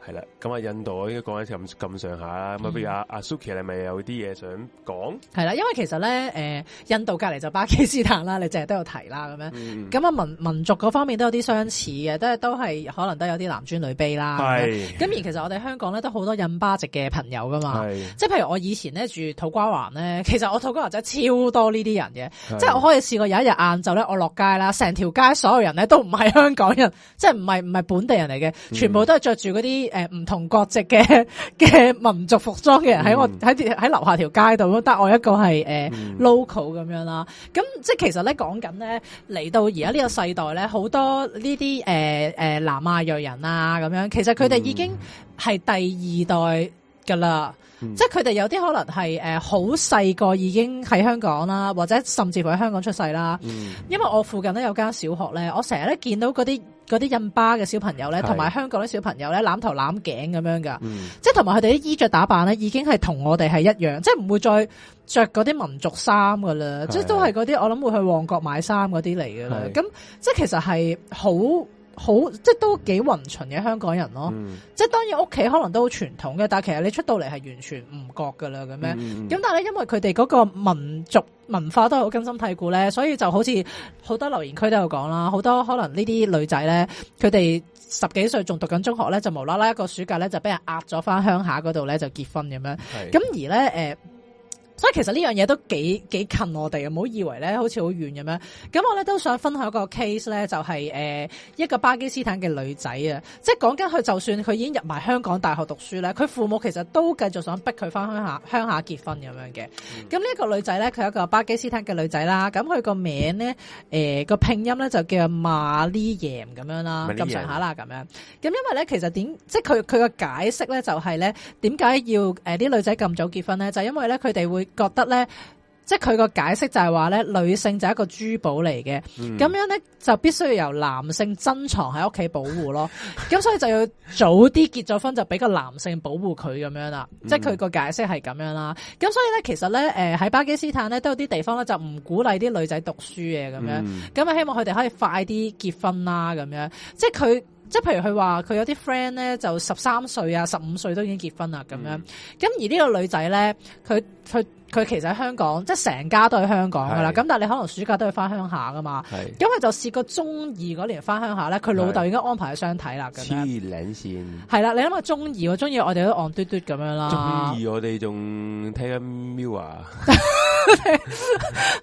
B: 係啦，咁啊，印度我應該講一次咁咁上下啦。
A: 嗯
B: 咁啊，不如阿阿 Suki 係咪有啲嘢想講？
A: 係啦，因為其實咧，誒、印度隔離就巴基斯坦啦，你淨係都有提啦咁樣。
B: 嗯，
A: 咁啊民民族嗰方面都有啲相似嘅，都係都係可能都有啲男尊女卑啦。咁樣
B: 係
A: 咁而其實我哋香港咧都好多印巴籍嘅朋友噶嘛。
B: 係，
A: 即係譬如我以前咧住土瓜灣咧， 其實我土瓜灣真係超多呢啲人嘅。即係我
B: 係
A: 可以試過有一日晏晝咧，我落街啦，成條街所有人咧都唔係香港人， 即係唔係唔係本地人嚟
B: 嗯
A: 嘅，全部都係着住嗰啲誒唔同國籍嘅嘅民族服裝嘅人喺我
B: 嗯
A: 喺條喺樓下條街度，得我一個係誒。呃
B: 嗯
A: local 咁樣啦，咁即係其實咧講緊咧嚟到而家呢個世代咧，好多呢啲誒誒南亞裔人啊咁樣，其實佢哋已經係第二代噶啦，
B: 嗯
A: 即係佢哋有啲可能係誒好細個已經喺香港啦，或者甚至乎喺香港出世啦。
B: 嗯
A: 因為我附近咧有間小學咧，我成日咧見到嗰啲嗰啲印巴嘅小朋友咧，
B: 係
A: 同埋香港啲小朋友咧攬頭攬頸咁樣噶。
B: 嗯
A: 即係同埋佢哋啲衣着打扮咧，已經係同我哋係一樣，即係唔會再着嗰啲民族衫噶啦，即係都係嗰啲我諗會去旺角買衫嗰啲嚟噶啦。
B: 係
A: 咁即係其實係好好，即係都幾混純嘅香港人咯。
B: 嗯
A: 即係當然屋企可能都好傳統嘅，但係其實你出到嚟係完全唔覺噶啦咁樣。
B: 嗯
A: 咁但係咧，因為佢哋嗰個民族文化都係好根深蒂固咧，所以就好似好多留言區都有講啦，好多可能呢啲女仔咧，佢哋十幾歲仲讀緊中學咧，就無啦啦一個暑假咧就俾人壓咗翻鄉下嗰度咧就結婚咁樣，
B: 係
A: 咁而咧誒。呃所以其實呢樣嘢都幾幾近我哋嘅，唔好以為咧好似好遠咁樣。咁我咧都想分享一個 case 咧，就係、呃一個巴基斯坦嘅女仔啊，即係講緊佢就算佢已經入埋香港大學讀書咧，佢父母其實都繼續想逼佢翻鄉下鄉下結婚咁樣嘅。咁呢一個女仔咧，佢係一個巴基斯坦嘅女仔啦，咁佢個名咧誒個拼音咧就叫馬利耶咁樣啦，
B: Mariam
A: 咁上下啦咁樣。咁因為咧其實點即係佢佢個解釋咧就係咧點解要誒啲、女仔咁早結婚咧，就係因為咧佢哋會覺得咧。即係佢個解釋就係話咧，女性就係一個珠寶嚟嘅，
B: 嗯
A: 咁樣咧就必須要由男性珍藏喺屋企保護咯。 咁所以就要早啲結咗婚，就俾個男性保護佢咁樣啦。
B: 嗯
A: 即係佢個解釋係咁樣啦。咁所以咧，其實咧，誒、喺巴基斯坦咧都有啲地方咧就唔鼓勵啲女仔讀書嘅咁樣。
B: 嗯
A: 咁啊，希望佢哋可以快啲結婚啦，咁樣。即係佢，即係譬如佢話佢有啲 friend 咧，就十三歲啊、十五歲都已經結婚啦，咁樣。
B: 嗯
A: 咁而呢個女仔咧，佢佢佢其實喺香港，即係成家都喺香港噶啦。
B: 係
A: 咁但係你可能暑假都要翻鄉下噶嘛。
B: 係
A: 咁佢就試過中二嗰年翻鄉下咧，佢老豆已經安排咗相睇啦，咁
B: 黐
A: 樣。
B: 領線。
A: 係啦，你諗下中二，我中二我哋都戇嘟嘟咁樣啦
B: 中，意我哋仲聽緊 Miu 啊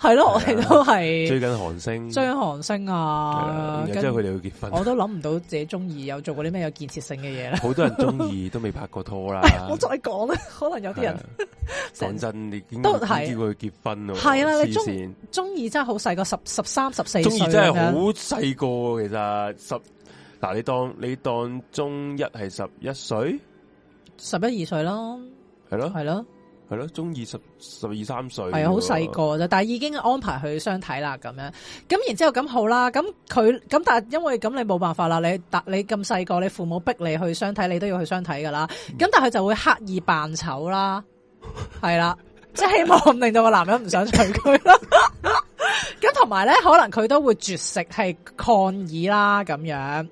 A: 係咯，我哋都係
B: 追緊韓星，
A: 嗯
B: 係
A: 追韓星
B: 啦
A: 啊，
B: 然後之
A: 跟
B: 後佢哋會結婚，
A: 我都諗唔到自己中意有做過啲咩有建設性嘅嘢咧。
B: 好多人中意都未拍過拖啦
A: 。我再講啦，可能有啲人
B: 係啊
A: 成
B: 講真，你點
A: 都
B: 都
A: 係
B: 係叫佢結婚咯？
A: 係啦你
B: 黐
A: 中
B: 線
A: 中二真係好細個，十十三十四歲
B: 中二真係
A: 咁
B: 好
A: 樣，
B: 細個，其實十嗱，你當你當中一係十一歲，
A: 十一二歲咯，
B: 係咯
A: 係咯，
B: 係咯，中二十十二三歲，
A: 係啊，好細個啫，但係已經安排去相睇啦，咁樣。咁然之後咁好啦，咁佢咁但係因為咁你冇辦法啦，你但你咁細個，你父母逼你去相睇，你都要去相睇噶啦。咁但係佢就會刻意扮醜啦，係啦，即係希望令到個男人唔想娶佢啦。 咁同埋咧，可能佢都會絕食係抗議啦，咁樣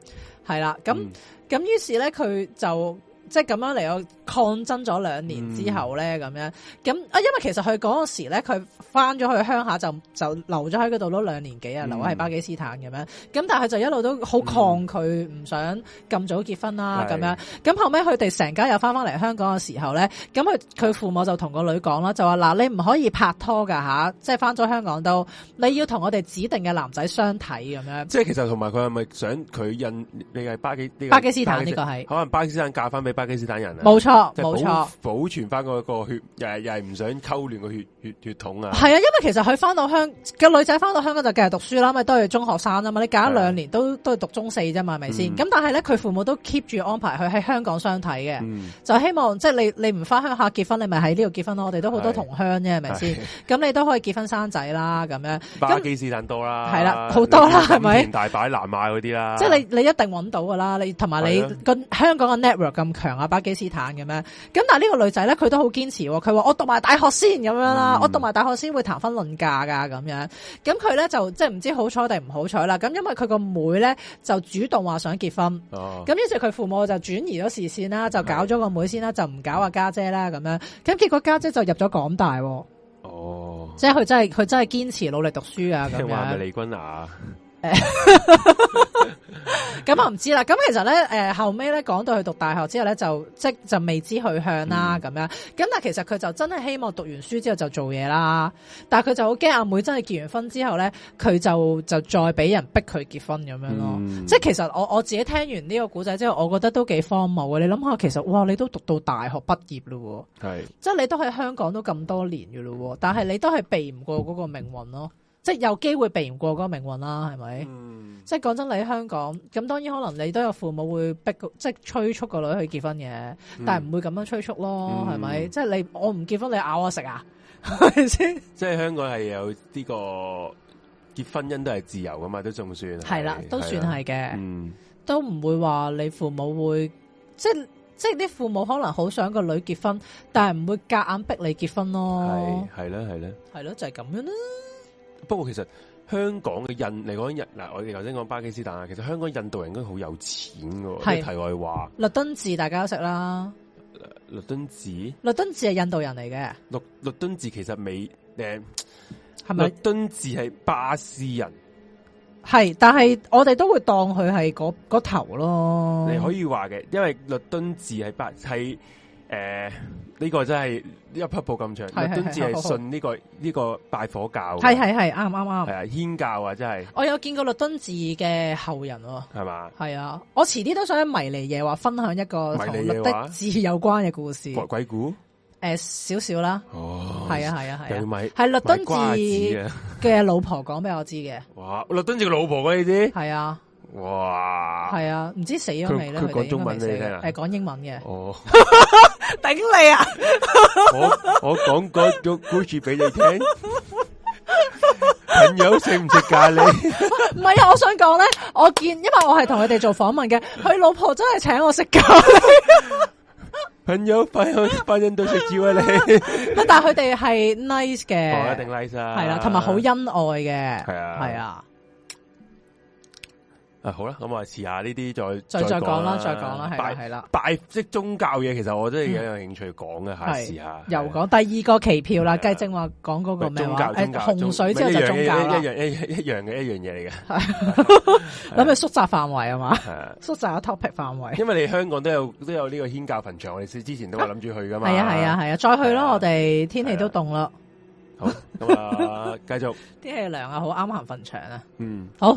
A: 係啦，咁。
B: 嗯
A: 咁於是咧，佢就即係咁樣嚟，我抗爭咗兩年之後咧，咁樣咁啊，因為其實佢嗰陣時咧，佢翻咗去鄉下就就留咗喺嗰度都兩年幾啊，
B: 嗯
A: 留喺巴基斯坦咁樣。咁但係佢就一路都好抗拒，唔想咁早結婚啦，
B: 嗯係
A: 咁樣。咁後尾佢哋成家又翻翻嚟香港嘅時候咧，咁佢佢父母就同個女講啦，就話嗱，你唔可以拍拖㗎吓，即係翻咗香港都，你要同我哋指定嘅男仔相睇咁樣。
B: 即係其實同埋佢係咪想佢印你係巴基呢個
A: 巴基斯坦呢個係
B: 可能巴基斯坦嫁翻俾巴基斯坦人啊？
A: 冇錯，
B: 即係
A: 冇
B: 保
A: 錯。
B: 保存翻嗰個血，又係又係唔想溝亂個血血血統啊！
A: 係啊，因為其實佢翻到香個女仔翻到香港就繼續讀書啦，咪都係中學生啊嘛，你隔一兩年都都係讀中四啫嘛，係咪先？
B: 嗯
A: 咁、但係咧，佢父母都 keep 住安排佢喺香港相睇嘅，
B: 嗯，
A: 就希望即係你你唔翻鄉下結婚，你咪喺呢度結婚咯。我哋都好多
B: 係
A: 同鄉啫，係咪先？咁你都可以結婚生仔啦，咁樣
B: 巴基斯坦多啦，
A: 係啦好多啦係咪
B: 金田大擺南亞嗰啲啦，
A: 即係你你一定揾到噶啦。你同埋你
B: 啊係啊
A: 個香港嘅 network 咁強啊、巴基斯坦咁樣。咁但係呢個女仔咧，佢都好堅持喎，佢話我讀埋大學先咁樣啦，
B: 嗯
A: 我讀埋大學先會談婚論嫁㗎咁樣。咁佢咧就即係唔知好彩定唔好彩啦。咁因為佢個妹咧就主動話想結婚。
B: 哦，
A: 咁於是佢父母就轉移咗視線啦，就搞咗個妹先啦，就唔搞阿家姐啦咁樣。咁結果家姐就入咗港大喎，
B: 哦，
A: 即係佢真係佢真係堅持努力讀書啊
B: 即
A: 咁
B: 係話係咪
A: 樣。
B: 李君雅？
A: 咁啊唔知啦。咁其實咧誒、呃、後尾咧講到佢讀大學之後咧，就即就未知去向啦咁樣。咁但係其實佢就真係希望讀完書之後就做嘢啦。但係佢就好驚阿妹真係結完婚之後咧，佢就就再俾人逼佢結婚咁樣咯。
B: 嗯
A: 即係其實我我自己聽完呢個古仔之後，我覺得都幾荒謬嘅。你諗下，其實哇，你都讀到大學畢業嘞喎。
B: 係
A: 即係你都喺香港都咁多年嘅咯喎，但係你都係避唔過嗰個命運咯，即係有機會避唔過嗰個命運啦，係咪？
B: 嗯
A: 即係講真，你喺香港咁，當然可能你都有父母會逼個，即係催促個女去結婚嘅，但係唔會咁樣催促咯，
B: 嗯
A: 係咪？即係你我唔結婚，你咬我食啊， 係咪先？
B: 即係香港係有呢個結婚姻都係自由噶嘛，都仲算係
A: 係啦，都算。係嘅。
B: 嗯，
A: 都唔會話你父母會即係即係啲父母可能好想個女結婚，但係唔會夾硬逼你結婚咯
B: 係，係啦，係啦。
A: 係咯，就係、咁樣啦。
B: 不過其實香港嘅印嚟講，印嗱我哋頭先講巴基斯坦啊，其實香港印度人應該好有錢嘅
A: 係
B: 喎。啲題外話，
A: 律敦治大家都識啦，
B: 律敦治，
A: 律敦治係印度人嚟嘅，
B: 律律敦治其實美誒，
A: 係
B: 律
A: 咪？
B: 敦治係巴斯人，
A: 係，但係我哋都會當佢係嗰嗰頭咯。
B: 你可以話嘅，因為律敦治係巴係誒呢個真係一匹布咁長。
A: 係係
B: 律敦治
A: 係好好
B: 係信呢個呢個拜火教嘅，
A: 係係係啱啱
B: 係
A: 啱。
B: 啊，祆教啊，真係
A: 我有見過律敦治嘅後人喎。
B: 係嘛，
A: 係啊，我遲啲都想喺迷離夜話分享一個
B: 迷
A: 同
B: 離
A: 律
B: 夜話
A: 敦治有關嘅故事，
B: 鬼鬼故
A: 誒少少啦，
B: 哦，
A: 係啊係啊係
B: 又要
A: 啊，
B: 買
A: 係律
B: 買
A: 敦
B: 瓜子
A: 治
B: 嘅，
A: 嘅老婆講俾我知嘅，
B: 哇！律敦治個老婆嗰啲，
A: 係啊
B: 哇，
A: 係啊，唔知死咗未咧？佢
B: 佢佢
A: 哋
B: 講中文
A: 應該未死
B: 俾你聽啊
A: 嘅誒講英文嘅，
B: 哦，
A: 頂你啊！
B: 我我講嗰種故事俾你聽，朋友食唔食咖喱？
A: 唔係啊，我想講咧，我見，因為我係同佢哋做訪問嘅，佢老婆真係請我食咖 喱，
B: 朋友快去翻印度食蕉啊你！
A: 乜但係佢哋係 nice 嘅，
B: 哦，一定 nice 啊，
A: 係啦，同埋好恩愛嘅，
B: 係啊
A: 係啊，
B: 啊好啦，咁我遲下呢啲再
A: 再再講啦，
B: 講
A: 再講啦，係啦，
B: 拜
A: 係啦，
B: 拜即係宗教嘢，其實我真
A: Ừ.
B: 係有興趣講嘅，下
A: 係
B: 試下
A: 又講第二個期票啦，
B: 係啊
A: 繼正話講嗰個
B: 喂
A: 咩
B: 宗
A: 話，
B: 教
A: 誒
B: 宗教
A: 洪水之後就宗教啦
B: 一，樣一樣一樣嘅一樣 嘢嚟嘅，
A: 諗住縮窄範圍啊嘛，
B: 係啊
A: 縮窄個 topic 範圍，
B: 因為你香港都有都有呢個軒教墳場，我哋之前都話諗住去噶嘛。
A: 係啊，係啊，係啊，再去
B: 係
A: 咯，
B: 啊
A: 我哋天氣都凍啦，
B: 好咁啊，繼續，
A: 天氣涼啊，好啱行墳場啊，
B: 嗯，
A: 好，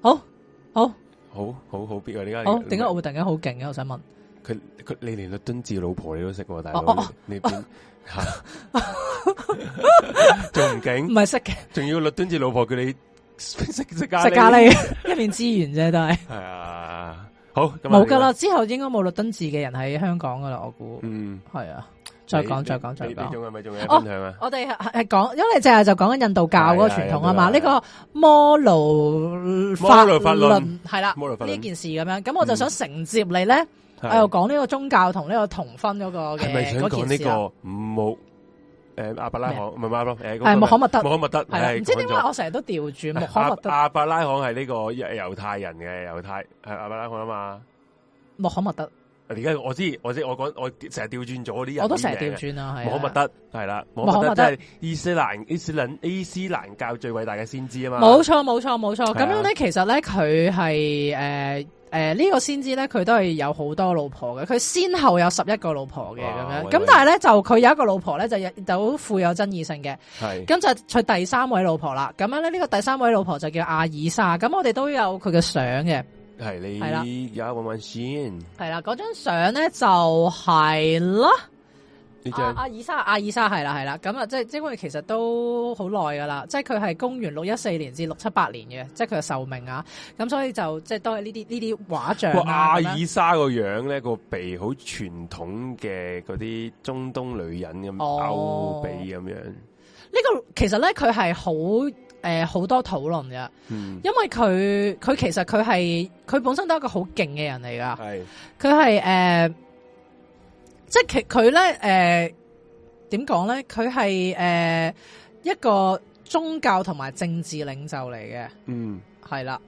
A: 好，好，
B: 好好好必啊！呢家
A: 好，點解我會突然間好勁嘅？我想問。
B: 佢佢你連律敦治老婆你都識喎，大
A: 哦哦
B: 佬
A: 哦
B: 你邊吓仲唔
A: 唔
B: 勁？
A: 係識嘅，
B: 仲要律敦治老婆叫你識食咖喱
A: 食咖，喱 一面之緣啫，都係
B: 係啊，好咁啊
A: 冇噶啦。，之後應該冇律敦治嘅人喺香港噶啦，我估
B: 嗯，
A: 係啊。再講，
B: 你
A: 再講，再
B: 你你
A: 講。
B: 仲係咪仲有分享啊？
A: 我哋係係講，因為淨係就講緊印度教嗰個傳統啊嘛。
B: 係啊
A: 呢個摩奴
B: 摩奴法
A: 論
B: 論
A: 係啦，
B: 摩奴法論嗯
A: 呢件事咁樣。咁我就想承接你咧，我又講呢個宗教同呢個同婚嗰個
B: 係咪
A: 嘅
B: 想
A: 嗰
B: 講
A: 件
B: 呢
A: 事啊啦。
B: 個冇誒阿伯拉罕唔係馬咯？誒嗰個
A: 係穆罕默德
B: 穆罕默德
A: 係啦，
B: 係
A: 唔知點解
B: 講咗啊
A: 我成日都調轉穆罕默德
B: 哎阿、阿伯拉罕係呢個猶太人嘅猶太係阿伯拉罕啊嘛。
A: 穆罕默德，
B: 而家我知我知我講我成日調轉咗啲人，
A: 我都成日調。轉啊，係啊。
B: 穆罕默德係啦，穆
A: 罕默
B: 罕
A: 德
B: 默德即係伊斯蘭伊斯蘭伊斯蘭教最偉大嘅先知啊嘛。
A: 冇錯，冇錯，冇錯。
B: 係
A: 咁
B: 啊
A: 樣咧，其實咧，佢係誒誒呢個先知咧，佢都係有好多老婆嘅。佢先後有十一個老婆嘅咁
B: 哇
A: 樣。
B: 我
A: 咁但係咧，就佢有一個老婆咧，就有就好富有爭議性嘅。
B: 係
A: 咁就佢第三位老婆啦。咁樣咧，呢個第三位老婆就叫阿爾莎。咁我哋都有佢嘅相嘅。
B: 係
A: 係啦
B: 你而家揾揾先
A: 係啦，嗰張相咧就係啦。啊阿
B: 呢張
A: 阿爾莎，阿爾莎係啦，係啦，咁啊，即係因為其實都好耐噶啦，即係佢係公元六一四年至六七八年嘅，即係佢嘅壽命啊，咁所以就即係都係呢啲呢啲畫像
B: 哇
A: 啊
B: 阿
A: 咁樣
B: 爾莎個樣咧個鼻好傳統嘅嗰啲中東女人咁
A: 哦
B: 歐鼻咁樣，
A: 呢個其實咧佢係好誒好多討論嘅，
B: 嗯
A: 因為啊佢佢其實佢係佢本身都係一個好勁嘅人嚟噶，
B: 係
A: 佢係誒即係其佢咧誒點講咧？佢係誒一個宗教同埋政治領袖嚟嘅，
B: 嗯，
A: 係啦。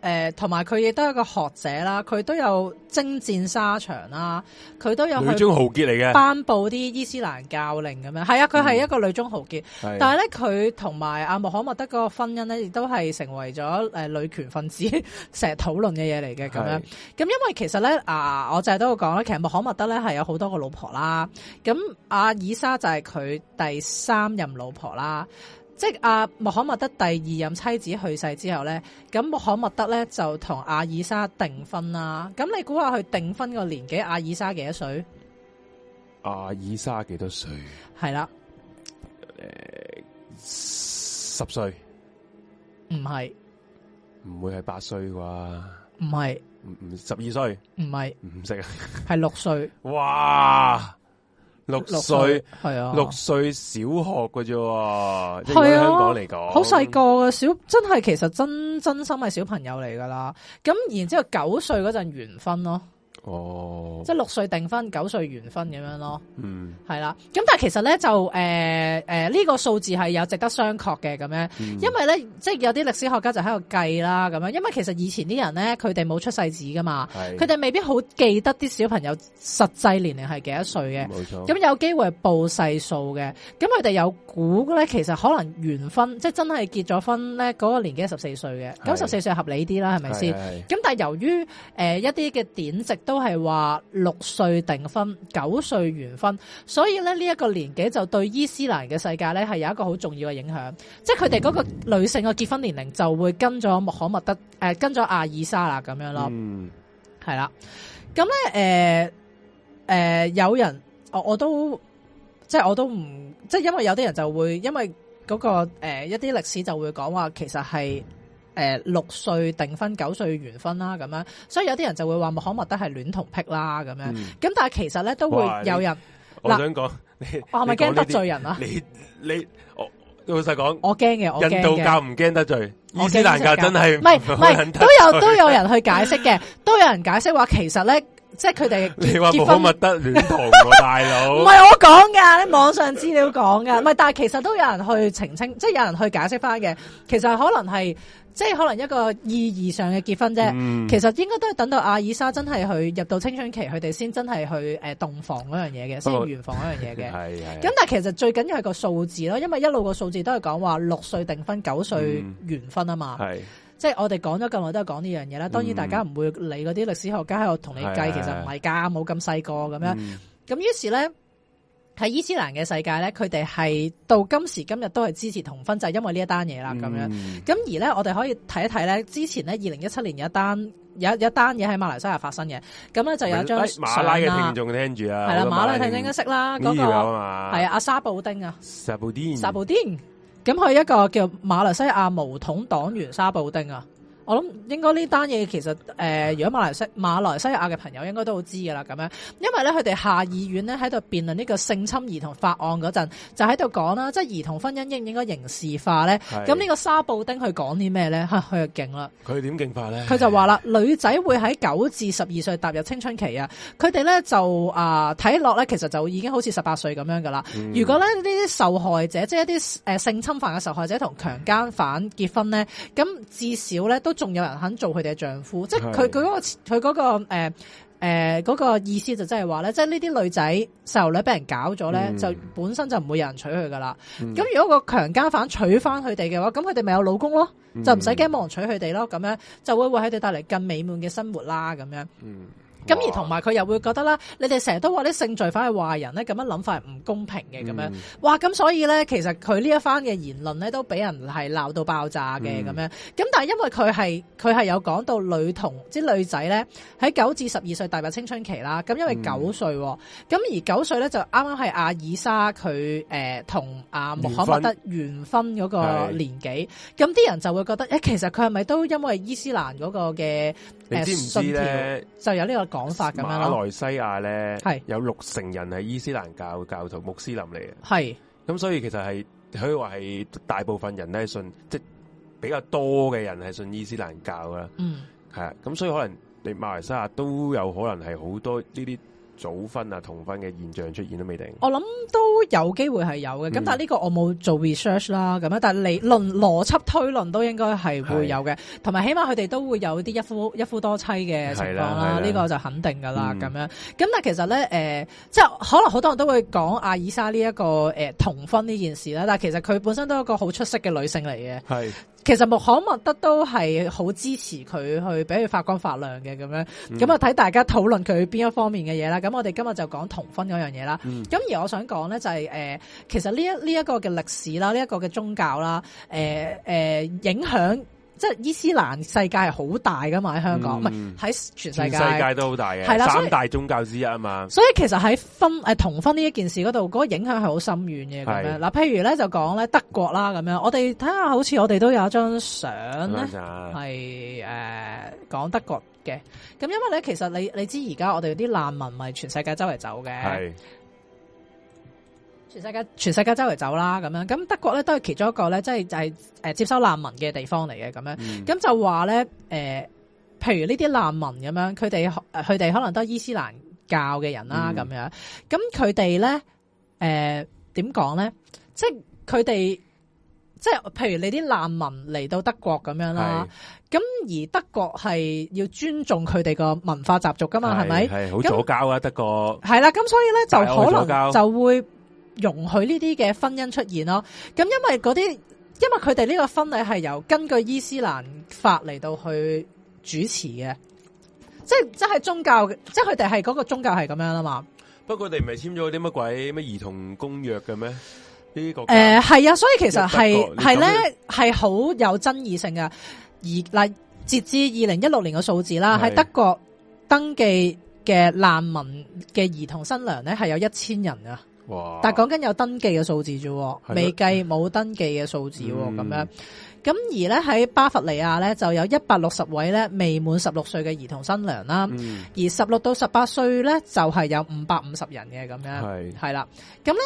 A: 誒，同埋佢亦都係一個學者啦，佢都有征戰沙場啦，佢都有
B: 女
A: 去
B: 中豪傑嚟嘅，
A: 頒布啲伊斯蘭教令咁樣。係啊，佢係一個女中豪傑。
B: 嗯係
A: 但係咧，佢同埋阿穆罕默德嗰個婚姻咧，亦都係成為咗誒女權分子 成日討論嘅嘢嚟嘅咁樣。咁因為其實咧啊，我就係都會講啦，其實穆罕默德咧係有好多個老婆啦。咁阿以莎就係佢第三任老婆啦。即係阿穆罕默德第二任妻子去世之後咧，咁穆罕默德咧就同阿以莎訂婚啦。咁你估下佢訂婚個年紀，阿以莎幾多歲？
B: 阿爾莎幾多歲？
A: 係啦，
B: 十歲，
A: 唔係，
B: 唔會係八歲啩？
A: 唔係，
B: 唔唔，十二歲，
A: 唔係，
B: 唔識啊！
A: 係六歲。
B: 哇，六歲，
A: 係啊，
B: 六歲小學嘅啫喎，
A: 係啊
B: 即係如果喺香港嚟講，
A: 好細個嘅小，真係其實真真心係小朋友嚟噶啦。咁然之後九歲嗰陣完婚咯，
B: 哦，
A: 即係六歲訂婚，九歲完婚咁樣咯，
B: 嗯，
A: 係啦。咁但係其實咧就誒誒呢個數字係有值得商榷嘅咁樣，
B: 因
A: 因為咧即係有啲歷史學家就喺度計啦咁樣，因為其實以前啲人咧佢哋冇出世紙噶嘛，佢
B: 佢
A: 哋未必好記得啲小朋友實際年齡係幾多歲嘅。
B: 嗯冇錯，
A: 咁有機會係報細數嘅，咁佢哋有估咧，其實可能完婚，即係真係結咗婚咧，嗰、個年紀係十四歲嘅，咁
B: 係
A: 十四歲合理啲啦，係咪先？
B: 係？
A: 咁但係由於誒、呃一啲嘅典籍都係話六歲訂婚，九歲完婚，所以咧呢一、個年紀就對伊斯蘭嘅世界咧係有一個好重要嘅影響，即係佢哋嗰個女性嘅結婚年齡就會跟咗穆罕默德誒、呃跟咗阿爾莎啦咁樣咯。
B: 嗯，
A: 係啦，咁咧誒誒，有人我我都即係我都唔即係，因為有啲人就會因為嗰、個誒、呃一啲歷史就會講話，其實係誒六歲訂婚，九歲完婚啦咁樣，所以有啲人就會話穆罕默德係戀童癖啦咁樣，咁、
B: 嗯
A: 但係其實咧都會
B: 哇
A: 有人，
B: 我
A: 啊嗱
B: 想講你，
A: 我係咪
B: 你講
A: 驚
B: 呢
A: 得
B: 啲
A: 罪人啊？
B: 你你我老實講，
A: 我驚嘅，我驚
B: 印度
A: 嘅。
B: 教唔驚得罪，
A: 我
B: 伊斯蘭教真係
A: 唔係唔
B: 好撚
A: 係
B: 得
A: 都有
B: 罪
A: 都有人去解釋嘅，都有人解釋話其實咧，即係佢哋
B: 你話
A: 結
B: 穆
A: 婚
B: 罕默德戀 童喎，大
A: 唔
B: 佬
A: 係我講噶，你網上資料講噶，唔係，但係其實都有人去澄清，即係有人去解釋翻嘅。其實可能係，即係可能一個意義上嘅結婚啫。
B: 嗯
A: 其實應該都係等到阿爾莎真係去入到青春期，佢哋先真係去誒洞房嗰樣嘢嘅，
B: 不
A: 先
B: 過
A: 圓房嗰樣嘢嘅。
B: 嗯係係
A: 咁但係其實最緊要係個數字咯，因為一路個數字都係講話六歲訂婚，九歲
B: 嗯
A: 完婚啊嘛。
B: 係
A: 即係我哋講咗咁耐都係講呢樣嘢啦。當然
B: 嗯
A: 大家唔會理嗰啲歷史學家喺度同你計，
B: 係
A: 其實唔係㗎，冇咁細個咁樣。
B: 嗯
A: 咁於是咧，喺伊斯蘭嘅世界咧，佢哋係到今時今日都係支持同婚，就係因為呢一單嘢啦咁樣。
B: 嗯
A: 咁而咧，我哋可以睇一睇咧，之前咧，二零一七年有一單有有一單嘢喺馬來西亞發生嘅，咁咧就有一張
B: 哎馬拉嘅聽
A: 相啦啊
B: 眾聽住啊，
A: 係啦，馬拉
B: 嘅
A: 聽眾應該識啦，嗰、
B: 呢條
A: 個
B: 友啊嘛，
A: 係啊，阿沙布丁啊，
B: 薩布丁，
A: 沙布丁，咁佢一個叫馬來西亞巫統黨員沙布丁啊。我諗應該呢單嘢其實誒、呃如果馬來西馬來西亞嘅朋友應該都好知㗎啦，咁樣，因為咧佢哋下議院咧喺度辯論呢個性侵兒童法案嗰陣，就喺度講啦，即係兒童婚姻應唔應該刑事化咧？
B: 係
A: 咁呢個沙布丁佢講啲咩咧？嚇 佢就勁啦！
B: 佢點勁法咧？
A: 佢就話啦，女仔會喺九至十二歲踏入青春期啊，佢哋咧就啊睇落咧，其實就已經好似十八歲咁樣噶啦。
B: 嗯
A: 如果咧呢啲受害者，即係一啲誒、呃性侵犯嘅受害者同強姦犯結婚咧，咁至少咧都仲有人肯做佢哋嘅丈夫，即係佢佢
B: 係
A: 嗰個佢嗰、個誒誒嗰個意思就即係話咧，即係呢啲女仔細路女俾人搞咗咧，
B: 嗯
A: 就本身就唔會有人娶佢噶啦。
B: 嗯
A: 咁、如果個強姦犯娶翻佢哋嘅話，咁佢哋咪有老公咯，
B: 嗯
A: 就唔使驚冇人娶佢哋咯。咁樣就會為佢哋帶嚟更美滿嘅生活啦。咁樣。
B: 嗯，
A: 咁
B: 哇
A: 而同埋佢又會覺得啦，你哋成日都話啲性罪犯係壞人咧，咁樣諗法係唔公平嘅咁樣。
B: 嗯
A: 哇！咁所以咧，其實佢呢一番嘅言論咧，都俾人係鬧到爆炸嘅
B: 嗯
A: 咁樣。咁但係因為佢係佢係有講到女童即係女仔咧，喺九至十二歲踏入青春期啦。咁因為
B: 嗯
A: 九歲喎，咁而九歲咧就啱啱係阿爾莎佢誒同阿穆罕默德完婚嗰個
B: 係
A: 年紀。咁啲人就會覺得，誒其實佢係咪都因為伊斯蘭嗰個嘅
B: 你知唔
A: 誒
B: 知
A: 信條
B: 咧？
A: 就有呢個講法咁樣咯？
B: 馬來西亞咧
A: 係
B: 有六成人係伊斯蘭教教徒、穆斯林嚟嘅，
A: 係
B: 咁所以其實係可以話係大部分人咧信，即係比較多嘅人係信伊斯蘭教啦，
A: 嗯
B: 係啊，咁所以可能你馬來西亞都有可能係好多呢啲早婚啊同婚嘅現象出現都未定。
A: 我諗都有機會係有嘅，咁、
B: 嗯
A: 但係呢個我冇做 research 啦，咁樣但係理論邏輯推論都應該係會有嘅，同埋起碼佢哋都會有啲一夫一夫多妻嘅情況啦
B: 係啦係啦，
A: 呢個就肯定噶啦
B: 嗯
A: 咁樣。咁但係其實咧，誒、即係可能好多人都會講阿爾莎呢、一個誒、同婚呢件事啦，但係其實佢本身都係一個好出色嘅女性嚟嘅。
B: 係
A: 其實穆罕默德都係好支持佢去俾佢發光發亮嘅咁樣，
B: 嗯
A: 咁啊睇大家討論佢邊一方面嘅嘢啦。咁我哋今日就講同婚嗰樣嘢啦。
B: 嗯
A: 咁而我想講咧就係、呃其實呢一呢一個嘅歷史啦，呢、一個嘅宗教啦，誒、呃影響即係伊斯蘭世界係好大噶嘛喺香港，唔係
B: 嗯
A: 喺全世
B: 全
A: 界。
B: 世界都好大嘅，
A: 係啦所以
B: 三大宗教之一啊嘛。
A: 所以其實喺婚誒同婚呢一件事嗰度，嗰、個影響係好深遠嘅咁樣。
B: 係
A: 嗱，譬如咧就講咧德國啦咁樣，我哋睇下好似我哋都有一張相咧。
B: 係
A: 係誒講德國嘅，咁因為咧，其實你你知而家我哋啲難民咪全世界周圍走嘅，
B: 係
A: 全世界全世界周圍走啦咁樣，咁德國咧都係其中一個咧，即係就係誒接收難民嘅地方嚟嘅咁樣，
B: 嗯
A: 咁就話咧誒，譬如呢啲難民咁樣，佢哋誒佢哋可能都係伊斯蘭教嘅人啦
B: 嗯
A: 咁樣，咁佢哋咧誒點講咧，即係佢哋即係譬如你啲難民嚟到德國咁樣啦
B: 係。
A: 咁而德國係要尊重佢哋個文化習俗噶嘛，係咪？
B: 係好
A: 咁
B: 左交啊，德國
A: 係啦，咁所以咧就
B: 大愛
A: 可
B: 左
A: 能
B: 膠
A: 就會容許呢啲嘅婚姻出現咯。咁因為嗰啲，因為佢哋呢個婚禮係由根據伊斯蘭法嚟到去主持嘅，即係即係宗教，即係佢哋係嗰個宗教係咁樣啦嘛。
B: 不過佢哋唔係簽咗啲乜鬼咩兒童公約嘅咩？呢啲
A: 誒
B: 國家
A: 係啊，所以其實
B: 德
A: 係
B: 國
A: 係
B: 你
A: 咧係好有爭議性嘅。而嗱，截至二零一六年嘅數字啦，
B: 係
A: 喺德國登記嘅難民嘅兒童新娘咧係有一千人啊，
B: 哇，
A: 但係講緊有登記嘅數字啫喎，
B: 係
A: 未計冇登記嘅數字喎
B: 嗯
A: 咁樣。咁而咧喺巴伐利亞咧就有一百六十位咧未滿十六歲嘅兒童新娘啦。
B: 嗯
A: 而十六到十八歲咧就係、有五百五十人嘅咁樣，
B: 係
A: 係啦。咁咧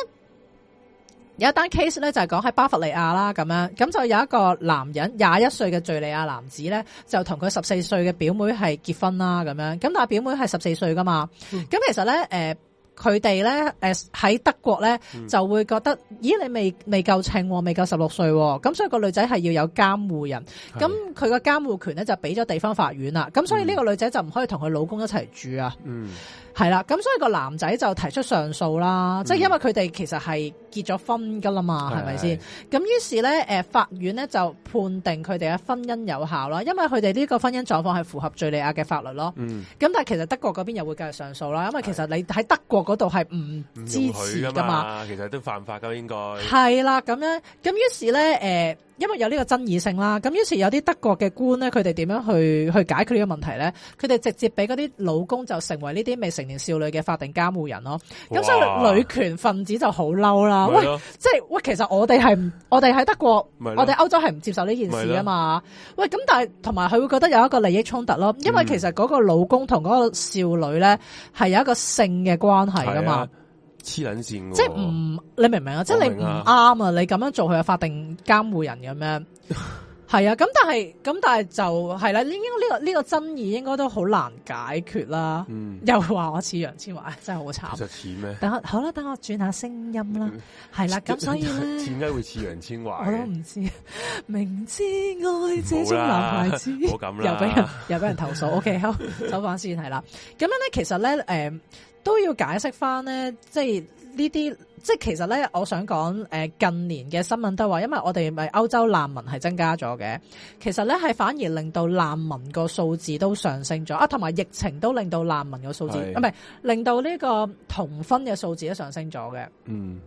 A: 有一單 case 咧就係講喺巴伐利亞啦咁樣，咁就有一個男人廿一歲嘅敘利亞男子咧，就同佢十四歲嘅表妹係結婚啦咁樣，咁但係表妹係十四歲噶嘛，咁、
B: 嗯
A: 其實咧誒。呃佢哋咧，誒喺德國咧
B: 嗯
A: 就會覺得，咦你未未夠稱喎，未夠十六歲喎，咁所以個女仔係要有監護人。咁佢個監護權咧就俾咗地方法院啦，咁所以呢個女仔就唔可以同佢老公一齊住啊，
B: 嗯
A: 係啦，咁所以個男仔就提出上訴啦，即係因為佢哋其實係結咗婚噶啦嘛，嗯係咪先？？咁於是咧，誒、法院咧就判定佢哋嘅婚姻有效啦，因為佢哋呢個婚姻狀況係符合敍利亞嘅法律咯。
B: 嗯，
A: 咁但係其實德國嗰邊又會繼續上訴啦，因為其實你喺德國嗰度係唔
B: 唔
A: 支
B: 容許
A: 持
B: 㗎
A: 噶嘛。
B: 嘛，其實都犯法噶應該。
A: 係啦，咁樣咁於是咧，誒、因為有呢個爭議性啦，咁於是有啲德國嘅官咧，佢哋點樣去去解決呢個問題咧？佢哋直接俾嗰啲老公就成為呢啲未成年少女嘅法定監護人咯。咁所以女權分子就好嬲啦，
B: 咪
A: 啊喂，
B: 咯啊
A: 即係喂，其實我哋係唔我哋喺德國，
B: 咪咯
A: 我哋歐洲係唔接受呢件事啊嘛。喂，咁但係同埋佢會覺得有一個利益衝突咯，因為
B: 嗯
A: 其實嗰個老公同嗰個少女咧係有一個性嘅關係噶
B: 係
A: 嘛。
B: 啊，黐撚線㗎喎
A: 即系唔，你明唔明啊？即系你唔
B: 明啊
A: 啱啊！你咁樣做佢係法定監護人咁樣，係啊。咁但係咁但係就係啦，應該呢個呢個爭議應該都好難解決啦。
B: 嗯，
A: 又話我似楊千嬅，唉真係好
B: 其
A: 慘。
B: 實似咩？
A: 等我好啦，等我轉下聲音
B: 嗯
A: 啦。係 啦，咁所以咧，
B: 點解會似楊千
A: 我
B: 嬅
A: 都
B: 嘅？
A: 唔知。明知愛這
B: 好
A: 種男孩
B: 啦，
A: 子，
B: 冇咁啦，
A: 又俾人又俾人投 訴。OK，好，走翻先係啦。咁樣咧，其實咧，誒、都要解釋翻咧，即係呢啲，即係其實咧，我想講誒、近年嘅新聞都話，因為我哋咪歐洲難民係增加咗嘅，其實咧係反而令到難民個數字都上升咗啊，同埋疫情都令到難民個數字，
B: 係
A: 啊唔係令到呢個同婚嘅數字都上升咗嘅。
B: 嗯，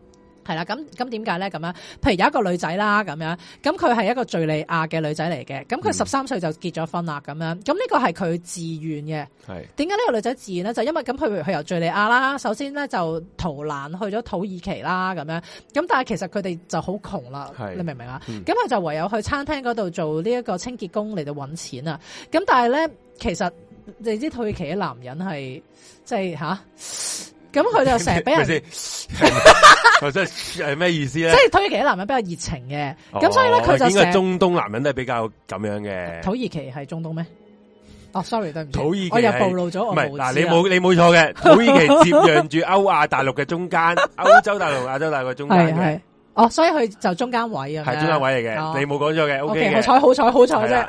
A: 係啦，咁咁點解咧？咁樣，譬如有一個女仔啦，咁樣，咁佢係一個敍利亞嘅女仔嚟嘅，咁
B: 嗯
A: 佢十三歲就結咗婚啦，咁樣，咁呢個係佢自願嘅。
B: 係
A: 點解呢個女仔自願咧？就因為咁佢佢由敍利亞啦，首先咧就逃難去咗土耳其啦，咁樣，咁但係其實佢哋就好窮啦，
B: 係
A: 你明唔明啊？
B: 嗯
A: 咁佢就唯有去餐廳嗰度做呢一個清潔工嚟到揾錢啊。咁但係咧，其實你知土耳其嘅男人係即係吓，咁佢就成日俾人。
B: 咪先我真係 係咩意思咧
A: 即？係土耳其嘅男人比較熱情嘅，咁所以咧
B: 哦
A: 佢就
B: 應該
A: 成日
B: 中東男人都係比較咁樣嘅，
A: 土耳其係中東咩？哦，sorry，對唔住，
B: 呃土耳其
A: 我又
B: 係
A: 暴露咗我
B: 唔
A: 無
B: 係
A: 知啊
B: 嗱，你
A: 啦
B: 冇你冇錯嘅，土耳其接壤住歐亞大陸嘅中間，歐洲大陸同亞洲大陸嘅中間
A: 係
B: 嘅，
A: 係哦，所以佢就中間位啊，
B: 係中間。位嚟
A: 哦
B: 嘅，你冇講錯嘅
A: O
B: ，OK
A: K，
B: 嘅
A: 好。彩好彩好彩
B: 係
A: 啫，
B: 啦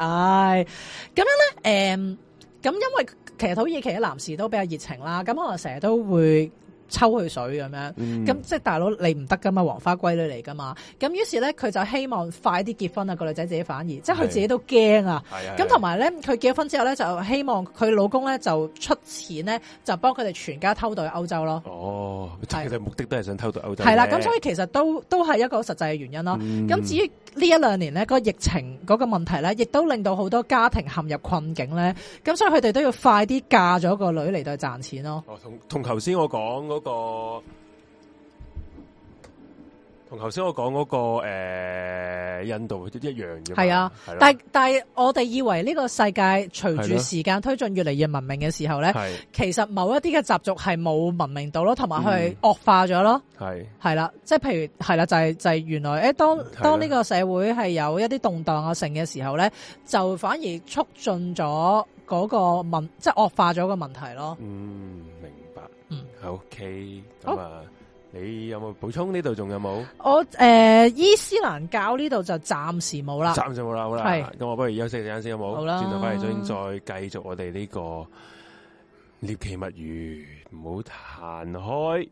A: 唉，咁樣咧，诶，咁因為其實土耳其嘅男士都比較熱情啦，咁可能成日都會抽佢水咁樣。
B: 嗯
A: 咁、即係大佬你唔得噶嘛，黃花閨女嚟噶嘛，咁於是咧佢就希望快啲結婚啊，個女仔自己反而，即係佢
B: 係
A: 自己都驚啊，
B: 係啊，
A: 咁同埋咧，佢結咗婚之後咧，就希望佢老公咧就出錢咧，就幫佢哋全家偷渡去歐洲咯。
B: 哦，其
A: 係
B: 實目的都係想偷渡歐洲啫。
A: 係啦，咁所以其實都都係一個實際嘅原因咯。
B: 嗯
A: 咁、至於呢一兩年咧，嗰個疫情嗰個問題咧，亦都令到好多家庭陷入困境咧。咁所以佢哋都要快啲嫁咗個女嚟到去賺錢咯。
B: 哦，同同頭先我講嗰、個，同頭先我講嗰、個呃印度一樣嘅嘛，
A: 係啊
B: 係咯，
A: 但但係我哋以為呢個世界隨
B: 係
A: 住
B: 咯
A: 時間推進越嚟越文明嘅時候咧，
B: 係
A: 其實某一啲嘅習俗係冇文明到咯，同埋佢係
B: 嗯
A: 惡化咗咯。
B: 係
A: 係啦，即係譬如係啦，就係、就係、原來誒、欸，當
B: 嗯係啦
A: 當呢個社會係有一啲動盪啊性嘅時候咧，就反而促進咗嗰個問，即係惡化咗個問題咯。
B: 嗯明白，
A: 嗯
B: ，OK，咁啊，你有冇補充？呢度仲有冇？
A: 我誒、呃伊斯蘭教呢度就暫時冇啦，
B: 暫時冇啦，好啦
A: 係，
B: 咁我不如休息陣間先好冇？
A: 好啦
B: 轉頭翻嚟再繼續我哋呢個獵奇物語，唔好彈開。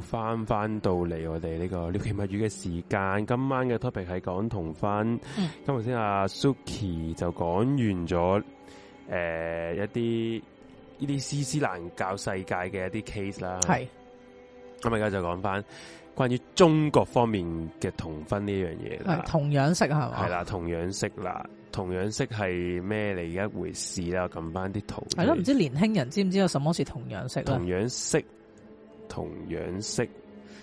B: 翻翻到嚟我哋呢個獵奇物語嘅時間，今晚嘅 topic 係講同婚。
A: 嗯
B: 咁頭先阿 Suki 就講完咗诶、呃一啲呢啲斯斯蘭教世界嘅一啲 case 啦。
A: 係
B: 咁而家就講翻關於中國方面嘅同婚呢樣嘢啦
A: 係。同哦樣色係嘛？
B: 係啦，同樣式啦，同樣式係咩嚟嘅一回事啦？我撳翻啲圖出嚟。
A: 係咯，唔知年輕人知唔知道什麼是同樣啊色咧
B: 同？樣式，同樣式。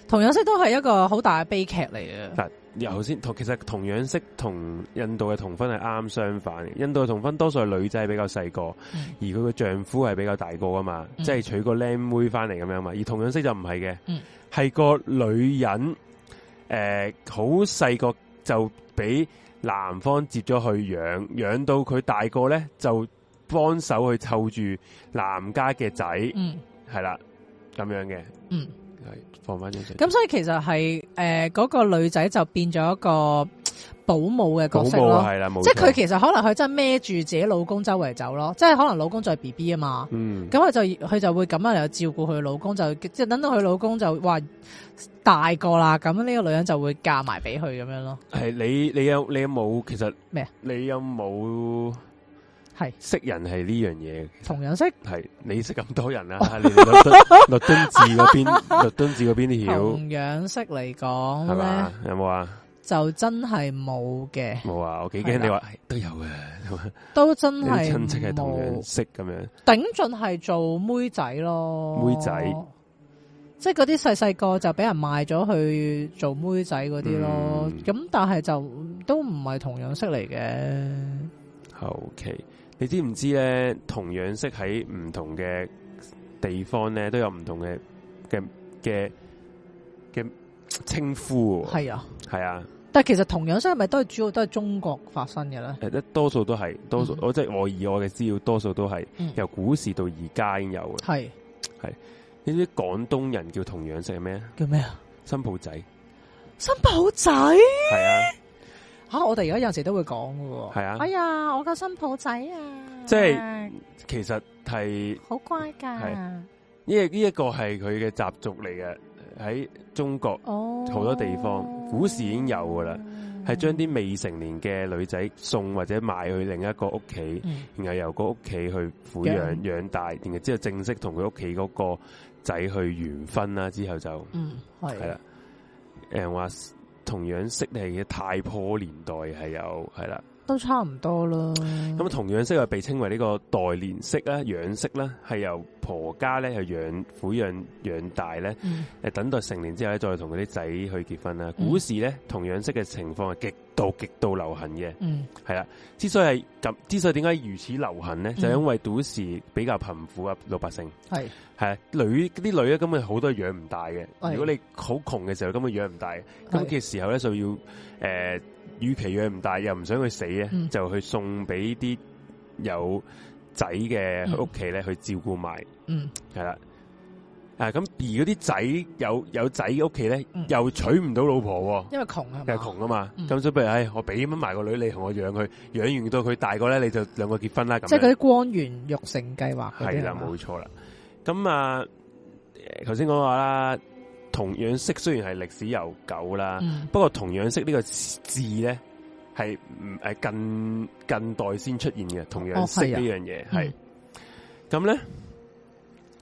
A: 同樣色都係一個好大嘅悲劇嚟嘅。
B: 嗱，由頭先同其實同樣式同印度嘅同婚係啱相反嘅。印度嘅同婚多數係女仔比較細個，
A: 嗯
B: 而佢嘅丈夫係比較大個噶嘛，
A: 嗯
B: 即係娶個靚妹翻嚟咁樣嘛。而同樣式就唔係嘅
A: 嗯，
B: 係、個女人誒好細個就俾男方接咗去養，養到佢大個咧就幫手去湊住男家嘅仔，
A: 嗯
B: 係啦咁樣嘅，
A: 嗯，
B: 係放翻張相。
A: 咁所以其實係誒嗰個女仔就變咗一個保姆嘅角色
B: 保姆啊
A: 咯。
B: 係啦，冇
A: 即係佢
B: 錯
A: 其實可能佢真係孭住自己老公周圍走咯，即係可能老公就係 B B 啊嘛。
B: 嗯。
A: 咁佢就佢就會咁樣嚟照顧佢老公，就即係等到佢老公就話大個啦，咁呢個女人就會嫁埋俾佢咁樣咯。
B: 系你你有你有冇其實
A: 咩啊？
B: 你有冇
A: 係
B: 識人係呢樣嘢？
A: 同樣式
B: 係你識咁多
A: 哦
B: 人啦、啊，你哋律敦律敦治嗰 邊，律敦治嗰邊曉
A: 同樣式嚟
B: 係
A: 講
B: 嘛
A: 咧，？
B: 有冇啊？
A: 就真係冇嘅，
B: 冇啊！我幾驚你話唉都有嘅，
A: 都真
B: 你啲
A: 係
B: 親戚係同樣
A: 冇。
B: 識咁樣，
A: 頂盡係做妹仔咯，
B: 妹仔。
A: 即係嗰啲細細個就俾人賣咗去做妹仔嗰啲咯
B: 嗯，
A: 咁、但係就都唔係同樣式嚟嘅。
B: 後期你知唔知咧？同樣識喺唔同嘅地方咧，都有唔同嘅嘅嘅嘅稱呼喎。
A: 係啊，
B: 係啊。
A: 但係其實同樣式係咪都係主要都係中國發生嘅咧？
B: 誒，一呃多數都係，多數、
A: 嗯
B: 我即係我以我嘅資料，多數都係、
A: 嗯
B: 由古時到而家已經有嘅。
A: 係
B: 呢啲廣東人叫同樣式係咩啊？
A: 叫咩啊？
B: 新抱仔
A: 新抱仔
B: 係啊，
A: 吓、我哋而家有陣時都會講嘅喎。
B: 係啊
A: 哎呀，我個新抱仔啊，
B: 即係其實係
A: 好乖㗎。
B: 呢一呢一個係佢嘅習俗嚟嘅，喺中國
A: 哦，
B: 好多地方古時已經有㗎啦，
A: 嗯
B: 係將啲未成年嘅女仔送或者賣去另一個屋企，
A: 嗯
B: 然後由個屋企去撫養
A: 養
B: 養大，然後之後正式同佢屋企嗰個仔去完婚啦，之後就。
A: 嗯係
B: 系啦，诶话同樣式係嘅太婆年代係有係啦，
A: 都差唔多啦。
B: 咁同樣式又被稱為呢個代年式啦、養式啦，係由婆家咧去養撫養養大咧，
A: 嗯
B: 诶等待成年之後咧再同佢啲仔去結婚啦。
A: 嗯
B: 古時咧同樣式嘅情況係極度極度流行嘅，
A: 嗯
B: 係啦。之所以係咁，之所以點解如此流行咧，就因為古時比較貧苦啊，老百姓。
A: 係
B: 系女啲女咧，根本好多養唔大嘅。
A: 係
B: 如果你好窮嘅時候，根本養唔大。咁嘅時候咧，就要诶，与、其養唔大又唔想佢死咧，
A: 嗯
B: 就去送俾啲有仔嘅屋企咧去照顧埋，
A: 嗯
B: 係啦。啊，咁而嗰啲仔有有仔嘅屋企咧，
A: 嗯
B: 又娶唔到老婆、
A: 因為窮係嘛
B: 喎，又窮啊嘛。
A: 嗯
B: 咁、所以不如，唉，我俾埋個女你同我養佢，養完到佢大個咧，你就兩個結婚啦。咁
A: 即係
B: 樣
A: 嗰啲啊光源育成計劃嗰啲啊
B: 系啦，
A: 係嘛
B: 冇錯啦。咁啊，誒頭先講話啦，同樣式雖然係歷史悠久啦，
A: 嗯
B: 不過同樣式呢個字咧係唔係近近代先出現嘅，同樣式
A: 哦係啊
B: 呢樣嘢係
A: 嗯。
B: 咁咧，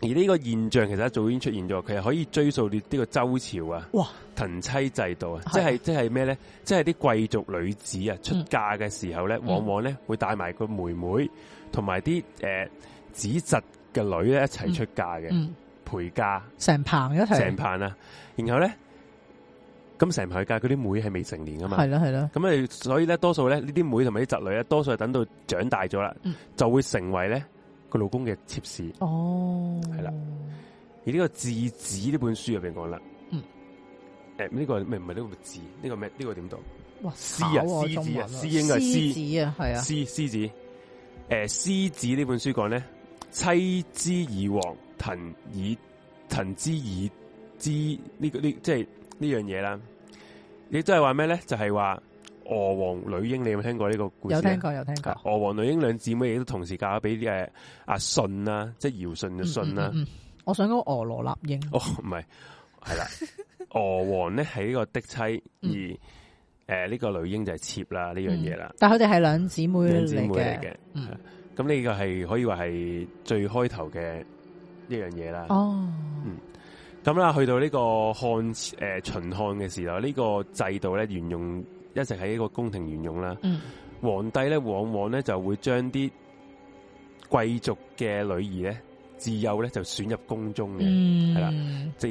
B: 而呢個現象其實一早已經出現咗，佢係可以追溯到呢個周朝啊，
A: 哇
B: 藤妻制度啊，
A: 係
B: 即係即係咩咧？即係啲貴族女子啊，出嫁嘅時候咧，
A: 嗯
B: 往往咧會帶埋個妹妹同埋啲誒子侄嘅女咧一齊出嫁嘅，
A: 嗯
B: 陪嫁
A: 成棚一
B: 成
A: 齊
B: 棚啊。然後咧，咁成棚去嫁，嗰啲妹係未成年噶啊嘛。
A: 係啦係啦，
B: 咁誒，所以咧，多數咧呢啲妹同埋啲侄女咧，多數係等到長大咗啦，
A: 嗯
B: 就會成為咧個老公嘅妾侍。
A: 哦
B: 係啦而呢個《字子》呢本書入邊講啦，
A: 嗯
B: 誒呢、個咩唔係呢個字，呢、個咩呢、個點讀？
A: 哇，
B: 獅
A: 炒
B: 啊
A: 我
B: 獅
A: 中
B: 子啊
A: 文
B: 獅應該係獅
A: 獅子啊，係啊，
B: 獅獅子，誒、獅子呢本書講咧，妻之以王，藤以藤之以之呢、個呢，即係呢樣嘢啦。亦都係話咩咧？就係話娥王女英，你有冇聽過呢個故事啊
A: 有
B: 呢？
A: 聽過有聽過，
B: 係娥王女英兩姊妹亦都同時嫁咗俾呃誒啊阿舜啦，即係堯舜嘅舜啦。啊
A: 嗯嗯
B: 哦
A: 嗯嗯嗯我想講俄羅立英，
B: 哦，唔係 係啦。娥皇咧係呢個嫡
A: 嗯
B: 妻，而呃诶呢個女英就係妾啦呢樣嘢啦，
A: 但佢哋係兩姊妹
B: 兩姊妹
A: 嚟
B: 嚟
A: 嘅。
B: 嘅。
A: 嗯，
B: 咁呢個係可以話係最開頭嘅一樣嘢啦。
A: 哦，
B: 咁啦，去到呢個漢诶、秦漢嘅時候，呢、個制度咧沿用一直喺呢個宮廷沿用啦。
A: 嗯，
B: 皇帝咧往往咧就會將啲貴族嘅女兒咧自幼咧就選入宮中嘅，
A: 嗯，
B: 係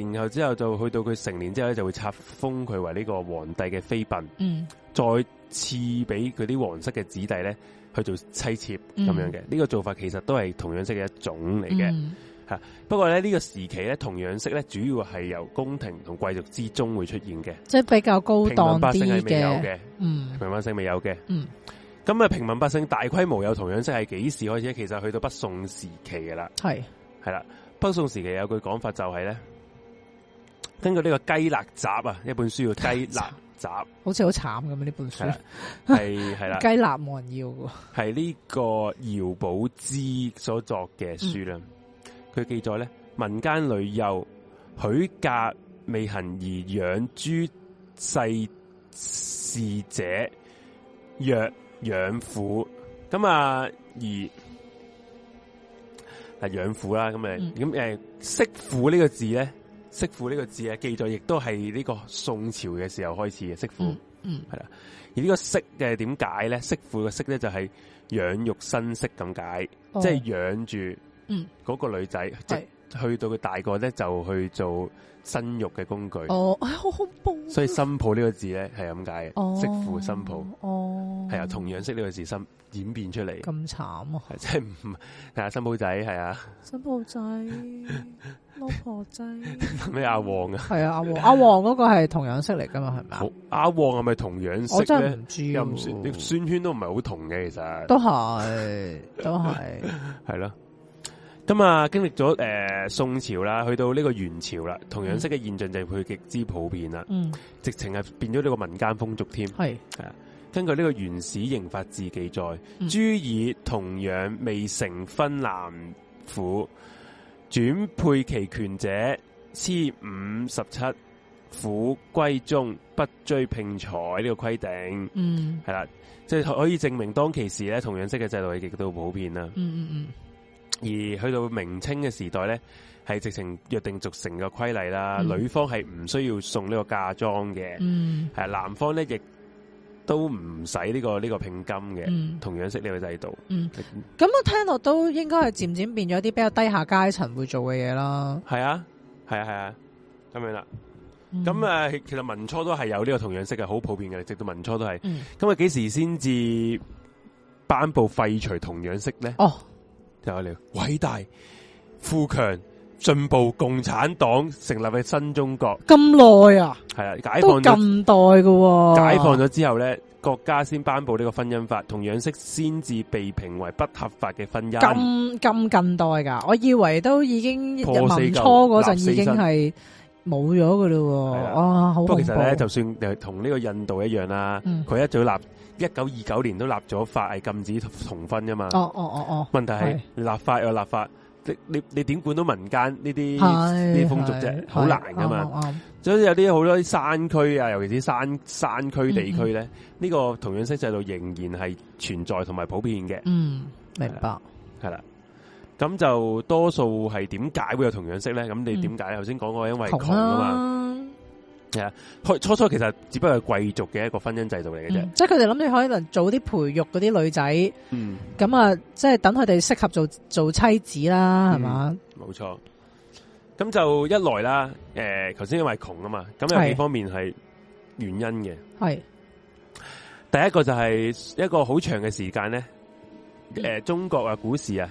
B: 啦然後之後就去到佢成年之後咧就會冊封佢為呢個皇帝嘅妃嬪，
A: 嗯，
B: 再賜俾佢啲皇室嘅子弟咧去做妻妾咁樣嘅。呢、個做法其實都係同樣式嘅一種嚟嘅。
A: 嗯，
B: 不過咧呢、個時期咧同樣式咧主要係由宮廷同貴族之中會出現嘅，
A: 即係比較高
B: 平民
A: 檔
B: 百姓
A: 啲
B: 係未有
A: 嘅。
B: 嘅，
A: 嗯
B: 平民百姓未有嘅。
A: 嗯
B: 咁啊，平民百姓大規模有同樣式係幾時開始咧？其實去到北宋時期嘅啦，
A: 係
B: 係啦。北宋時期有句講法就係咧，根據呢個《雞肋集》啊，一本書叫《雞肋集》，
A: 好似好慘咁啊！呢本
B: 係啦
A: 書，
B: 係 係啦，
A: 雞肋冇人要嘅喎。
B: 係呢個姚寶芝所作嘅書啦。
A: 嗯
B: 佢、記載咧，民間女幼許嫁未行而養諸世事者，若養父咁啊，而係養父啦，咁誒
A: 嗯
B: 咁誒，媳婦呢個字咧，媳婦呢個字啊，記載亦都係呢個宋朝嘅時候開始嘅媳婦。
A: 嗯嗯
B: 而呢個媳嘅點解咧？媳婦嘅媳咧就係養育生息咁解，
A: 哦
B: 即係養住
A: 嗯
B: 嗰個女仔，即
A: 係
B: 係去到佢大個咧就去做生育嘅工具。
A: 哦，哎好恐怖啊。
B: 所以新抱呢個字咧係咁解
A: 哦
B: 嘅，媳婦新抱
A: 哦，
B: 係啊，同樣媳呢個字新演變出嚟，
A: 咁慘啊！
B: 係 即係唔係啊新抱仔係啊
A: 新抱仔、老婆仔，係
B: 咩阿旺啊，
A: 啊，阿黃阿黃嗰個係同樣式嚟噶嘛，係咪啊
B: 好阿旺係咪同樣
A: 我
B: 媳
A: 真
B: 咧？
A: 係
B: 又
A: 唔
B: 唔
A: 知
B: 算，
A: 喎，
B: 你酸圈都唔係好同嘅，其實
A: 都係都係，
B: 系咯。咁啊，經歷咗诶宋朝啦，去到呢個元朝啦，同樣式嘅現象就係佢極之普遍啦，
A: 嗯，
B: 直情係變咗呢個民間風俗添。
A: 係
B: 根據呢個《原始刑法志》記載，
A: 嗯
B: 諸以同樣未成婚男婦轉配其權者，笞五十七，婦歸宗，不追聘財呢個規定。
A: 嗯
B: 係啦，即係可以證明當其時咧，同樣式嘅制度係極都普遍啦。
A: 嗯嗯
B: 而去到明清嘅時代咧，係直情約定俗成嘅規例啦。
A: 嗯
B: 女方係唔需要送呢個嫁妝嘅，係、
A: 嗯
B: 男方咧亦都唔使呢個呢、個聘金嘅。
A: 嗯嗯，
B: 同樣式呢個制度，
A: 嗯咁我聽落都應該係漸漸變咗啲比較低下階層會做嘅嘢啦。
B: 係啊，係啊，係啊，咁樣啦。
A: 嗯
B: 咁、啊，其實民初都係有呢個同樣式嘅，好普遍嘅，直到民初都係。
A: 嗯，
B: 咁啊，幾時先至頒布廢除同樣式咧？
A: 哦，
B: 就係你偉大、富強、進步共產黨成立嘅新中國，
A: 咁耐啊，
B: 係啦，解
A: 都啊
B: 放咗
A: 近代嘅喎，
B: 解放咗之後咧，國家先頒布呢個婚姻法，同樣式先至被評為不合法嘅婚姻。
A: 咁咁近代噶，我以為都已經民初
B: 破四舊
A: 嗰陣已經
B: 立四新
A: 係冇咗噶咯
B: 係啦
A: 喎，哇，好
B: 不過
A: 恐
B: 其實咧，
A: 怖！
B: 就算誒同呢個印度一樣啦，
A: 嗯
B: 佢、一早立一九二九年都立咗法係禁止同婚噶嘛。
A: 哦哦哦哦，
B: 問題係立法有立法，你你你點管到民間呢啲
A: 係
B: 呢啲風俗啫？好難噶
A: 係係
B: 嘛。，
A: 啱啱啱
B: 所以有啲好多啲山區啊，尤其是山山區地區
A: 嗯
B: 咧，呢、呢個同樣式制度仍然係存在同埋普遍嘅。
A: 嗯，
B: 啊
A: 明白，
B: 系啦。咁就多數係點解會有同樣式咧？咁你點解呢？頭先講過，因為
A: 嗯窮
B: 窮啊嘛。
A: 啦，
B: 初初初其實只不過係貴族嘅一個婚姻制度嚟嘅啫
A: 嗯。即係佢哋諗住可能早啲培育嗰啲女仔，
B: 嗯，
A: 咁啊，即係等佢哋適合做做妻子啦，
B: 嗯
A: 係嘛？
B: 冇錯。咁就一來啦，诶、頭先因為窮啊嘛，咁有
A: 係
B: 幾方面係原因嘅。
A: 係
B: 第一個就係一個好長嘅時間咧，诶、中國啊，股市啊，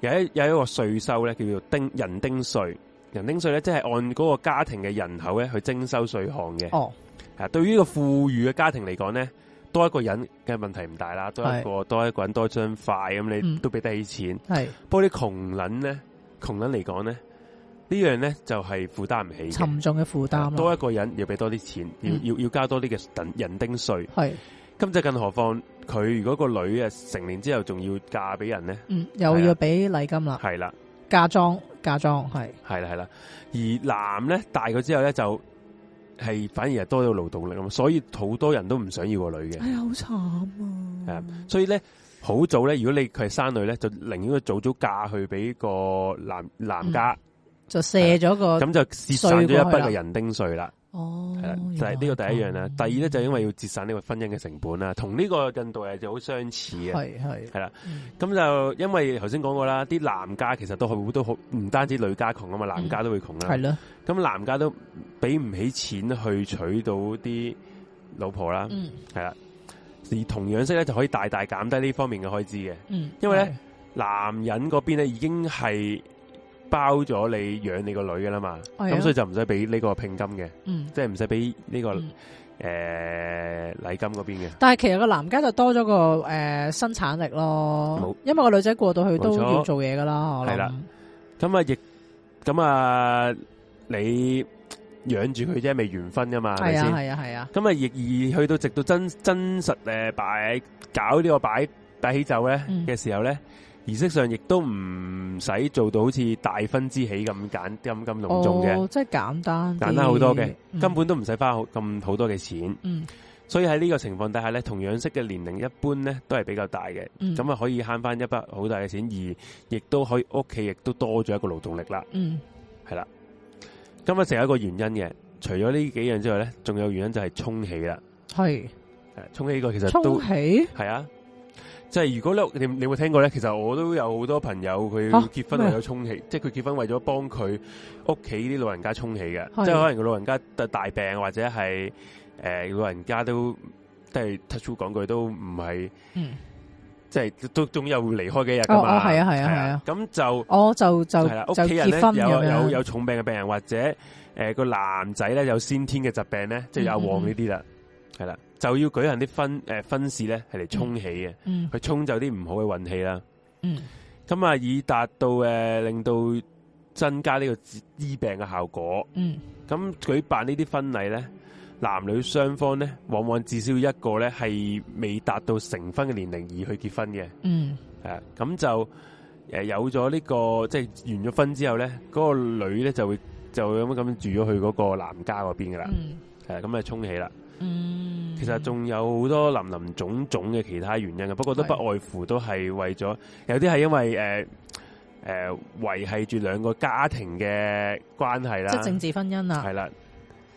B: 有一有一個税收咧，叫做丁人丁税。人丁税咧，即係按嗰個家庭嘅人口咧去徵收税項嘅。
A: 哦，
B: 啊，对于一个富裕嘅家庭嚟講咧，多一個人嘅問題唔大啦，多一個多一個人多一張筷咁，
A: 嗯
B: 你都俾得起錢。
A: 係
B: 不過啲窮撚咧，窮撚嚟講咧，呢樣咧就係負擔唔起嘅
A: 沉重嘅負擔
B: 多
A: 啦，
B: 一個人要俾多啲錢，要
A: 嗯
B: 要要交多啲嘅人人丁税。
A: 係
B: 咁就更何況佢如果個女啊成年之後仲要嫁俾人咧，
A: 嗯，又
B: 係啊
A: 要俾禮金啦，
B: 係啦，
A: 嫁妝嫁妝係
B: 係啦係啦。而男咧大佢之後咧就係反而係多咗勞動力咁，所以好多人都唔想要個女嘅。
A: 哎呀，好慘啊！
B: 所以咧好早咧，如果你佢係生女咧，就寧願佢早早嫁去俾個男男家，
A: 就卸咗個
B: 咁、就節省咗一筆嘅人丁税啦。
A: 哦，
B: 係啦，就係呢個第一樣啦。第二咧就因為要節省呢個婚姻嘅成本啦，同呢個印度人就好相似嘅。
A: 係係
B: 係啦
A: 嗯，
B: 咁就因為頭先講過啦，啲男家其實都好都好，唔單止女家窮啊嘛，男家都會窮
A: 嗯係
B: 啦。
A: 咯，
B: 咁男家都俾唔起錢去娶到啲老婆啦，
A: 嗯
B: 係啦。而同樣式咧就可以大大減低呢方面嘅開支嘅。
A: 嗯，
B: 因為呢男人嗰邊咧已經係包咗你養你個女噶啦嘛，
A: 係啊
B: 咁所以就唔使俾呢個聘金嘅，
A: 係嗯。
B: 即係唔使俾呢個
A: 嗯
B: 誒禮金嗰邊嘅。
A: 但係其實個男家就多咗個誒、呃生產力咯
B: 冇，
A: 因為個女仔過到去都
B: 冇錯
A: 要做嘢噶啦，我諗
B: 係啦，咁啊，亦咁啊，你養住佢啫，未完婚噶嘛，係咪
A: 係啊
B: 先？
A: 係啊係啊，
B: 咁啊，亦而去到直到真真實誒擺搞呢個擺擺喜酒咧
A: 嗯
B: 嘅時候咧，儀式上亦都唔使做到好似大婚之喜咁簡咁咁隆重嘅，
A: 哦，即係簡單啲，
B: 簡單好多嘅，
A: 嗯
B: 根本都唔使花好咁好多嘅錢。
A: 嗯
B: 所以喺呢個情況底下咧，同樣式嘅年齡一般咧都係比較大嘅，
A: 嗯
B: 咁啊可以慳翻一筆好大嘅錢，而亦都可以屋企亦都多咗一個勞動力啦。
A: 嗯
B: 係啦。咁啊，成有一個原因嘅，除咗呢幾樣之外咧，仲有原因就係沖喜啦。
A: 係
B: 誒，沖喜呢個其實都
A: 沖起
B: 係啊，即係如果你你你有冇聽過咧？其實我都有好多朋友佢
A: 啊
B: 結婚
A: 咩
B: 為
A: 啊
B: 咗沖喜，即係佢結婚為咗幫佢屋企啲老人家沖喜嘅，
A: 係
B: 即係可能個老人家得大病或者係誒、呃老人家都即係 touch wood 講句都唔係
A: 嗯，
B: 即係都總有會離開嘅一日噶
A: 哦
B: 嘛，
A: 哦係啊係啊
B: 係
A: 係啊，
B: 咁就。
A: 我就就
B: 係啦，
A: 就
B: 屋企人咧
A: 結婚
B: 有
A: 咁
B: 有
A: 樣，
B: 有重病嘅病人，或者诶个、男仔咧有先天嘅疾病咧，即係
A: 嗯
B: 有阿旺呢啲啦，係啦，就要舉行啲婚诶、婚事咧，係嚟沖喜嘅，
A: 嗯
B: 去沖走啲唔好嘅運氣啦。
A: 嗯
B: 咁啊，以達到诶、呃令到增加呢個治醫病嘅效果。
A: 嗯
B: 咁舉辦呢啲婚禮咧，男女雙方咧，往往至少一個咧係未達到成婚嘅年齡而去結婚嘅。
A: 嗯
B: 诶，咁就诶、呃有咗呢、個即係完咗婚之後咧，嗰、個女咧就會就咁樣咁樣住咗去嗰個男家嗰邊噶啦，
A: 嗯
B: 係咁啊沖起啦。
A: 嗯，
B: 其實仲有好多林林種種嘅其他原因嘅，不過都不外乎都係為咗有啲係因為呃诶诶维系住兩個家庭嘅關係
A: 即係政
B: 啦，
A: 治啊婚姻啦，
B: 係啦，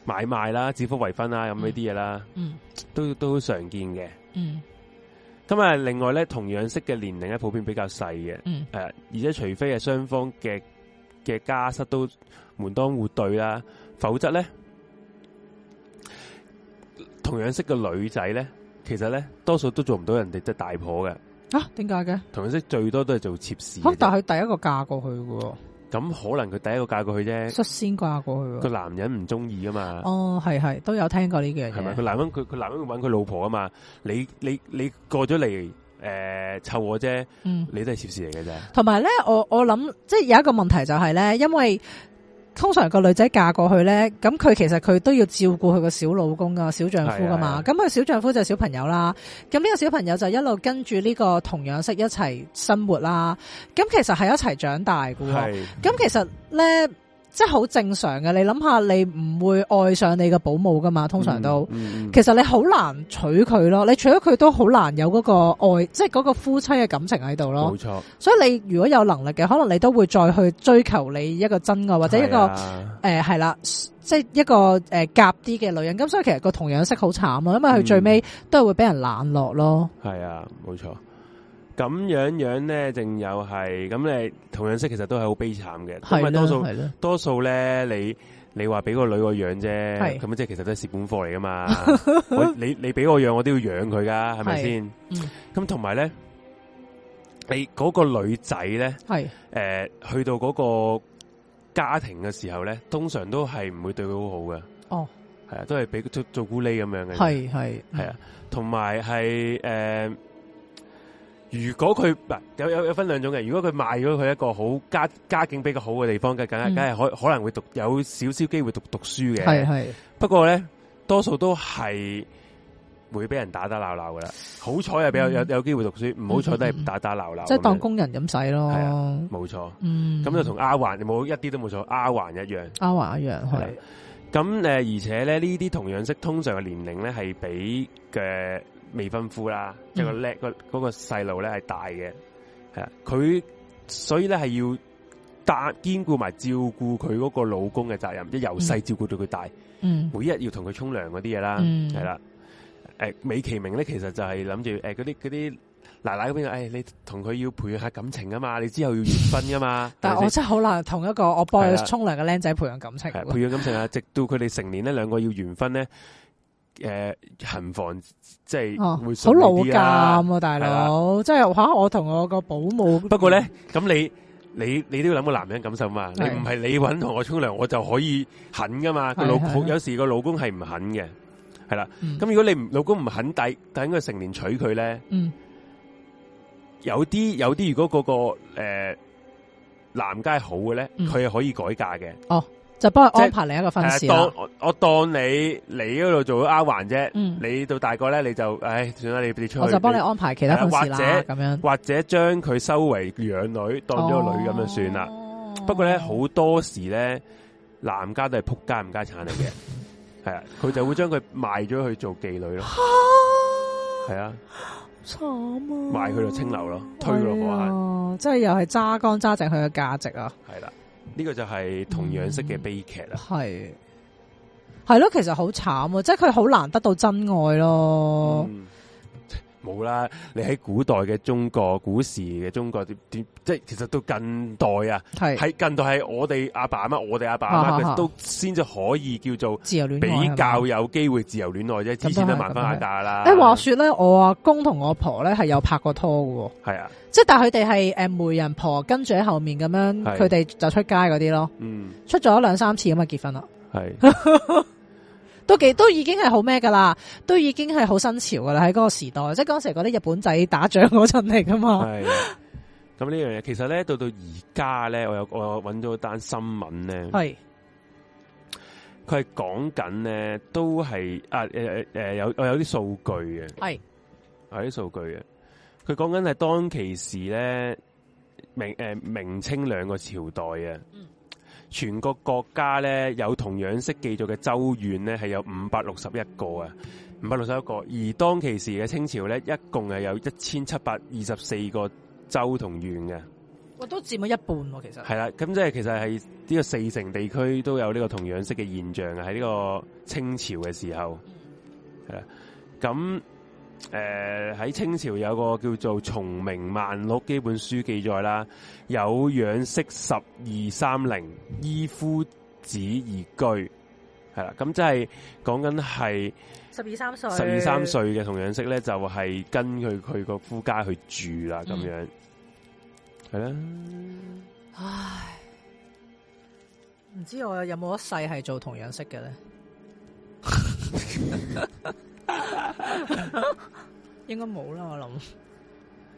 B: 買賣啦、指腹為婚啦，咁呢啲嘢啦，
A: 嗯
B: 都都好常見嘅。
A: 嗯
B: 咁啊，另外咧，同樣式嘅年齡咧，普遍比較細嘅。
A: 嗯
B: 诶、呃而且除非係雙方嘅嘅家室都門當户對啦，否則咧，同樣識嘅女仔咧，其實咧多數都做唔到人哋即係大婆嘅，
A: 啊點解嘅？
B: 同樣識最多都係做妾侍嘅
A: 嚇
B: 啫。
A: 但係佢第一個嫁過去嘅喎，
B: 咁可能佢第一個嫁過去啫，
A: 率先嫁過去
B: 個
A: 喎。
B: 男人唔中意啊嘛，
A: 哦，係係都有聽過呢樣
B: 係咪？
A: 嘢
B: 佢。男人佢佢男人會揾佢老婆啊嘛，你你你過咗嚟诶湊我啫，
A: 嗯，
B: 你都係妾侍嚟嘅啫。
A: 同埋咧，我我谂即系有一個問題就係咧，因為通常個女仔嫁過去咧，咁佢其實佢都要照顧佢個小老公噶、小丈夫噶嘛。
B: 係
A: 咁佢小丈夫就係小朋友啦。咁呢個小朋友就一路跟住呢個同樣式一齊生活啦。咁其實係一齊長大噶。
B: 係
A: 咁其實咧，即係好正常嘅。你諗下，你唔會愛上你嘅保姆噶嘛？通常都。
B: 嗯嗯嗯
A: 其實你好難娶佢咯，你娶咗佢都好難有嗰個愛，即係嗰個夫妻嘅感情喺度咯
B: 冇。錯，
A: 所以你如果有能力嘅，可能你都會再去追求你一個真愛或者一
B: 係
A: 個
B: 啊
A: 诶係啦，即係一個诶夾啲嘅女人。咁所以其實個同樣式好慘啊，因為
B: 嗯
A: 佢最尾都係會俾人冷落咯。
B: 系啊，冇錯。咁樣樣咧，仲有係咁你同樣式其實都係好悲慘嘅，因
A: 係
B: 為
A: 咯，
B: 多數
A: 係咯，
B: 多數咧，你你話俾個女我養啫，
A: 係
B: 咁即係其實都係蝕本貨嚟 噶嘛。我你你俾我養，我都要養佢噶，係咪
A: 係
B: 先
A: 嗯？
B: 咁同埋咧，你嗰個女仔咧，
A: 係
B: 诶、去到嗰個家庭嘅時候咧，通常都係唔會對佢好好嘅，
A: 哦，
B: 係啊，都係俾佢做做咕喱咁樣嘅。
A: 係係
B: 系啊，，同埋係诶，如果佢嗱有有有分兩種嘅，如果佢賣咗佢一個好家家境比較好嘅地方嘅，梗係
A: 嗯
B: 梗係可可能會讀有少少機會讀讀書
A: 係啊
B: 嘅。
A: 係
B: 不過咧，多數都係會俾人打打鬧鬧噶啦。好彩係比較有
A: 嗯
B: 有機會讀書，唔好彩都
A: 嗯嗯
B: 係
A: 嗯
B: 打打啊鬧鬧咁樣。
A: 即係當工人咁使
B: 係
A: 咯。
B: 冇錯。
A: 嗯，
B: 咁就同丫環冇一啲都冇錯，丫環一樣。
A: 阿華一樣
B: 係啦
A: 係，
B: 咁誒、呃而且咧呢啲同樣式通常嘅年齡咧係比嘅未婚夫啦，即係個
A: 嗯
B: 叻個嗰個細路咧係大嘅，係啊，佢所以咧係要搭兼顧埋照顧佢嗰個老公嘅責任，即係由細照顧到佢大，
A: 嗯
B: 每一日要同佢沖涼嗰啲嘢啦，
A: 嗯，
B: 係啦、誒、美其名咧其實就係諗住誒嗰啲嗰啲奶奶嗰邊，誒、你同佢要培養下感情啊嘛，你之後要結婚噶嘛
A: 但
B: 係
A: 係
B: 咪
A: 我
B: 先
A: 真係好難同一個我幫
B: 係啦啊
A: 佢沖涼嘅僆仔培養感情
B: 係
A: 喎。
B: 培養感情啊，直到佢哋成年咧，兩個要完婚咧，诶、行房即係
A: 哦
B: 會
A: 好
B: 順
A: 老
B: 利啲
A: 鑑
B: 啦。
A: 啊，大
B: 係
A: 佬，即係吓我同我個保姆。
B: 不過咧，咁你你你都要諗個男人感受嘛，你
A: 係
B: 唔係你搵同我沖涼，我就可以肯噶嘛。個
A: 係
B: 老
A: 係係
B: 有時個老公係唔肯嘅，係啦。
A: 嗯，
B: 咁如果你唔老公唔肯，但但佢成年娶佢咧，
A: 嗯
B: 有啲有啲如果嗰、個诶、誒男家係好嘅咧，
A: 嗯
B: 佢係可以改嫁嘅。
A: 就幫佢
B: 即係
A: 安排另一個婚事
B: 係
A: 啦
B: 當。我我當你你嗰度做咗丫環啫，
A: 嗯
B: 你到大個咧你就唉算啦，你你出去，
A: 我就幫你安排其他婚事啦
B: 係啦，
A: 咁樣
B: 或者將佢收為養女，當咗個女咁樣算啦。。
A: 哦
B: 不過咧，好多時咧，男家都係仆家唔家產嚟 嘅，係啊，佢就會將佢賣咗去做妓女咯，係啊，
A: 慘啊！
B: 賣佢就清流咯，推落火坑，
A: 哦，即係又係揸乾揸淨佢嘅價值啊！
B: 係啦。呢個就係同樣式
A: 嗯
B: 嘅悲劇啦。
A: 係係咯，其實好慘啊！即係佢好難得到真愛咯。
B: 嗯冇啦，你喺古代嘅中國、古時嘅中國點點，即係其實到近代啊，
A: 係
B: 喺近代係我哋阿爸阿媽，我哋阿爸阿
A: 啊啊
B: 媽
A: 啊
B: 都先至可以叫做
A: 自由戀愛係
B: 比
A: 嘛
B: 較有機會自由戀愛啫，之前都慢翻下架啦。
A: 誒話說咧，我阿公同我婆咧係有拍過拖嘅喎，
B: 係啊，
A: 即係但係佢哋係誒媒人婆跟住喺後面咁樣，
B: 係
A: 佢哋就出街嗰啲咯，
B: 嗯，
A: 出咗兩三次咁啊結婚啦，
B: 係
A: 都幾都已經係好咩噶啦，都已經係好新潮噶啦喺嗰個時代，即係嗰陣時嗰啲日本仔打仗嗰陣嚟噶嘛，
B: 係啊。咁呢樣嘢其實咧，到到而家咧，我有我有揾咗單新聞咧，
A: 係
B: 佢係講緊咧，都係啊誒誒誒有我有啲數據嘅，
A: 係
B: 有啲啊數據嘅。佢講緊係當其時咧，明誒、呃明清兩個朝代啊，
A: 嗯
B: 全國國家咧有同樣式記載嘅州縣咧係有五百六十一個啊，五百六十一個。而當其時嘅清朝咧，一共係有一千七百二十四個州同縣嘅，
A: 我都佔咗一半喎，其實
B: 係啦。咁即係其實係呢個四成地區都有呢個同樣式嘅現象啊，喺呢個清朝嘅時候。咁誒喺清朝有個叫做《松明萬錄》呢本書記載啦，有養息十二三零，依夫子而居，係啦，咁即係講緊係
A: 十二三歲
B: 十二三，歲嘅同樣式咧，就係、跟佢佢個夫家去住啦，咁樣係啦，
A: 唉，唔知我有冇一世係做同樣式嘅 咧？應該冇啦，我諗。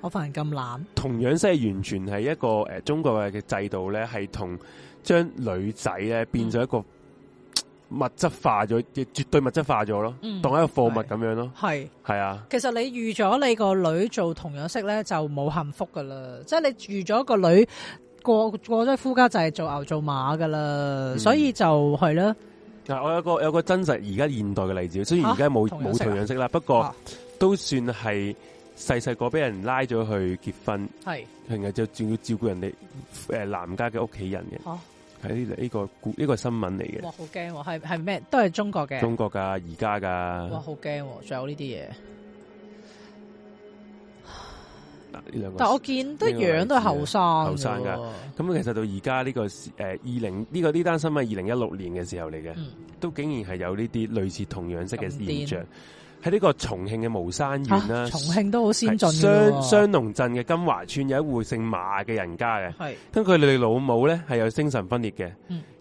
A: 我份人咁懶，
B: 同樣式係完全係一個誒、呃中國嘅制度咧，係同將女仔咧變咗一個物質化咗，絕對物質化咗咯。
A: 嗯
B: 當一個貨物咁樣咯，
A: 係。
B: 係啊，
A: 其實你預咗你個女做同樣式咧，就冇幸福噶啦。即係你預咗個女過過咗夫家就係做牛做馬噶啦，所以就係啦。
B: 嗱，我有個有個真實而家現代嘅例子，雖然而家冇
A: 嚇
B: 冇
A: 啊同
B: 同
A: 樣
B: 樣式啦，不過
A: 啊
B: 都算係細細個俾人拉咗去結婚，
A: 係
B: 然後就仲要照顧人哋誒男家嘅屋企人嘅，
A: 嚇，哇！
B: 喺呢呢個故呢個新聞嚟
A: 好驚喎，係係咩？都係中國
B: 嘅，
A: 嘅。
B: 中國噶而家
A: 哇，
B: 噶
A: 好驚喎！仲有呢啲嘢，
B: 呢兩個啊
A: 但。我見得樣都係後生㗎喎，
B: 後生㗎咁其實到而家呢個誒二零呢個呢單新聞二零一六年嘅時候嚟嘅，
A: 嗯
B: 都竟然係有呢啲類似同樣式嘅
A: 咁癲
B: 現象，喺呢個重慶嘅巫山縣啦、
A: 嚇啊重慶都好先進㗎喎
B: 雙雙龍鎮嘅金華村有一戶姓馬嘅人家嘅，
A: 係
B: 咁佢哋老母咧係有精神分裂嘅，咁、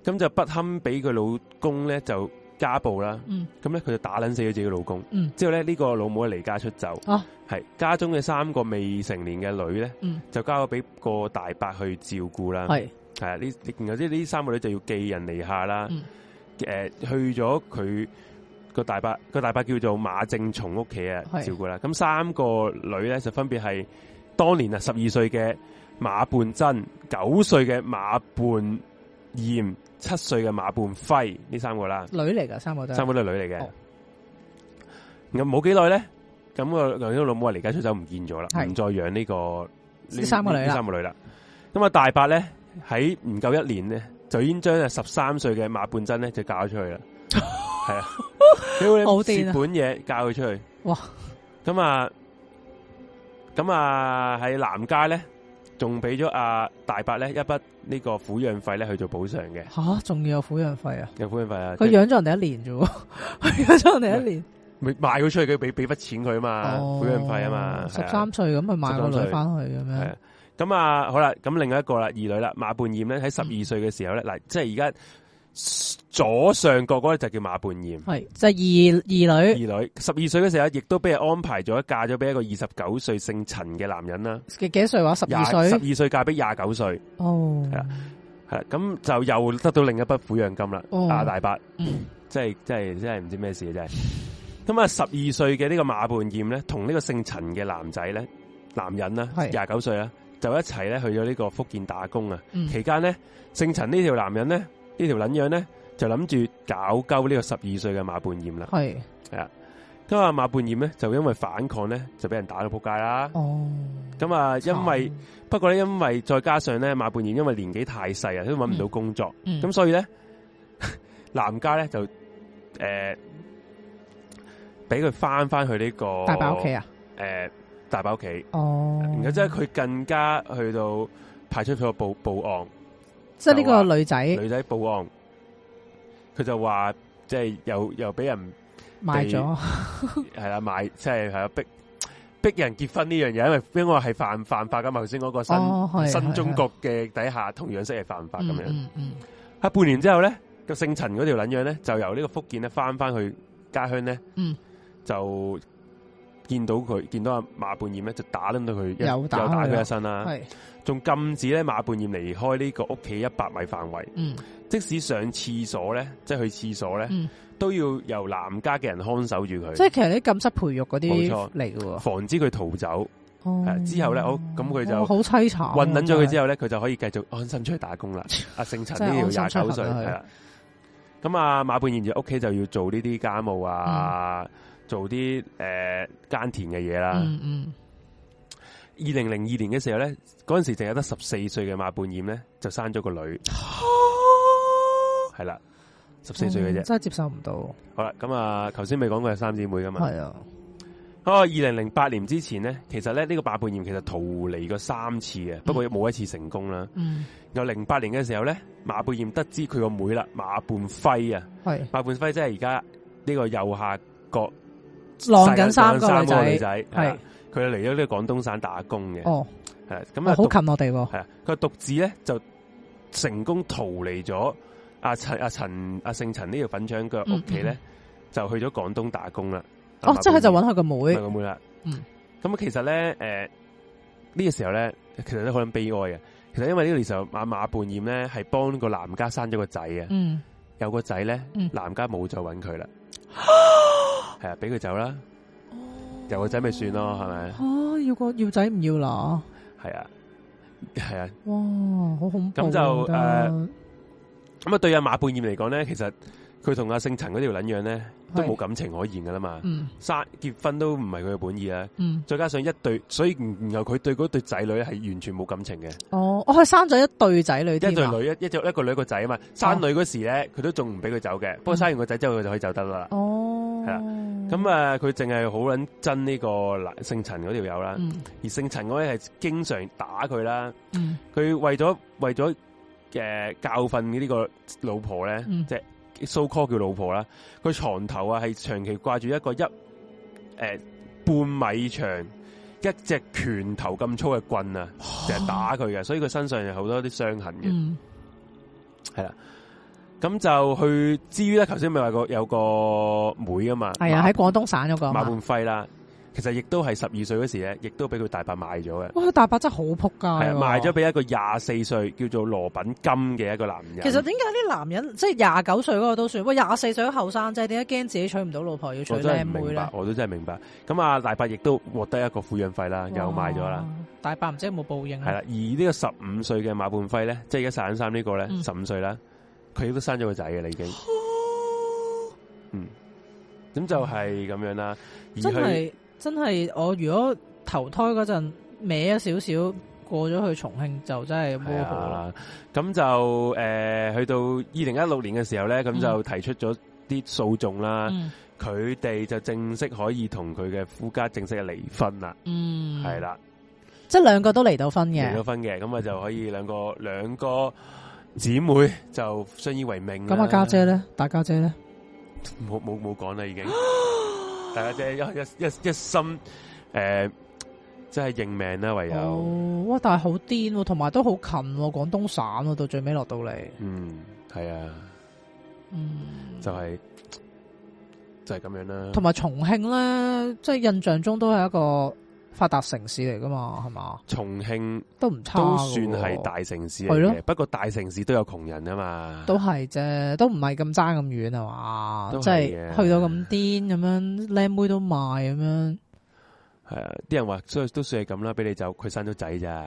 A: 嗯
B: 就不堪俾佢老公咧就家暴啦，
A: 嗯
B: 咁咧佢就打撚死咗自己老公，
A: 嗯
B: 之後咧呢、個老母離家出走，
A: 啊
B: 係家中嘅三個未成年嘅女咧
A: 嗯
B: 就交咗俾個大伯去照顧啦，
A: 係
B: 係啊，呢啊然後即係呢三個女就要寄人籬下啦，誒、
A: 嗯
B: 去咗佢個大伯個大伯叫做馬正松屋企啊
A: 係
B: 照顧啦。咁三個女咧就分別係當年啊十二歲嘅馬半真、九歲嘅馬半燕、七歲嘅馬半輝呢三個啦。
A: 女嚟噶，三個都係
B: 三個都係女嚟嘅
A: 哦。
B: 咁冇幾耐咧，咁個梁英老母啊離家出走唔見咗啦，
A: 係
B: 唔再養呢、個
A: 呢三個女啦
B: 呢三個女啦。咁啊大伯咧喺唔夠一年咧，就已經將啊十三歲嘅馬半真咧就嫁咗出去啦。係 啊，屌你
A: 好
B: 蝕
A: 癲啊
B: 本嘢嫁佢出去。
A: 哇！
B: 咁啊，咁啊喺南街咧，仲俾咗阿大伯咧一筆呢個撫養費咧去做補償嘅，
A: 吓，仲要有撫養費啊！
B: 有撫養費啊。
A: 佢養咗人哋一年啫喎， 佢養咗人哋一年。
B: 咪賣咗出去，佢俾俾筆錢佢啊嘛，
A: 哦
B: 撫養費啊嘛，
A: 十三歲咁去買個
B: 13
A: 女
B: 歲
A: 翻去咁
B: 係
A: 樣
B: 啊。咁啊，好啦，咁另外一個啦，二女啦，馬半燕
A: 嗯
B: 咧喺十二歲嘅時候咧，嗱、即係而家左上角嗰個就叫馬半燕，
A: 係就係二二
B: 二
A: 女
B: 女十二歲嘅時候呢，亦都俾人安排咗嫁咗俾一個二十九歲姓陳嘅男人啦，
A: 幾幾多歲話？十二
B: 十
A: 歲
B: 二歲嫁俾廿九歲，
A: 哦，
B: 係啊係啦咁就又得到另一筆撫養金啦，
A: 哦
B: 阿大伯。
A: 嗯
B: 即係即係真係唔知咩事嘅真係。咁啊，十二歲嘅呢個馬半燕咧，同呢個姓陳嘅男仔咧，男人啦，
A: 係
B: 廿九歲啦，就一齊咧去咗呢個福建打工啊。
A: 嗯
B: 期間咧，姓陳呢條男人咧，呢條撚樣咧，就諗住搞鳩呢個十二歲嘅馬半燕啦。
A: 係
B: 咁啊，馬半燕咧就因為反抗咧，就俾人打到仆街啦。
A: 哦，
B: 咁啊，因為不過咧，因為再加上咧，馬半燕因為年紀太細啊，都搵唔到工作。
A: 嗯
B: 咁所以咧， 男家咧就诶俾佢翻翻去呢、個
A: 大伯屋企啊，
B: 诶、大伯屋企，
A: 哦，
B: 然後即係佢更加去到派出咗報報案，
A: 即係呢個女仔
B: 女仔報案，佢就話即係又又俾人
A: 買咗，
B: 係啦買，即係係啦逼。逼人結婚呢樣嘢，因為因為係犯犯法噶嘛，頭先嗰個新、
A: 哦係
B: 新
A: 係
B: 中國嘅底下同樣式係犯法咁樣。
A: 嗯嗯
B: 喺啊半年之後咧，個姓陳嗰條撚樣咧，就由呢個福建咧翻翻去家鄉咧，
A: 嗯
B: 就見到佢，見到阿馬半燕咧，就打撚到佢一，
A: 又打佢
B: 打佢
A: 啦
B: 一身
A: 嗯
B: 啦，
A: 係
B: 仲禁止咧馬半燕離開呢個屋企一百米範圍，
A: 嗯
B: 即使上廁所咧，即係去廁所咧，
A: 嗯，
B: 都要由男家嘅人看守住
A: 即係
B: 佢，
A: 其實啲禁室培育嗰
B: 冇
A: 啲
B: 錯
A: 嚟嘅喎。
B: 防止佢逃走。
A: 哦
B: 係之後咧好咁佢就
A: 哇好凄慘啊，
B: 混撚咗佢之
A: 後，
B: 後咧，佢就可以繼續安心出去打 工啦。阿姓陳
A: 真係
B: 呢條廿
A: 安心
B: 九
A: 出
B: 歲
A: 行啊
B: 係
A: 佢
B: 啦。咁啊，馬半燕就屋企就要做呢啲家務啊，做啲诶、呃耕田嘅嘢啦。二
A: 嗯嗯，
B: 零零二年嘅時候咧，嗰阵时净係得十四歲嘅馬半燕咧，就生咗個女，係啦，十四歲嘅
A: 嗯
B: 啫。
A: 真係接受唔到，
B: 好啦，咁啊，頭先咪講佢係三姊妹噶嘛？
A: 係啊，
B: 哦，二零零八年之前咧，其實咧呢、呢個馬半燕其實逃離過三次嘅，不過冇一次成功啦。
A: 嗯
B: 有零八年嘅時候咧，馬半燕得知佢個妹啦，馬半輝啊，
A: 係
B: 馬半輝即係而家呢個右下角
A: 浪緊三個
B: 個
A: 女仔，
B: 女仔，係
A: 係
B: 啦佢嚟咗呢個廣東省打工嘅，
A: 哦，
B: 係啦咁
A: 哦
B: 啊
A: 好
B: 獨
A: 近我哋喎，
B: 係啊，佢獨自咧就成功逃離咗阿陳阿陳阿姓陳呢條粉腸腳屋企
A: 嗯
B: 咧
A: 嗯，
B: 就去咗廣東打工啦。
A: 哦，即係佢就
B: 揾
A: 揾佢個妹，
B: 個妹啦。
A: 嗯，
B: 咁其實咧，誒呢個時候咧，其實都好撚悲哀嘅。其實因為呢個時候馬馬半燕咧係幫個男家生咗個仔啊。
A: 嗯
B: 有個仔咧
A: 嗯，
B: 男家冇再揾 佢啦，係啊，俾佢走啦，有個仔咪算咯，係咪？
A: 啊，要個要仔唔要啦，
B: 係啊，係啊，
A: 哇，好恐怖啊，
B: 咁就
A: 我覺得
B: 咁啊，對阿馬半燕嚟講咧，其實佢同阿姓陳嗰條撚樣咧，都
A: 係
B: 冇感情可言噶啦嘛，
A: 嗯
B: 生結婚都唔係佢嘅本意啊，
A: 嗯，
B: 再加上一對，所以然後佢對嗰對仔女係完全冇感情嘅，
A: 哦，我佢生咗一對仔女添
B: 一
A: 啊，
B: 對女一一隻一個女一個仔啊
A: 哦
B: 嘛，生女嗰時咧，佢都仲唔俾佢走嘅，
A: 嗯
B: 不過生完個仔之後佢就可以走得啦。
A: 哦，
B: 係啦咁啊，佢淨係好撚憎呢個男姓陳嗰條友啦，
A: 嗯
B: 而姓陳嗰位係經常打佢啦。
A: 嗯
B: 佢為咗為咗誒、呃教訓呢個老婆咧，
A: 嗯
B: 即係 so call 叫老婆啦。佢床頭啊係長期掛住一個一誒、呃半米長一隻拳頭咁粗嘅棍啊，成
A: 哦
B: 日打佢嘅，所以佢身上有好多啲傷痕嘅。
A: 嗯
B: 咁、就去至於咧，頭先咪話個有個妹啊嘛，
A: 係啊，喺
B: 馬
A: 廣東省嗰個
B: 馬
A: 嘛，
B: 半輝啦。其實亦都係十二歲嗰時咧，亦都俾佢大伯賣咗嘅。
A: 哇！大伯真係好仆街
B: 係啊，
A: 喎，
B: 賣咗俾一個廿四歲叫做羅品金嘅一個男人。
A: 其實點解啲男人即係廿九歲嗰個都算，喂廿四歲都後生仔，點解驚自己娶唔到老婆要娶
B: 我真係
A: 靚
B: 唔
A: 妹
B: 明白
A: 咧，？
B: 我都真係明白。咁啊，大伯亦都獲得一個撫養費啦，又賣咗啦。
A: 哇，大伯唔知有冇報應
B: 係啦
A: 啊？，
B: 而呢個十五歲嘅馬半輝咧，即係而家散三呢個咧，
A: 嗯
B: 十五歲啦，佢都生咗個仔嘅啦已經。嗯，咁就係咁樣啦。而
A: 真
B: 佢
A: 係真係，我如果投胎嗰陣歪咗少少，過咗去重慶就真係
B: 係
A: 窩火啦。
B: 啊，咁就诶、呃去到二零一六年嘅時候咧，咁就提出咗啲訴訟啦。
A: 嗯
B: 佢哋、就正式可以同佢嘅夫家正式嘅離婚啦，
A: 嗯，
B: 係，啦、
A: 即係兩個都離到婚
B: 離
A: 嘅
B: 咗，婚嘅，咁啊就可以兩個兩個姊妹就相依為命啦。
A: 咁啊家姐咧，大家姐咧，
B: 冇冇冇講 啦，已經。大家姐一一一一心呃诶，即係啊認命啦，唯有、
A: 哦，哇！但係好癲喎，同埋都好近喎，廣東省喎，到最尾落到嚟，
B: 嗯係啊，
A: 嗯，
B: 就係就係咁樣啦。
A: 同埋重慶咧，即係印象中都係一個發達城市嚟噶嘛，係嘛？
B: 重慶
A: 都唔差㗎喎，
B: 都算係大城市
A: 係
B: 嚟
A: 咯
B: 嘅，不過大城市都有窮人啊嘛。
A: 都係啫，都唔係咁爭咁遠啊係嘛？
B: 都係
A: 即係
B: 嘅
A: 去到咁癲咁樣，靚妹都賣咁樣，
B: 係啊，啲人話所以都算係咁啦，俾你走，佢生咗仔咋。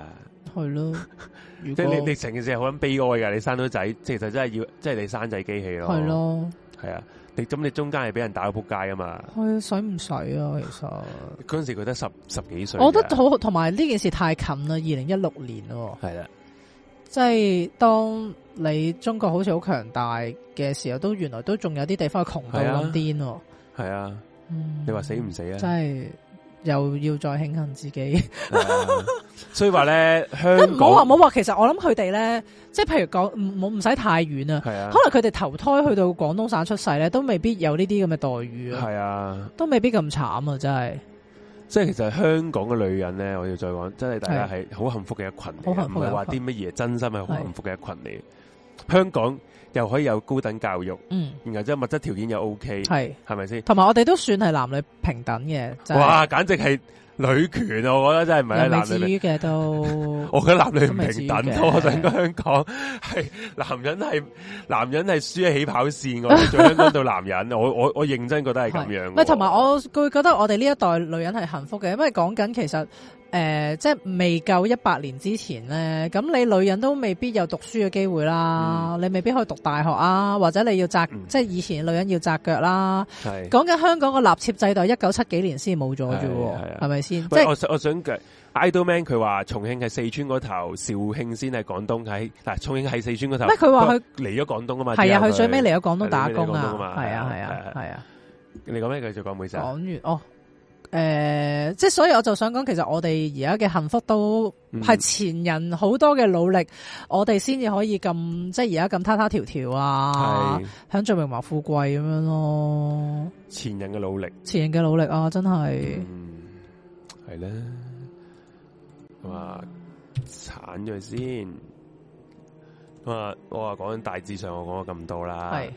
A: 係咯。 如
B: 即
A: 果
B: 係你你成件事係好撚悲哀噶，你生咗仔，其實真係要即係你生仔機器咯。
A: 係，咯，
B: 係啊，你咁你中間係俾人打到仆街噶嘛。
A: 係使唔使啊？其實
B: 嗰阵时佢得十十几岁，
A: 我覺得好，同埋呢件事太近啦，二零一六年喎。
B: 系啦，
A: 即係當你中國好似好強大嘅時候，都原來都仲有啲地方係窮到
B: 係啊
A: 咁癲喎。
B: 系啊，
A: 嗯
B: 你话死唔死啊？
A: 真係又要再慶幸自己，
B: 係啊所以话 咧，香
A: 即係唔好話唔
B: 港
A: 好話。其實我諗佢哋咧，即係譬如講唔冇唔使太遠啊，
B: 系啊，
A: 可能佢哋投胎去到廣東省出世咧，都未必有呢啲咁嘅待遇啊，
B: 系啊，
A: 都未必咁慘啊，真係
B: 即系其实香港嘅女人咧，我要再讲，真系大家系好幸福嘅一群嚟
A: 好
B: 嘅，
A: 幸
B: 唔
A: 福嘅一群
B: 系话啲乜嘢，真心系好幸福嘅一群嚟嘅。香港又可以有高等教育，
A: 嗯
B: 然後即係物質條件又 OK，
A: 係，
B: 係咪先？
A: 同埋我哋都算係男女平等嘅，真係
B: 哇，簡直係女權啊！我覺得真係唔係
A: 又未
B: 男女
A: 至於嘅 都
B: 我覺得男女唔平
A: 都
B: 等
A: 未至於
B: 咯，
A: 嘅
B: 我想講香港係男人係男人係輸喺起跑線，我哋做香港到男人，我我我認真覺得係咁樣
A: 唔
B: 喎。
A: 係同埋我會覺得我哋呢一代女人係幸福嘅，因為講緊其實誒、呃即係未夠一百年之前咧，咁你女人都未必有讀書嘅機會啦，你未必可以讀大學啊，或者你要紮、
B: 嗯
A: 即係以前女人要紮腳啦。
B: 係
A: 講緊香港個立妾制度，一九七幾年先冇咗啫
B: 係係啊
A: 喎，係咪先？即
B: 喂，
A: 係
B: 我想我想嘅 Idol Man 佢話重慶係四川嗰頭，肇慶先係廣東喺嗱，重慶係四川嗰頭。
A: 咩佢話佢
B: 嚟咗廣東啊嘛？
A: 係啊，
B: 之後
A: 佢最尾嚟咗廣東打
B: 係
A: 工
B: 佢嚟咗廣
A: 啊
B: 東啊，嘛
A: 係啊，係
B: 係
A: 啊
B: 啊，
A: 係啊。
B: 你講咩？繼續講，唔好意思啊。
A: 講完哦。誒、即係所以我就想講，其實我哋而家嘅幸福都
B: 嗯
A: 係前人好多嘅努力，我哋先至可以咁，即係而家咁他他條條啊，
B: 係
A: 享盡榮華富貴咁樣咯。
B: 前人嘅努力。
A: 前人嘅努力啊，真係
B: 嗯，系啦，咁啊，铲咗佢先。咁啊，我話講大致上我講咗咁多啦，
A: 係。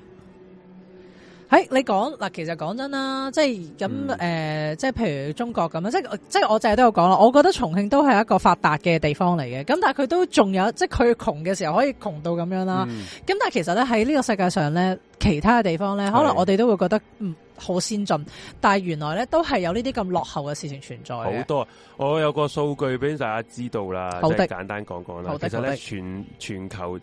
A: 喺你講嗱，其實講真啦，即係咁誒，
B: 嗯
A: 呃即係譬如中國咁樣，即係即係我淨係都有講啦，我覺得重慶都係一個發達嘅地方嚟嘅，咁但係佢都仲有，即係佢窮嘅時候可以窮到咁樣啦。
B: 嗯
A: 咁但係其實咧喺呢個世界上咧，其他嘅地方咧，可能我哋都會覺得嗯好先進，但係原來咧都係有呢啲咁落後嘅事情存在
B: 好
A: 嘅。
B: 多。我有個數據俾大家知道啦，
A: 好
B: 即
A: 的
B: 係簡單講講啦
A: 好。的
B: 其實
A: 好
B: 咧，
A: 的
B: 全全球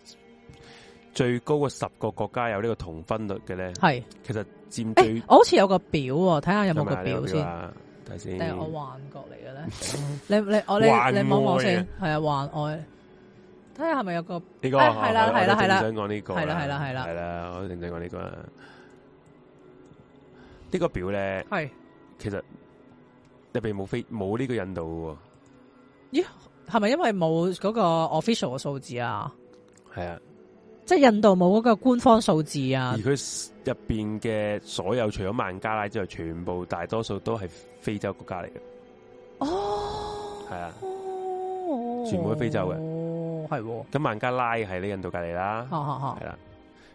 B: 最高嘅十個國家有呢個同婚率嘅咧，
A: 係，
B: 其實佔
A: 啊誒、
B: 最
A: 我好似有個表喎，睇下有冇
B: 係咪
A: 個
B: 啊
A: 表
B: 你
A: 先，
B: 啊睇下先
A: 定。係我幻覺 嚟嘅咧？你你我你
B: 幻
A: 你望望
B: 愛
A: 先
B: 啊，
A: 係啊幻愛，睇下係咪有個
B: 呢個
A: 哎
B: 我
A: 係啦
B: 我
A: 係啦
B: 我
A: 係啦
B: 正想講呢個，啊
A: 係啦係啦係啦
B: 係啦，我正想講呢個啦。呢個表咧，
A: 係？
B: 其實入邊冇非冇呢個印度
A: 係咪因為冇嗰個 official 嘅數字啊？
B: 嘅喎，係啊。
A: 即係印度冇嗰個官方數字啊
B: 而？佢入邊嘅所有，除咗孟加拉之外，全部大多數都係非洲國家嚟嘅，
A: 哦，
B: 係啊。
A: 哦
B: 全部都非洲嘅
A: 哦，係喎，哦
B: 咁孟加拉係呢印度隔離啦，啊
A: 嚇嚇嚇
B: 係啦。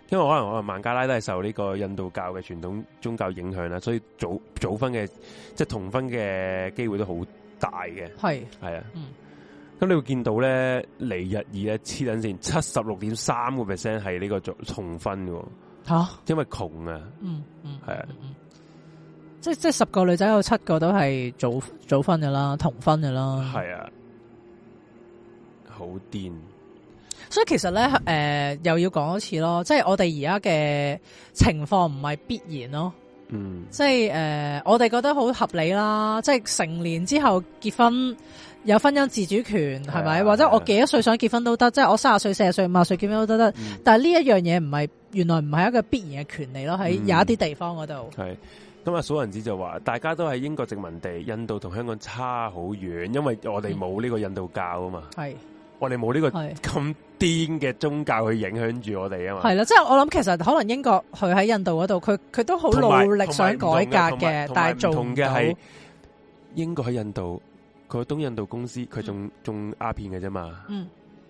B: 因為可能可能孟加拉都係受呢個印度教嘅傳統宗教影響啦，所以早早婚嘅即係同婚嘅機會都好大嘅，
A: 係
B: 係啊。
A: 嗯
B: 咁你會見到咧，尼日爾咧黐撚線，七十六點三個 percent 係呢個做重婚嘅喎，
A: 吓，
B: 因為窮啊，
A: 嗯嗯，
B: 係啊
A: 嗯，嗯即即十個女仔有七個都係早早婚噶啦，同婚噶啦，
B: 係啊，好癲，
A: 所以其實咧，誒、又要講一次咯，即係我哋而家嘅情況唔係必然咯，
B: 嗯，
A: 即係誒、呃我哋覺得好合理啦，即係成年之後結婚有婚姻自主權係
B: 係
A: 咪？
B: 啊
A: 或者
B: 係啊
A: 我幾多歲想結婚都得，即係我三十歲、四十歲、五十歲結婚都得。
B: 嗯
A: 但係呢一樣嘢唔係原來唔係一個必然嘅權利咯，喺有
B: 嗯
A: 一啲地方嗰度
B: 係。咁啊，數人子就話，大家都喺英國殖民地，印度同香港差好遠，因為我哋冇呢個印度教啊嘛，
A: 係
B: 我哋冇呢個
A: 係
B: 咁癲嘅宗教去影響住我哋啊嘛。
A: 係啦，即係我諗其實可能英國佢喺印度嗰度，佢佢都好
B: 同埋
A: 努力想改
B: 同埋
A: 革
B: 唔同同埋
A: 嘅，
B: 同埋
A: 但係做
B: 唔
A: 唔
B: 同
A: 到
B: 嘅。係英國喺印度，佢東印度公司佢仲仲鴉片嘅啫嘛，
A: 嗯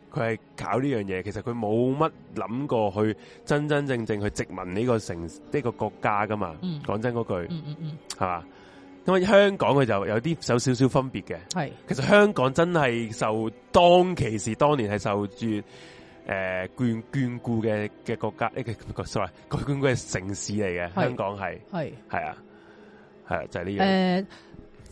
B: 佢係搞呢樣嘢，其實佢冇乜諗過去真真正正去殖民呢個城呢個國家噶嘛。
A: 嗯
B: 講真嗰句
A: 嗯嗯嗯，
B: 係嘛，咁啊香港佢就有啲有少少分別嘅。
A: 係
B: 其實香港真係受當其時當年係受住誒、呃眷眷顧嘅嘅國家，呢、個 sorry，佢眷顧嘅城市嚟嘅，
A: 係
B: 香港係
A: 係。
B: 係啊，係啊就係呢樣，
A: 誒誒，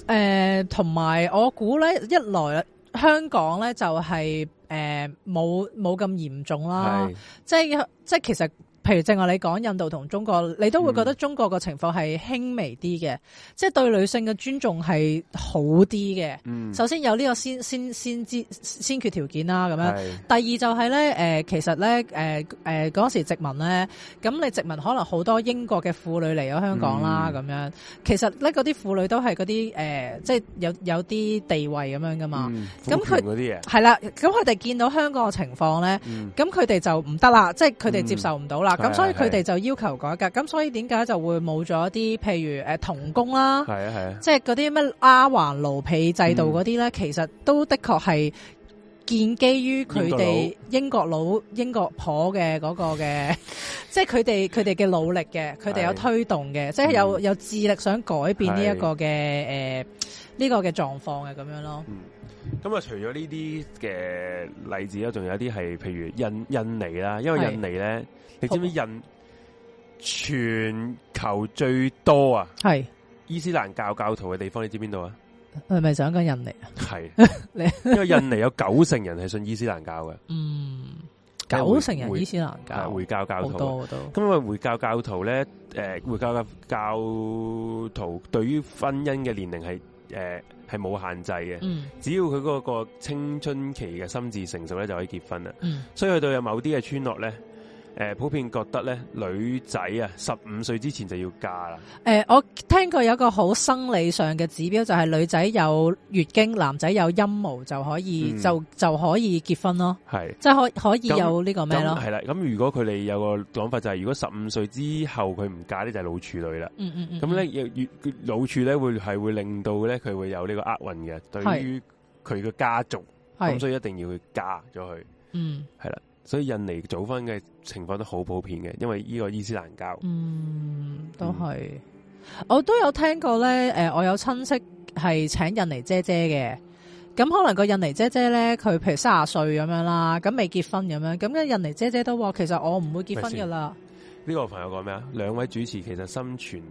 A: 呃同埋、我估咧，一來香港咧就係誒冇冇咁嚴重啦，
B: 係
A: 即係即係其實。譬如正話你講印度同中國，你都會
B: 嗯
A: 覺得中國個情況係輕微啲嘅，即係對女性嘅尊重係好啲嘅。
B: 嗯，
A: 首先有呢個先先先知先決條件啦，咁樣。
B: 係
A: 第二就係咧，誒、其實咧，誒誒呃嗰時殖民咧，咁你殖民可能好多英國嘅婦女嚟咗香港啦，
B: 嗯
A: 咁、樣其實咧嗰啲婦女都係嗰啲誒，即係有有啲地位咁樣噶嘛，
B: 嗯
A: 啊咁
B: 苦權
A: 佢
B: 嗰啲嘢，
A: 係啦、咁佢哋見到香港嘅情況咧。
B: 嗯
A: 咁佢哋就唔得啦，即係佢哋接受唔到啦，
B: 嗯
A: 咁、所以
B: 係係
A: 佢哋就要求改革，咁所以點解就會冇咗啲譬如誒童工啦，
B: 係啊係啊，
A: 即係嗰啲咩丫鬟奴婢制度嗰啲咧，其實都的確係建基於佢哋英國佬、英國婆嘅嗰個嘅， 即係佢哋佢哋嘅努力嘅，佢哋有
B: 係
A: 推動嘅，即係有有致力想改變呢一個嘅誒呢個嘅狀況嘅咁樣咯。
B: 嗯，咁啊除咗呢啲嘅例子啦，仲有啲係譬如印印尼啦，因為
A: 係
B: 印尼咧，你知唔知印全球最多啊
A: 係
B: 伊斯蘭教教徒嘅地方，你知邊度啊？
A: 係咪想講印尼啊？
B: 係
A: 你，
B: 因為印尼有九成人係信伊斯蘭教嘅，
A: 嗯，
B: 即係
A: 九
B: 回
A: 成人
B: 回
A: 伊斯蘭
B: 啊
A: 教
B: 回教教
A: 好
B: 徒。
A: 多都
B: 咁因為回教教徒咧，誒回教嘅教徒對於婚姻嘅年齡係誒係冇限制嘅，
A: 嗯
B: 只要佢嗰個青春期嘅心智成熟咧就可以結婚啦。
A: 嗯
B: 所以去到有某啲嘅村落咧，誒普遍覺得咧女仔啊十五歲之前就要嫁啦，
A: 誒、我聽過有一個好生理上嘅指標，就係、女仔有月經，男仔有陰毛就可以、
B: 嗯
A: 就就可以結婚咯，
B: 係。
A: 即係可可以
B: 咁
A: 有呢個咩
B: 咁
A: 咯？
B: 係啦，咁如果佢哋有個講法就係，如果十五歲之後佢唔嫁呢，就係老處女啦。
A: 嗯嗯嗯，
B: 咁咧，越越越老處咧，會係會令到咧佢會有呢個厄運嘅，對於佢嘅家族，咁
A: 係
B: 所以一定要去嫁咗佢。
A: 嗯
B: 所以印尼早婚嘅情況都好普遍嘅，因為呢個伊斯蘭教，
A: 嗯都係。我都有聽過咧，誒、我有親戚係請印尼姐姐嘅，咁可能個印尼姐姐咧，佢譬如三十歲咁樣啦，咁未結婚咁樣，咁嘅印尼姐姐都話其實我唔會結婚噶啦，
B: 呢個朋友講咩啊？兩位主持其實心存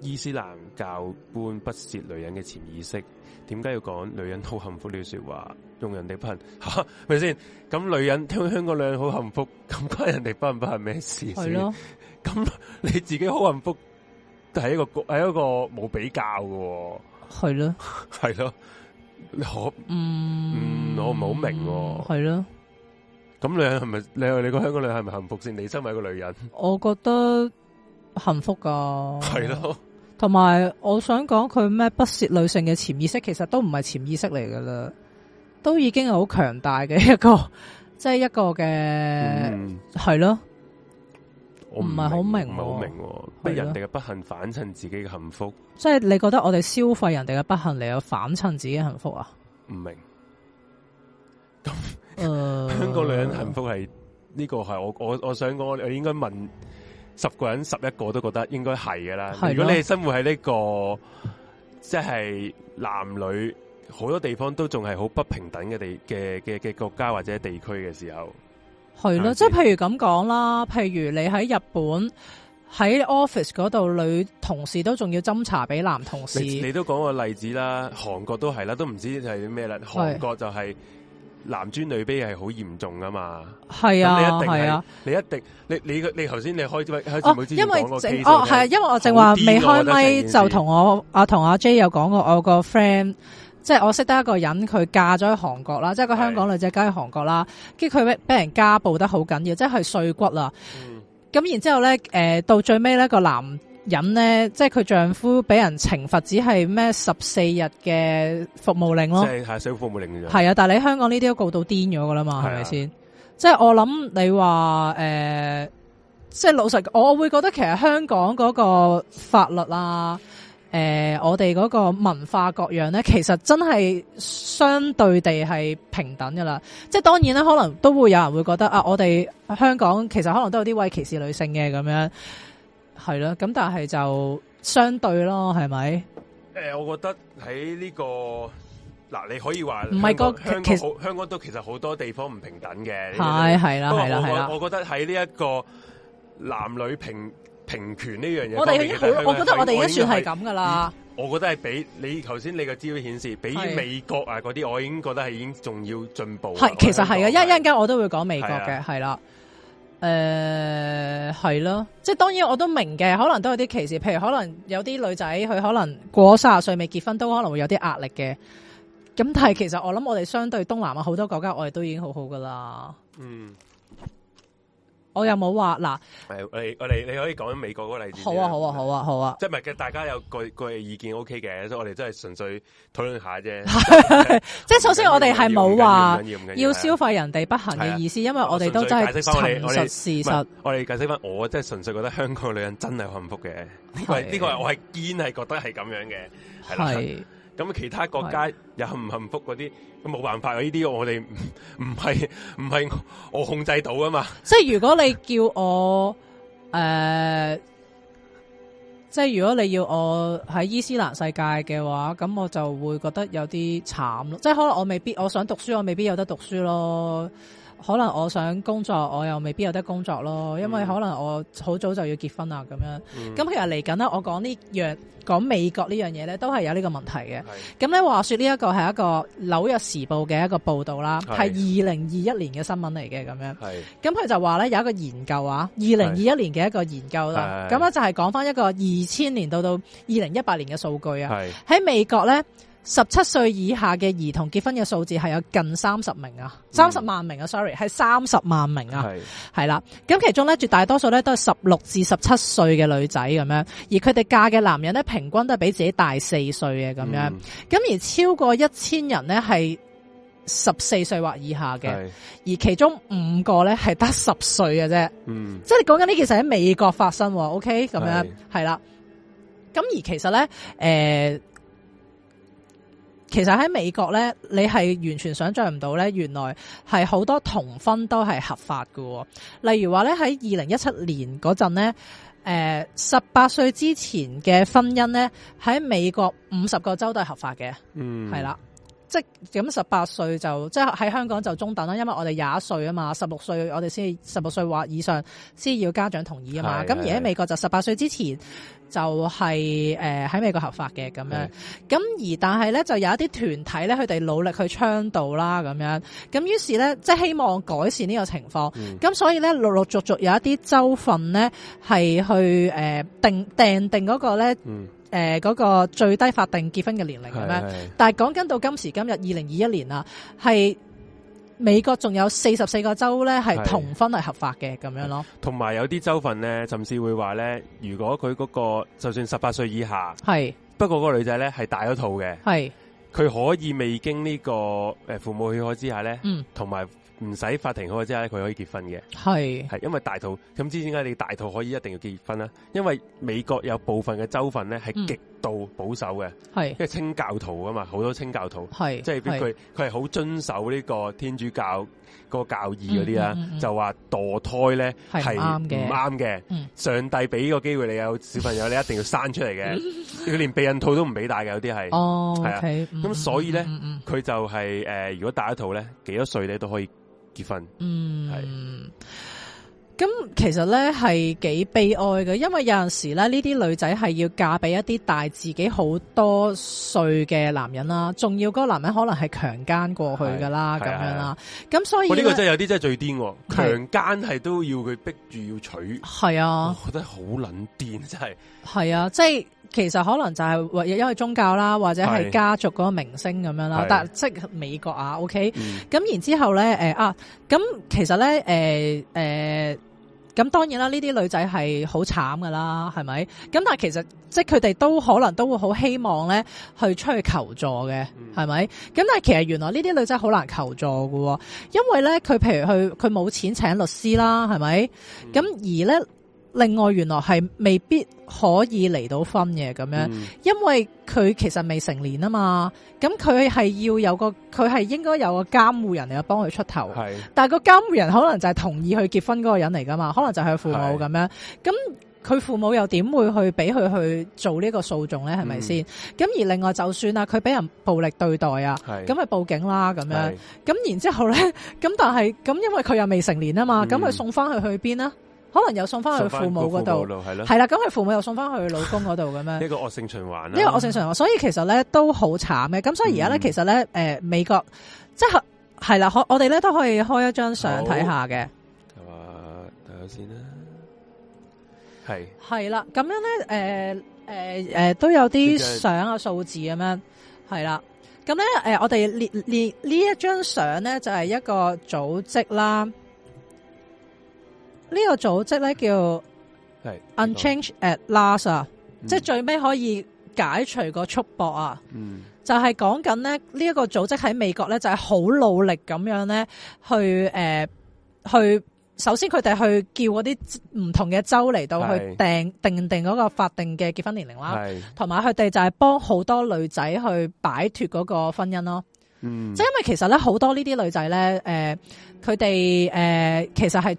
B: 伊斯蘭教般不屑女人嘅潛意識，點解要講女人好幸福呢句説話？用人哋不幸嚇，咪先？咁女人聽香港女人好幸福，咁關人哋不幸不幸咩事
A: 係
B: 先？
A: 咯，
B: 咁你自己好幸福，係一個係一個冇比較嘅喎、
A: 係咯，
B: 係咯。可
A: 嗯
B: 嗯，我唔係好明喎
A: 係咯。
B: 咁女人係咪你你個香港女人係咪幸福先？你身為一個女人，
A: 我覺得幸福噶，
B: 係。咯，
A: 同埋我想講佢咩不屑女性嘅潛意識，其實都唔係潛意識嚟噶啦，都已經係好強大嘅一個， 即係一個嘅
B: 嗯，
A: 係咯，
B: 我
A: 唔係好明喎
B: 唔係好明喎，
A: 係咯
B: 逼人哋嘅不幸反襯自己嘅幸福，
A: 即係你覺得我哋消費人哋嘅不幸嚟，有反襯自己嘅幸福 啊？
B: 唔明
A: 誒，呃
B: 香港女人幸福係呢個係我我我想講，我應該問十個人十一個都覺得應該係噶啦
A: 係。咯
B: 如果你係生活喺呢、個即係男女好多地方都仲係好不平等嘅地嘅嘅嘅國家或者地區嘅時候，
A: 係咯，
B: 係
A: 即係譬如咁講啦，譬如你喺日本喺 office 嗰度，女同事都仲要斟茶俾男同事，
B: 你你都講個例子啦，韓國都係啦，都唔知係咩啦。韓國就係男尊女卑係好嚴重噶嘛。
A: 係
B: 咁你
A: 啊
B: 一定
A: 係
B: 係
A: 啊，
B: 你一定你你你頭先你開開
A: 哦
B: 節目，之
A: 因
B: 前
A: 為
B: 講個
A: 正
B: case
A: 哦
B: 我聽
A: 係啊，因為我正話
B: 好癲
A: 未
B: 啊我
A: 開
B: 覺得成
A: 咪
B: 件事
A: 就同我啊同阿 J 有講過，我個 friend 即係我識得一個人，佢嫁咗去韓國啦，即係個香港女仔嫁去韓國啦，跟住佢俾俾人家暴得好緊要，即係佢碎骨啦。
B: 嗯
A: 咁然之後咧，誒、到最尾咧個男人咧，即係佢丈夫俾人懲罰，只係咩十四日嘅服務令
B: 即
A: 咯。
B: 係係水服務令嘅啫。
A: 係啊，但係你香港呢啲都告到癲咗噶啦嘛，
B: 係啊
A: 係咪先？即係我諗你話誒、呃即係老實，我會覺得其實香港嗰個法律啊，誒、我哋嗰個文化各樣咧，其實真係相對地係平等噶啦。即係當然啦，可能都會有人會覺得啊，我哋香港其實可能都有啲位歧視女性嘅咁樣，係咯。咁但係就相對咯，係咪？
B: 誒、呃我覺得喺呢、個嗱，你可以話
A: 唔係個
B: 香港
A: 其
B: 香
A: 其
B: 港好，香港都其實好多地方唔平等嘅。
A: 係係啦
B: 不過
A: 係啦
B: 我
A: 係啦
B: 我。我覺得喺呢一個男女平平權呢樣嘢
A: 我
B: 方
A: 哋
B: 面，
A: 已經
B: 其
A: 好
B: 實香，港
A: 我覺得我哋已經
B: 應該
A: 算係咁噶啦。
B: 我覺得係比你頭先你嘅資料顯示，比
A: 係
B: 美國啊嗰啲，我已經覺得係已經仲要進步啊。
A: 係，其實係嘅，一一陣
B: 間
A: 間我都會講美國
B: 係
A: 嘅，
B: 啊
A: 係啦。誒係咯，即係當然我都明嘅，可能都有啲歧視，譬如可能有啲女仔佢可能過咗卅歲未結婚，都可能會有啲壓力嘅。咁但係其實我諗我哋相對東南亞好多國家，我哋都已經好好噶啦。
B: 嗯，
A: 我又冇話嗱，
B: 係我哋我哋你可以講美國嗰個例子
A: 好
B: 先啦。
A: 啊好啊好啊好啊，
B: 即係唔係嘅，大家有個個意見 O K 嘅，所以我哋真係純粹討論下啫。
A: 即
B: 啊
A: 係首先我哋係冇話要消
B: 費
A: 費人哋不行
B: 啊
A: 嘅意思，因為我哋都真係陳述事實。
B: 我哋解釋翻，我真係純粹覺得香港女人真係幸福嘅，呢個
A: 係
B: 係呢個係我係堅係覺得係咁樣嘅，係啦。
A: 係
B: 咁其他國家有唔幸福嗰啲，咁冇辦法啊！呢啲我哋唔唔 係唔係我控制到啊嘛。
A: 即系如果你叫我诶、呃即系如果你要我喺伊斯蘭世界嘅話，咁我就會覺得有啲慘咯。即系可能我未必我想讀書，我未必有得讀書咯。可能我想工作，我又未必有得工作咯，因為
B: 嗯
A: 可能我好早就要結婚啊啦咁樣。
B: 嗯
A: 咁、其實嚟緊咧，我講呢樣講美國呢樣嘢咧，都係有呢個問題嘅。
B: 係
A: 咁咧話說呢一個係一個紐約時報嘅一個報導啦，係
B: 係
A: 二零二一年嘅新聞嚟嘅咁樣。
B: 係
A: 咁佢就話咧有一個研究啊，二零二一年嘅一個研究啦，
B: 係
A: 咁啊咧就係講翻一個二千年到到二零一八年嘅數據啊。
B: 係
A: 喺美國咧，十七歲以下嘅兒童結婚嘅數字係有近三十名啊，三十萬名啊，sorry，係三十萬名啊，
B: 嗯係
A: 係啦。咁其中咧絕大多數咧都係十六至十七歲嘅女仔咁樣，而佢哋嫁嘅男人咧平均都係比自己大四歲嘅咁樣。
B: 嗯
A: 咁而超過一千人咧係十四歲或以下嘅。
B: 係
A: 而其中五個咧係得十歲嘅啫，
B: 嗯
A: 即係講緊呢件事喺美國發生喎，OK 咁樣
B: 係
A: 係啦。咁而其實咧，誒、其實喺美國咧，你係完全想象唔到咧，原來係好多同婚都係合法嘅喎。例如話咧，喺二零一七年嗰陣咧，誒十八歲之前嘅婚姻咧，喺美國五十個州都係合法嘅。
B: 嗯
A: 係啦。即係咁十八歲就即係喺香港就中等啦，因為我哋廿一歲啊嘛，十六歲我哋先十六歲或以上先要家長同意啊嘛。
B: 係
A: 咁而喺
B: 係
A: 美國就十八歲之前就係誒喺美國合法嘅咁樣。咁而但係咧就有一啲團體咧，佢哋努力去倡導啦咁樣。咁於是咧即係希望改善呢個情況。
B: 嗯
A: 咁所以咧，陸陸續續有一啲州份咧係去誒、呃定訂定嗰個咧
B: 嗯
A: 誒嗰個最低法定結婚嘅年齡咁樣
B: 係。係
A: 但係講緊到今時今日二零二一年啦，係美國仲有四十四個州咧係
B: 係
A: 同婚係合法嘅咁樣咯，
B: 同埋有啲州份咧，甚至會話咧，如果佢嗰、個就算十八歲以下，
A: 係
B: 不過嗰個女仔咧係大咗肚嘅，
A: 係
B: 佢可以未經呢、個呃父母許可之下咧，
A: 嗯
B: 同埋唔使法庭許可之下咧，佢可以結婚嘅，
A: 係
B: 係因為大肚。咁知點解你大肚可以一定要結婚啦？因為美國有部分嘅州份咧
A: 嗯
B: 係極度保守嘅，
A: 係
B: 因為清教徒啊嘛，好多清教徒，
A: 係
B: 即係
A: 嗯係
B: 佢佢係好遵守呢個天主教嗰個教義嗰啲啦，
A: 嗯嗯嗯嗯
B: 就話墮胎咧
A: 係唔啱嘅
B: 唔啱嘅，
A: 嗯
B: 上帝俾個機會你有小朋友，你一定要生出嚟嘅， 佢連避孕套都唔俾戴嘅，有啲係。
A: 哦
B: 係啊
A: ，OK，嗯
B: 咁所以呢
A: 嗯嗯
B: 佢就係、呃如果戴一套咧，幾多歲你都可以結婚。
A: 嗯，咁其實咧係幾悲哀嘅，因為有陣時咧呢啲女仔係要嫁俾一啲大自己好多歲嘅男人啦，仲要嗰個男人可能係強姦過去噶啦，
B: 係
A: 咁
B: 係
A: 樣啦，咁所以
B: 我呢、個
A: 咧
B: 真係有啲真係最癲喎，
A: 哎係
B: 強奸係都要佢逼住要娶，
A: 係啊
B: 我。覺得好撚癲真係。
A: 係啊，即係其實可能就係為因為宗教啦，或者係
B: 係
A: 家族嗰個明星咁樣啦
B: 係。
A: 但即係美國啊，OK。
B: 嗯
A: 咁然之後咧，誒、啊，咁其實咧，誒、誒。咁當然啦，呢啲女仔係好慘噶啦，係咪？咁但係其實即係佢哋都可能都會好希望咧，去出去求助嘅，
B: 嗯
A: 係咪？咁但係其實原來呢啲女仔好難求助嘅喎，因為咧佢譬如佢佢冇錢請律師啦，係咪？
B: 嗯
A: 咁、而咧另外原來係未必可以離到婚嘅咁樣。
B: 嗯
A: 因為佢其實未成年啊嘛，咁佢係要有個佢係應該有個監護人嚟幫佢出頭，
B: 係
A: 但係個監護人可能就係同意去結婚嗰個人嚟噶嘛，可能就係佢父母
B: 係
A: 咁樣，咁佢父母又點會去俾佢去做呢個訴訟咧？係咪先？咁、而另外就算啊，佢俾人暴力對待啊，
B: 係
A: 咁咪報警啦咁樣。
B: 係
A: 咁然之後咧， 咁但係咁因為佢又未成年啊嘛，
B: 嗯
A: 咁佢、送翻去去邊呢？可能又送翻去
B: 送返
A: 父母嗰
B: 父母
A: 度，
B: 係咯，
A: 係啦，咁佢父母又送翻去老公嗰度咁樣。
B: 呢個惡性循環啦。啊
A: 呢個惡性循環，所以其實咧都好慘嘅。咁所以而家咧，
B: 嗯
A: 其實咧，誒、美國即係係啦，可我哋咧都可以開一張相睇下嘅。
B: 係嘛睇下先啦。係
A: 係啦，咁樣咧，誒誒誒呃都有啲
B: 呢張
A: 相啊數字咁樣，係啦。咁咧，誒、我哋列列呢一張相咧，就係、一個組織啦。呢、個組織咧叫
B: 係
A: Unchanged at Last 啊，
B: 嗯
A: 即係最尾可以解除個束縛啊。
B: 嗯
A: 就係講緊咧呢一個組織喺美國咧，就係好努力咁樣咧去誒、呃去。首先佢哋去叫嗰啲唔同嘅州嚟到去
B: 係
A: 訂定定嗰個法定嘅結婚年齡啦，
B: 係
A: 同埋佢哋就係幫好多女仔去擺脱嗰個婚姻咯。
B: 嗯
A: 即係因為其實咧好多呢啲女仔咧，誒佢哋誒其實係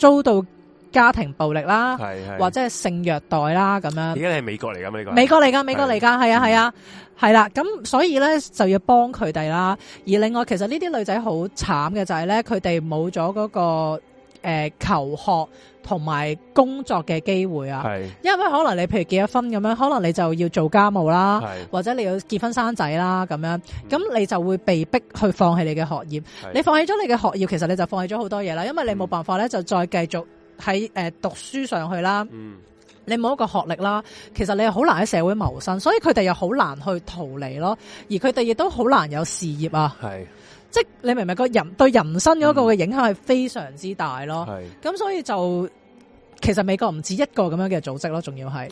A: 遭到家庭暴力啦，
B: 係係
A: 或者係性虐待啦咁樣
B: 而。家你係美國嚟㗎嘛？呢個係
A: 美國嚟噶，美國嚟噶，
B: 嗯
A: 係啊，係啊，係啦。咁所以咧就要幫佢哋啦。而另外，其實呢啲女仔好慘嘅就係咧，佢哋冇咗嗰個呃求學同埋工作嘅機會啊。
B: 係
A: 因為可能你譬如結咗婚咁樣，可能你就要做家務啦，
B: 係嗯
A: 或者你要結婚生仔啦咁樣，啊咁你就會被逼去放棄你嘅學業。你放棄咗你嘅學業，其實你就放棄咗好多嘢啦，因為你冇
B: 嗯
A: 辦法咧就再繼續喺誒、呃、讀書上去啦。
B: 嗯
A: 你冇一個學歷啦，其實你好難喺社會謀生，所以佢哋又好難去逃離咯，而佢哋亦都好難有事業啊，
B: 係
A: 即係你明唔明個人對人生嗰個嘅影響係非常之大咯，
B: 係。
A: 咁所以就其實美國唔止一個咁樣嘅組織咯，仲要係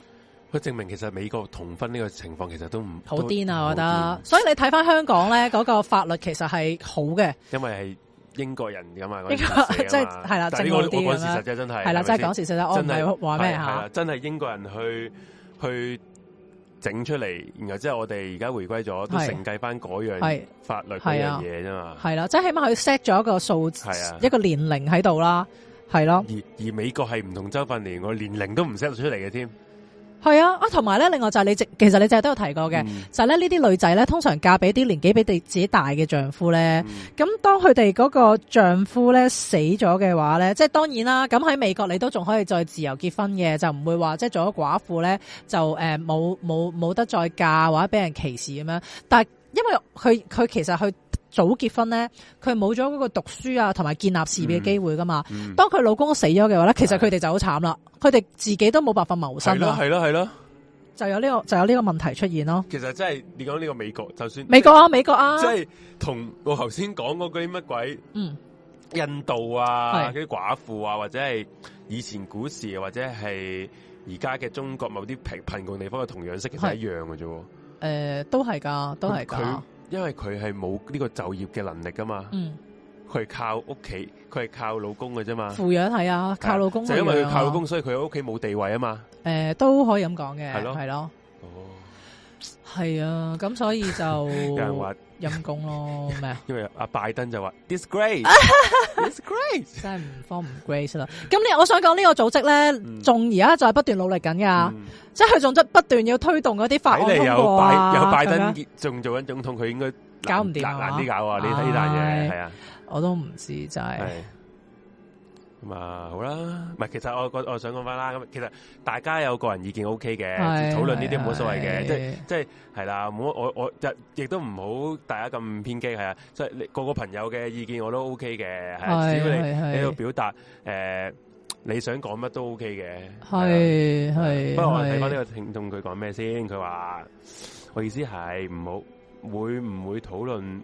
B: 佢證明其實美國同婚呢個情況其實都唔
A: 好
B: 都
A: 癲啊！
B: 好
A: 我覺得
B: 癲，
A: 所以你睇翻香港咧嗰個法律其實係好嘅，
B: 因為係英國人㗎嘛，
A: 英國
B: 嗰陣時寫㗎嘛
A: 即係係啦
B: 但係呢個我
A: 正路啲
B: 講
A: 咁
B: 事
A: 樣
B: 實啫，真係
A: 係啦，真係講
B: 講
A: 事實啦，我唔係話咩嚇，
B: 真係英國人去去整出嚟，然後之後我哋而家回歸咗，都
A: 係
B: 承繼翻嗰樣
A: 係
B: 法律嗰
A: 係啊
B: 樣嘢啫嘛。
A: 係啦，即係起碼佢 set 咗一個數字
B: 係啊
A: 一個年齡喺度啦，係咯。
B: 而而美國係唔同州份連我年齡都唔 set 出嚟嘅添。
A: 係啊，啊同埋咧，另外就係你直，其實你淨係都有提過嘅，
B: 嗯
A: 就係咧呢啲女仔咧，通常嫁俾啲年紀比自己大嘅丈夫咧。
B: 嗯
A: 咁當佢哋嗰個丈夫咧死咗嘅話咧，即係當然啦。咁喺美國你都仲可以再自由結婚嘅，就唔會話即係做咗寡婦咧就誒冇冇冇得再嫁或者俾人歧視咁樣。但係因為佢佢其實佢早結婚咧，佢冇咗嗰個讀書啊同埋建立事業嘅機會噶嘛。
B: 嗯
A: 當佢老公死咗嘅話咧，其實佢哋就好慘啦，佢哋自己都冇辦法謀
B: 係
A: 生
B: 咯
A: 啦。
B: 係咯係咯，
A: 就有呢、個就有呢個問題出現咯。
B: 其實真係你講呢個美國，就算
A: 美國啊，美國啊
B: 即，係同我頭先講嗰啲乜鬼。
A: 嗯，
B: 印度啊，
A: 係
B: 嗰啲寡婦啊，或者係以前古時，啊或者係而家嘅中國某啲貧貧窮地方嘅同樣式，其實係一樣嘅啫喎。
A: 誒、呃都係㗎，都係
B: 佢
A: 㗎，
B: 因為佢係冇呢個就業嘅能力噶嘛，
A: 嗯，
B: 佢係靠屋企，佢係靠老公嘅啫嘛。
A: 扶養係啊，靠老公
B: 就因為
A: 為
B: 佢靠老公，所以佢喺屋企冇地位啊嘛。
A: 誒、都可以咁講嘅，
B: 係咯
A: 係咯。
B: 哦，
A: 係啊，咁所以就
B: 有人話，
A: 陰公咯，咩 啊？
B: 因為阿拜登就話 disgrace，disgrace，
A: 真係唔方唔 grace 啦。咁你我想講呢個組織咧，
B: 嗯
A: 仲而家就係不斷努力緊㗎，
B: 嗯
A: 即係佢仲不斷要推動嗰啲法案
B: 睇嚟
A: 通
B: 有
A: 過
B: 拜
A: 啊
B: 有拜
A: 咁樣
B: 登仲做緊總統，佢應該難
A: 搞唔掂啊
B: 難難啲搞啊！呢呢單
A: 唉
B: 嘢係啊，
A: 我都唔知，真係
B: 係咁啊，好啦，唔係其實我我我想講翻啦，咁其實大家有個人意見 O K 嘅，
A: 係
B: 討論呢啲冇所謂
A: 係
B: 嘅，即係即係係啦，唔好我我亦亦都唔好大家咁偏激係啊，即係你個個朋友嘅意見我都 O K 嘅，係啊
A: 係
B: 只要你
A: 係係
B: 你喺度表達誒你想講乜都 O K 嘅，啊
A: 係係。
B: 不過我睇
A: 係
B: 翻呢個聽眾佢講咩先，佢話我意思係唔好會唔會討論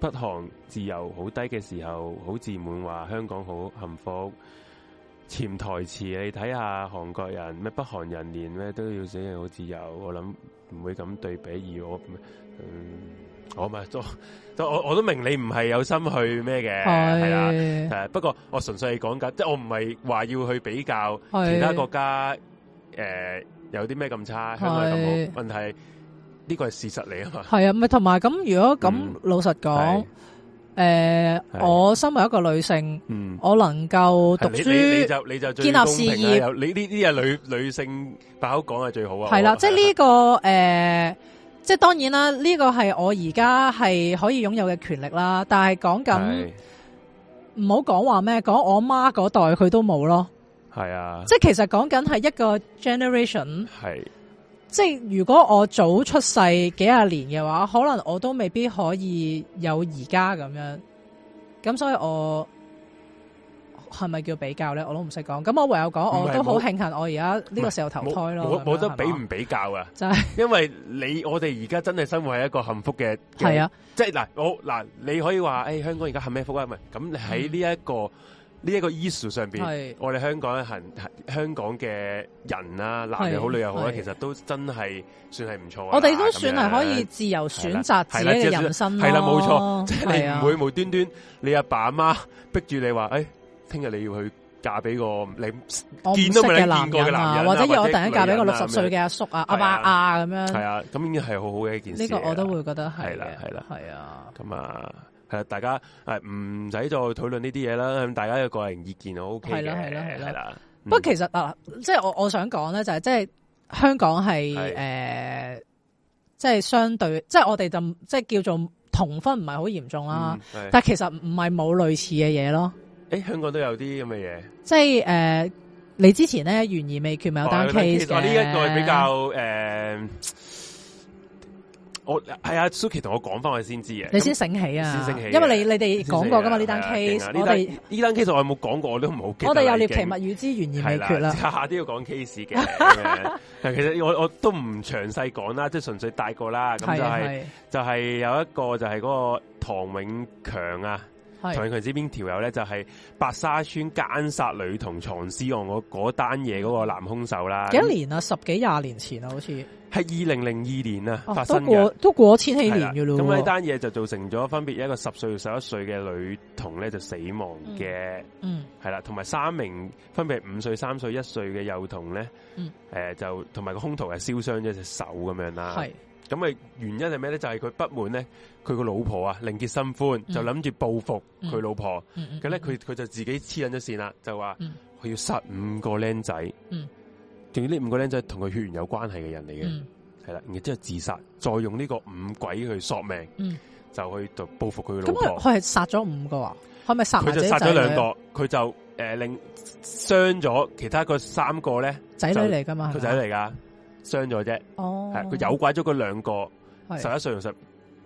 B: 北韓自由好低嘅時候，好自滿話香港好幸福。潛台詞啊你睇下韓國人咩北韓人連咩都要死人好自由，我諗唔會咁對比，而我嗯我咪都都我我都明你唔係有心去咩嘅，係啦。
A: 係
B: 誒，不過我純粹係講緊，即係我唔係話要去比較
A: 係
B: 其他國家誒、呃有啲咩咁差，香港係咁好。問題係呢個係事實嚟啊嘛。
A: 係啊，咪同埋咁，如果咁
B: 嗯
A: 老實講
B: 係，
A: 誒，
B: 係
A: 我身為一個女性，
B: 嗯，
A: 我能夠讀
B: 係你你你
A: 書
B: 就你就
A: 建
B: 最
A: 立
B: 公
A: 事
B: 平
A: 業
B: 啦。有你呢啲嘢女女性把口講係最好啊。
A: 係啦，
B: 我
A: 即係呢個誒，即係當然啦，呢個係我而家係可以擁有嘅權力啦。但係講緊
B: 係
A: 唔好講話咩，講我媽嗰代佢都冇咯。
B: 係啊，
A: 即係其實講緊係一個 generation。
B: 係
A: 即係如果我早出世幾廿年嘅話，可能我都未必可以有而家咁樣。咁所以我係咪叫比較咧？我都唔識講。咁我唯有講，
B: 唔係
A: 我都好
B: 冇
A: 慶幸我而家呢個時候投胎咯。
B: 冇冇得
A: 咁樣
B: 比
A: 係嘛
B: 唔比較啊？
A: 真係
B: 因為你我哋而家真係生活喺一個幸福嘅嘅
A: 係啊，
B: 即係嗱，我嗱，你可以話，誒、香港而家幸咩福啊？唔係，咁你喺呢一個呢一、個 issue 上
A: 嗯係
B: 邊，我哋香港人行香港嘅人啦、男又好，
A: 係
B: 女又好啦，
A: 係
B: 其實都真係算係唔錯啊。
A: 我哋都
B: 咁
A: 算
B: 樣
A: 係可以自由選擇自己
B: 係啦
A: 嘅
B: 係啦
A: 人生咯。
B: 係啦，冇錯，即係
A: 係
B: 你
A: 啊
B: 唔會無端端你阿爸阿媽逼住你話，誒、聽日你要去嫁俾個你
A: 我唔
B: 見
A: 識
B: 都未
A: 嘅
B: 見
A: 男
B: 過嘅
A: 人
B: 男
A: 啊，
B: 人啊
A: 或者要我
B: 或
A: 突
B: 者
A: 然間嫁俾一個
B: 女
A: 六
B: 人啊
A: 十歲嘅阿叔啊、阿伯
B: 係啊
A: 啊咁樣。
B: 係啊，咁已經係好好嘅一件事
A: 呢
B: 嚟
A: 個
B: 啦。
A: 我都會覺得係
B: 係啦
A: 嘅
B: 係啦
A: 係啊，
B: 咁啊，系啦，大家诶唔使再討論呢啲嘢啦，咁大家有個人意見我 OK 嘅，
A: 係啦係啦係啦
B: 係啦。嗯
A: 不過其實啊，即係我我想講咧，就係即係香港係
B: 係
A: 誒，即係相對，即係我哋就即係叫做同婚唔係好嚴重啦，
B: 嗯，
A: 但係其實唔係冇類似嘅嘢咯，
B: 诶，香港都有啲咁嘅嘢，
A: 即係誒、呃你之前咧懸而未決咪有單
B: 哦
A: case 嘅
B: 我呢一個比較诶，我係啊，Suki 同我講翻我先知嘅，
A: 你先醒起啊，
B: 先醒起
A: 因為你你
B: 咁
A: 哋
B: 先
A: 講過噶嘛
B: 係啊
A: 呢單
B: 係啊勁
A: case，
B: 啊呢
A: 我
B: 單
A: 哋
B: 呢單 case 我有冇講過我都唔好記得啦。
A: 我哋有獵
B: 已
A: 奇
B: 經
A: 物語之懸而
B: 係
A: 未決啦，
B: 下下都要講 case 嘅。咁樣 但其實我我都唔詳細講啦，即係純粹帶過啦。咁
A: 係
B: 就
A: 啊
B: 係
A: 係
B: 就係有一個就係嗰個唐永強啊，唐
A: 係
B: 永強知邊條友咧？就係白沙村奸殺女童藏屍案嗰嗰單嘢嗰個男兇手啦。
A: 幾多年啊？十幾廿年前啊，好似。
B: 係二零零二年啊
A: 哦
B: 發
A: 都
B: 生嘅
A: 過。都過千禧
B: 係
A: 年
B: 啦
A: 嘅咯喎。
B: 咁呢單嘢就造成咗分別一個十歲、十一歲嘅女童咧就死亡嘅，
A: 嗯
B: 係啦，同埋三名分別五歲、三歲、一歲嘅幼童咧，誒、
A: 嗯
B: 就同埋個兇徒係燒傷咗隻手咁樣啦。
A: 係
B: 咁嘅原因係咩咧？就係、佢不滿咧，佢個老婆啊，另結新歡，
A: 嗯
B: 就諗住報復佢老婆。
A: 嗯嗯
B: 咁咧、佢佢就自己黐撚咗線啦，就話
A: 嗯
B: 佢要殺五個僆仔。
A: 嗯，
B: 仲要呢五個僆仔同佢血緣有關係嘅人嚟嘅，
A: 嗯
B: 係啦、然之後自殺，再用呢個五鬼去索命，
A: 嗯
B: 就去就報復
A: 咁
B: 佢
A: 佢
B: 老婆。
A: 佢係殺咗五個啊？係咪殺埋
B: 佢
A: 自
B: 就
A: 己
B: 殺咗
A: 仔
B: 兩
A: 女啊
B: 個，佢就誒、呃令傷咗其他嗰三個咧，
A: 仔女嚟㗎嘛？
B: 佢
A: 係咪
B: 仔嚟噶，傷咗啫。
A: 哦，
B: 係佢誘拐咗嗰兩個
A: 係
B: 十一歲同十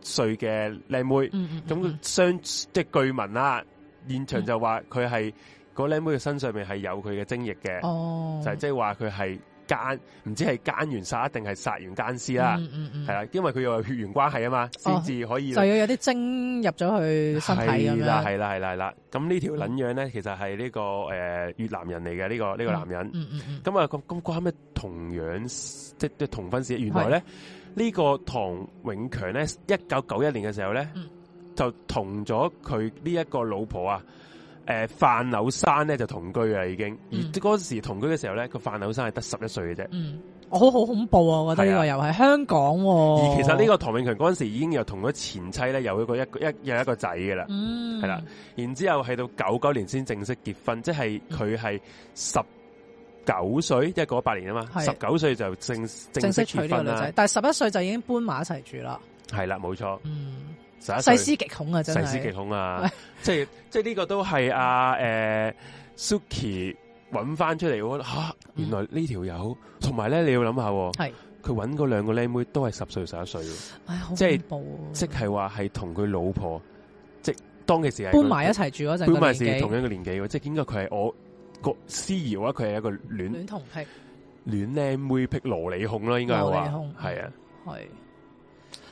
B: 歲嘅靚妹。
A: 嗯嗯
B: 咁
A: 嗯
B: 佢相即係據聞啦，現場就話佢係嗰靚妹嘅身上面係有佢嘅精液嘅，
A: 哦
B: 就係即係話佢係奸，唔知係奸完殺定係殺完奸屍啦，
A: 嗯嗯嗯
B: 啊係啦，因為佢又有血緣關係啊嘛，
A: 哦
B: 先至可以
A: 就要有啲精入咗去身體咁
B: 係啦，
A: 樣。
B: 係啦，係啦，係啦。咁呢條撚樣咧，其實係呢個誒越南人嚟嘅呢個呢個男人。
A: 嗯嗯嗯，
B: 咁啊，咁咁關咩同樣即係同婚事？原來咧，呢、個唐永強咧，一九九一年嘅時候咧，
A: 嗯
B: 就同咗佢呢一個老婆啊，誒、范柳山咧就同居啊已經。而
A: 嗯
B: 嗰時同居嘅時候咧，個范柳山係得十一歲嘅啫，
A: 嗯，我好好恐怖啊！我覺得呢個又係香港喎、
B: 而其實呢個唐永強嗰陣時已經又同咗前妻咧有一個一個一有一個仔嘅啦，
A: 嗯
B: 係啦然之後係到九九年先正式結婚，即係
A: 嗯
B: 佢係十九歲，一九八年啊嘛，
A: 係
B: 十九歲就正
A: 正
B: 正式
A: 式娶
B: 結
A: 呢個
B: 婚
A: 女
B: 啦
A: 仔，，但係十一歲就已經搬埋一齊住啦。
B: 係啦，冇錯，
A: 嗯，
B: 十一
A: 細
B: 歲
A: 思極恐啊，真
B: 細思極
A: 係。
B: 恐啊！即係即係呢個都係阿誒 Suki 揾翻出嚟，我覺得嚇原來呢條友，同埋咧你要諗下喎，
A: 係
B: 佢揾嗰兩個靚妹都係十歲十一歲喎。
A: 唉，好恐
B: 即係
A: 怖啊！
B: 即係話係同佢老婆，即當其時係佢
A: 搬埋一齊住嗰陣
B: 搬埋
A: 嘅
B: 一齊
A: 年
B: 同
A: 紀，
B: 一個年紀喎，即係應該佢係我個思怡嘅話，佢係一個戀
A: 戀童癖
B: 戀靚妹癖蘿莉控啦，應該係
A: 蘿莉
B: 話
A: 控
B: 係啊，
A: 係。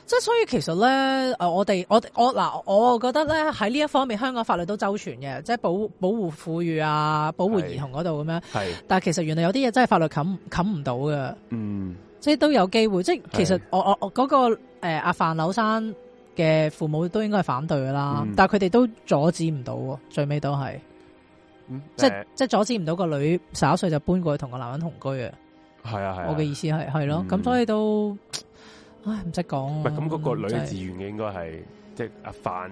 A: 即係所以其實咧，誒我哋我我嗱，我覺得咧喺呢一方面香港法律都周全嘅，即係保保護婦孺啊，保護兒童嗰度咁樣。
B: 係
A: 但係其實原來有啲嘢真係法律冚冚唔到嘅。
B: 嗯
A: 即係都有機會。即係其實
B: 係
A: 我我我嗰、個誒阿、范柳山嘅父母都應該係反對噶啦，
B: 嗯
A: 但係佢哋都阻止唔到喎，最尾都係
B: 嗯
A: 即係
B: 誒
A: 即係阻止唔到個女十一歲就搬過去同個男人同居啊！
B: 係啊係啊，
A: 我嘅意思
B: 思
A: 係係咯，咁、
B: 嗯
A: 所以都唉唔識講。
B: 唔
A: 唔
B: 係咁嗰個女
A: 真係
B: 自願嘅應該係即係阿范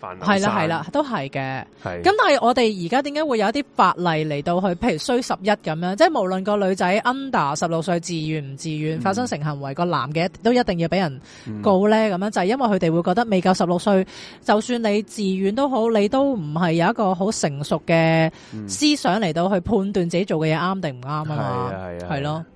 B: 范
A: 係啦係啦，都係嘅。
B: 係
A: 咁但係我哋而家點解會有一啲法例嚟到去，譬如衰十一咁樣，即係無論個女仔 under 十六歲自願唔自願
B: 嗯
A: 發生性行為，個男嘅都一定要俾人
B: 嗯
A: 告咧？咁樣就係、因為佢哋會覺得未夠十六歲，就算你自願都好，你都唔係有一個好成熟嘅
B: 嗯
A: 思想嚟到去判斷自己做嘅嘢啱定唔啱啊
B: 係
A: 嘛
B: 啊。係啊
A: 係咯，
B: 係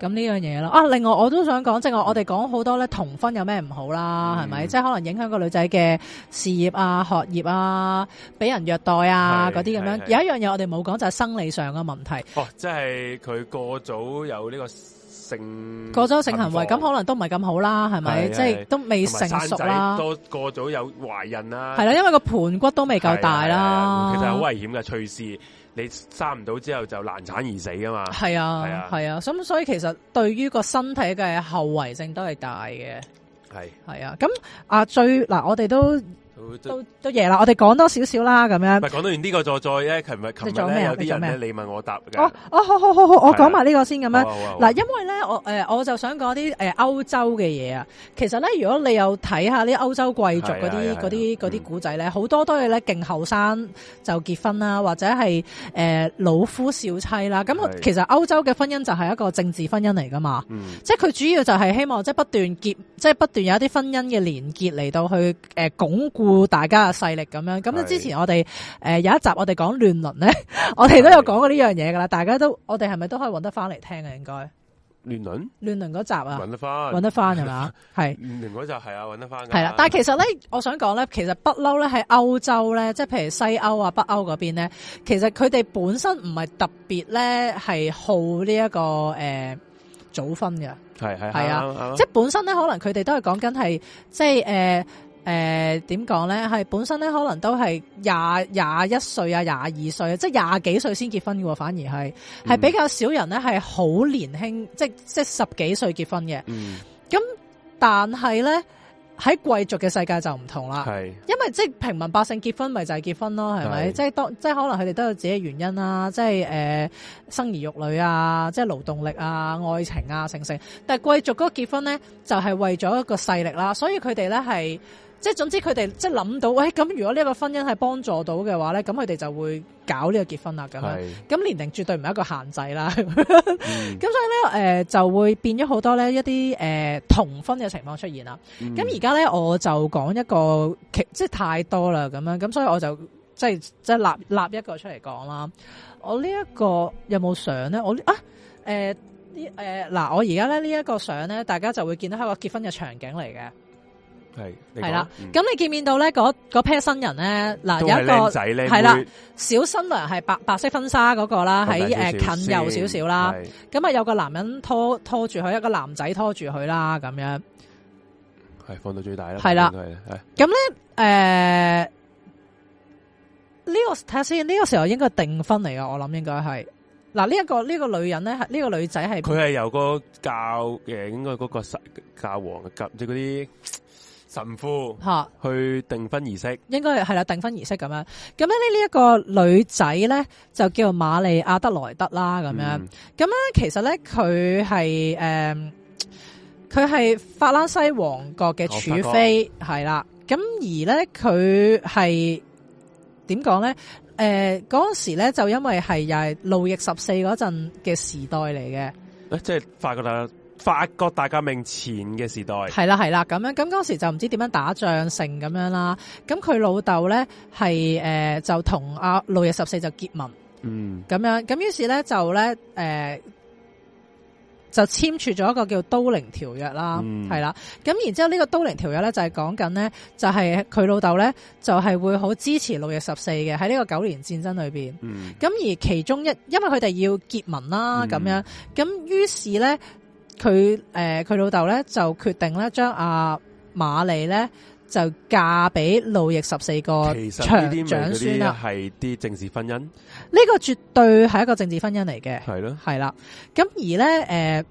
A: 咁呢樣嘢啦，啊，另外我都想講，即係我我哋講好多咧同婚有咩唔好啦，係咪、
B: 嗯
A: 即係可能影響個女仔嘅事業啊、學業啊、俾人虐待啊
B: 係
A: 嗰啲咁樣。
B: 係係
A: 有一樣嘢我哋冇講就係生理上嘅問題，
B: 哦，即係佢過早有呢個性
A: 過咗嗯性行為咁
B: 能
A: 可能都唔係咁好啦，係咪？
B: 係
A: 即係
B: 係
A: 都未
B: 同
A: 成
B: 埋生
A: 熟
B: 仔
A: 啦，
B: 多過早有懷孕啦，
A: 係啦，因為個盆骨都未夠大啦，
B: 係啊係啊其實好危險嘅，隨時你生唔到之後就難產而死噶嘛。
A: 係
B: 係
A: 啊
B: 啊，
A: 係啊，咁所以其實對於個身體嘅後遺症都係大嘅，
B: 係
A: 係啊。咁啊最嗱，我哋都
B: 都都
A: 都都夜啦，我哋講多少少啦，咁
B: 唔
A: 樣
B: 係。講到完呢個再再咧，琴日琴
A: 你做
B: 日
A: 咩
B: 咧
A: 啊
B: 有
A: 你
B: 啲
A: 做咩啊
B: 人咧你問我答嘅，
A: 哦哦，好好好好，
B: 啊
A: 我講埋呢個先咁
B: 咁
A: 樣。嗱，
B: 嗱
A: 因為咧，我誒、呃我就想講啲誒歐洲嘅嘢啊。其實咧，如果你有睇下啲歐洲貴族嗰啲
B: 係係係
A: 嗰啲
B: 嗯
A: 嗰啲古仔咧，好多都係咧勁後生就結婚啦，或者係誒、呃老夫少妻啦。咁
B: 係
A: 其實歐洲嘅婚姻就係一個政治婚姻嚟噶嘛。
B: 嗯
A: 即係佢主要就係希望即係不斷結，即係不斷有一啲婚姻嘅連結嚟到去誒、呃、鞏固大家嘅勢力咁樣。咁
B: 係
A: 之前我哋誒、呃有一集我哋講亂倫咧， 我哋都有講過呢樣嘢噶啦。大家都我哋係咪都可以揾得翻嚟聽啊？應該。
B: 亂倫
A: 亂倫嗰集啊，
B: 揾得翻，
A: 揾得翻係嘛？係
B: 亂倫嗰就係啊，揾得翻㗎。
A: 係啦，但係其實咧，我想講咧，其實不嬲咧喺歐洲咧，即係譬如西歐啊、北歐嗰邊咧，其實佢哋本身唔係特別咧係好呢、一個誒、呃、早婚嘅，
B: 係係
A: 係啊
B: 啊
A: 即係本身咧可能佢哋都係講緊係即係誒。呃誒點講咧？係本身咧，可能都係廿廿一歲啊，廿二歲啊，即係廿幾歲先結婚嘅喎。反而係係比較少人咧，係好年輕，即即係十幾歲結婚嘅。
B: 嗯
A: 但係咧喺貴族嘅世界就唔同啦，
B: 係
A: 因為即係平民百姓結婚咪就係結婚咯，係咪？
B: 係
A: 即係當即係可能佢哋都有自己嘅原因啦，即係誒、呃生兒育女啊，即係勞動力啊、愛情啊，成成。但係貴族嗰個結婚咧，就係、為咗一個勢力啦，所以佢哋咧係。即係總之佢哋即係諗到，喂、咁如果呢個婚姻係幫助到嘅話咧，咁佢哋就會搞呢個結婚啦咁樣。
B: 係
A: 咁年齡絕對唔係一個限制啦。
B: 嗯
A: 咁誒、呃就會變咗好多咧一啲誒、呃同婚嘅情況出現啦。
B: 嗯
A: 咁而家咧我就講一個其即係太多啦咁樣，咁所以我就即係即係立立一個出嚟講啦。我呢一個有冇相咧？我呢啊誒呢誒嗱，我而家咧呢一個相咧，大家就會見到係一個結婚嘅場景嚟嘅。
B: 係
A: 係啦，
B: 咁
A: 咁你見唔見到咧嗰嗰 pair 新人咧嗱
B: 嗯都
A: 有
B: 係
A: 一
B: 靚
A: 個
B: 仔靚
A: 係啦
B: 妹
A: 小新娘係白白色婚紗嗰個啦，喺誒
B: 大
A: 近右少少啦。
B: 先係
A: 咁啊有個男人拖拖住佢，一個男仔拖住佢啦，咁樣。
B: 係放到最大啦，
A: 係啦
B: 應該係係
A: 誒、呃呢、個睇下先，呢、個時候應該訂婚嚟噶，我諗應該係。嗱，呢一個呢、個女人咧，係呢、個女仔係
B: 佢係由個教嘅，應該嗰個教皇嘅教，即係嗰啲神父
A: 吓。
B: 去訂婚儀式，
A: 應該係係啦，訂婚儀式咁樣。咁咧呢一個女仔咧就叫瑪利亞德萊德啦，咁樣。
B: 嗯
A: 咁咧，其實咧佢係誒，佢係法蘭西王國嘅
B: 哦
A: 處
B: 法
A: 妃，係啦。咁而咧，佢係點講咧？誒嗰陣時咧，就因為係又係路易十四嗰陣嘅時代嚟嘅，
B: 誒即係法國大法國大革命前嘅時代，
A: 係啦係啦咁樣。咁嗰陣時就唔知點樣打仗成咁樣啦。咁佢老豆咧係誒就同阿路易十四就結盟。
B: 嗯，
A: 咁樣，咁於是咧就咧誒、呃就簽署咗一個叫都靈條約啦，
B: 嗯
A: 係啦、咁然之後呢個都靈條約咧就係講緊咧，就係佢老豆咧就係、會好支持路易十四嘅喺呢個九年戰爭裏邊。
B: 嗯，
A: 咁而其中一，因為佢哋要結盟啦，
B: 嗯
A: 咁、樣，咁於是咧佢誒佢老豆咧就決定咧將阿瑪麗咧就嫁俾路易十四個
B: 其實呢
A: 長
B: 啲咪
A: 長
B: 嗰
A: 孫啊
B: 啲
A: 啦。
B: 係啲政治婚姻，
A: 呢個絕對係一個政治婚姻嚟嘅。
B: 係咯，
A: 系啦，咁而咧，诶、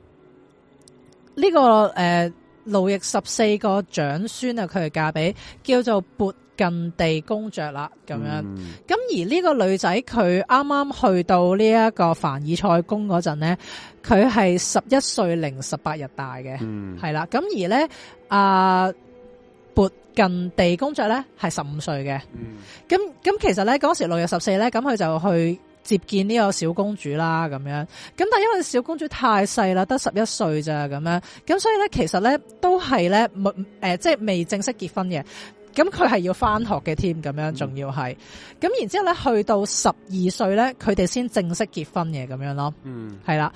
A: 呢、個个诶、路易十四個長孫啊，佢係嫁俾叫做勃近地公爵啦，咁樣。
B: 嗯
A: 咁、而呢個女仔佢啱啱去到呢一個凡爾賽宮嗰陣咧，佢係十一歲零十八日大嘅，
B: 嗯，
A: 係啦、咁而咧，阿、勃近地公爵咧係十五歲嘅。
B: 嗯，
A: 咁咁其實咧嗰時六月十四咧，咁佢就去接見呢個小公主啦，咁樣。咁但係因為小公主太細啦，得十一歲咋咁樣，咁所以咧其實咧都係咧冇誒，即係未正式結婚嘅。咁佢係要翻學嘅添，咁樣仲要係。咁然之後咧，去到十二歲咧，佢哋先正式結婚嘅咁樣咯。
B: 嗯，
A: 係啦。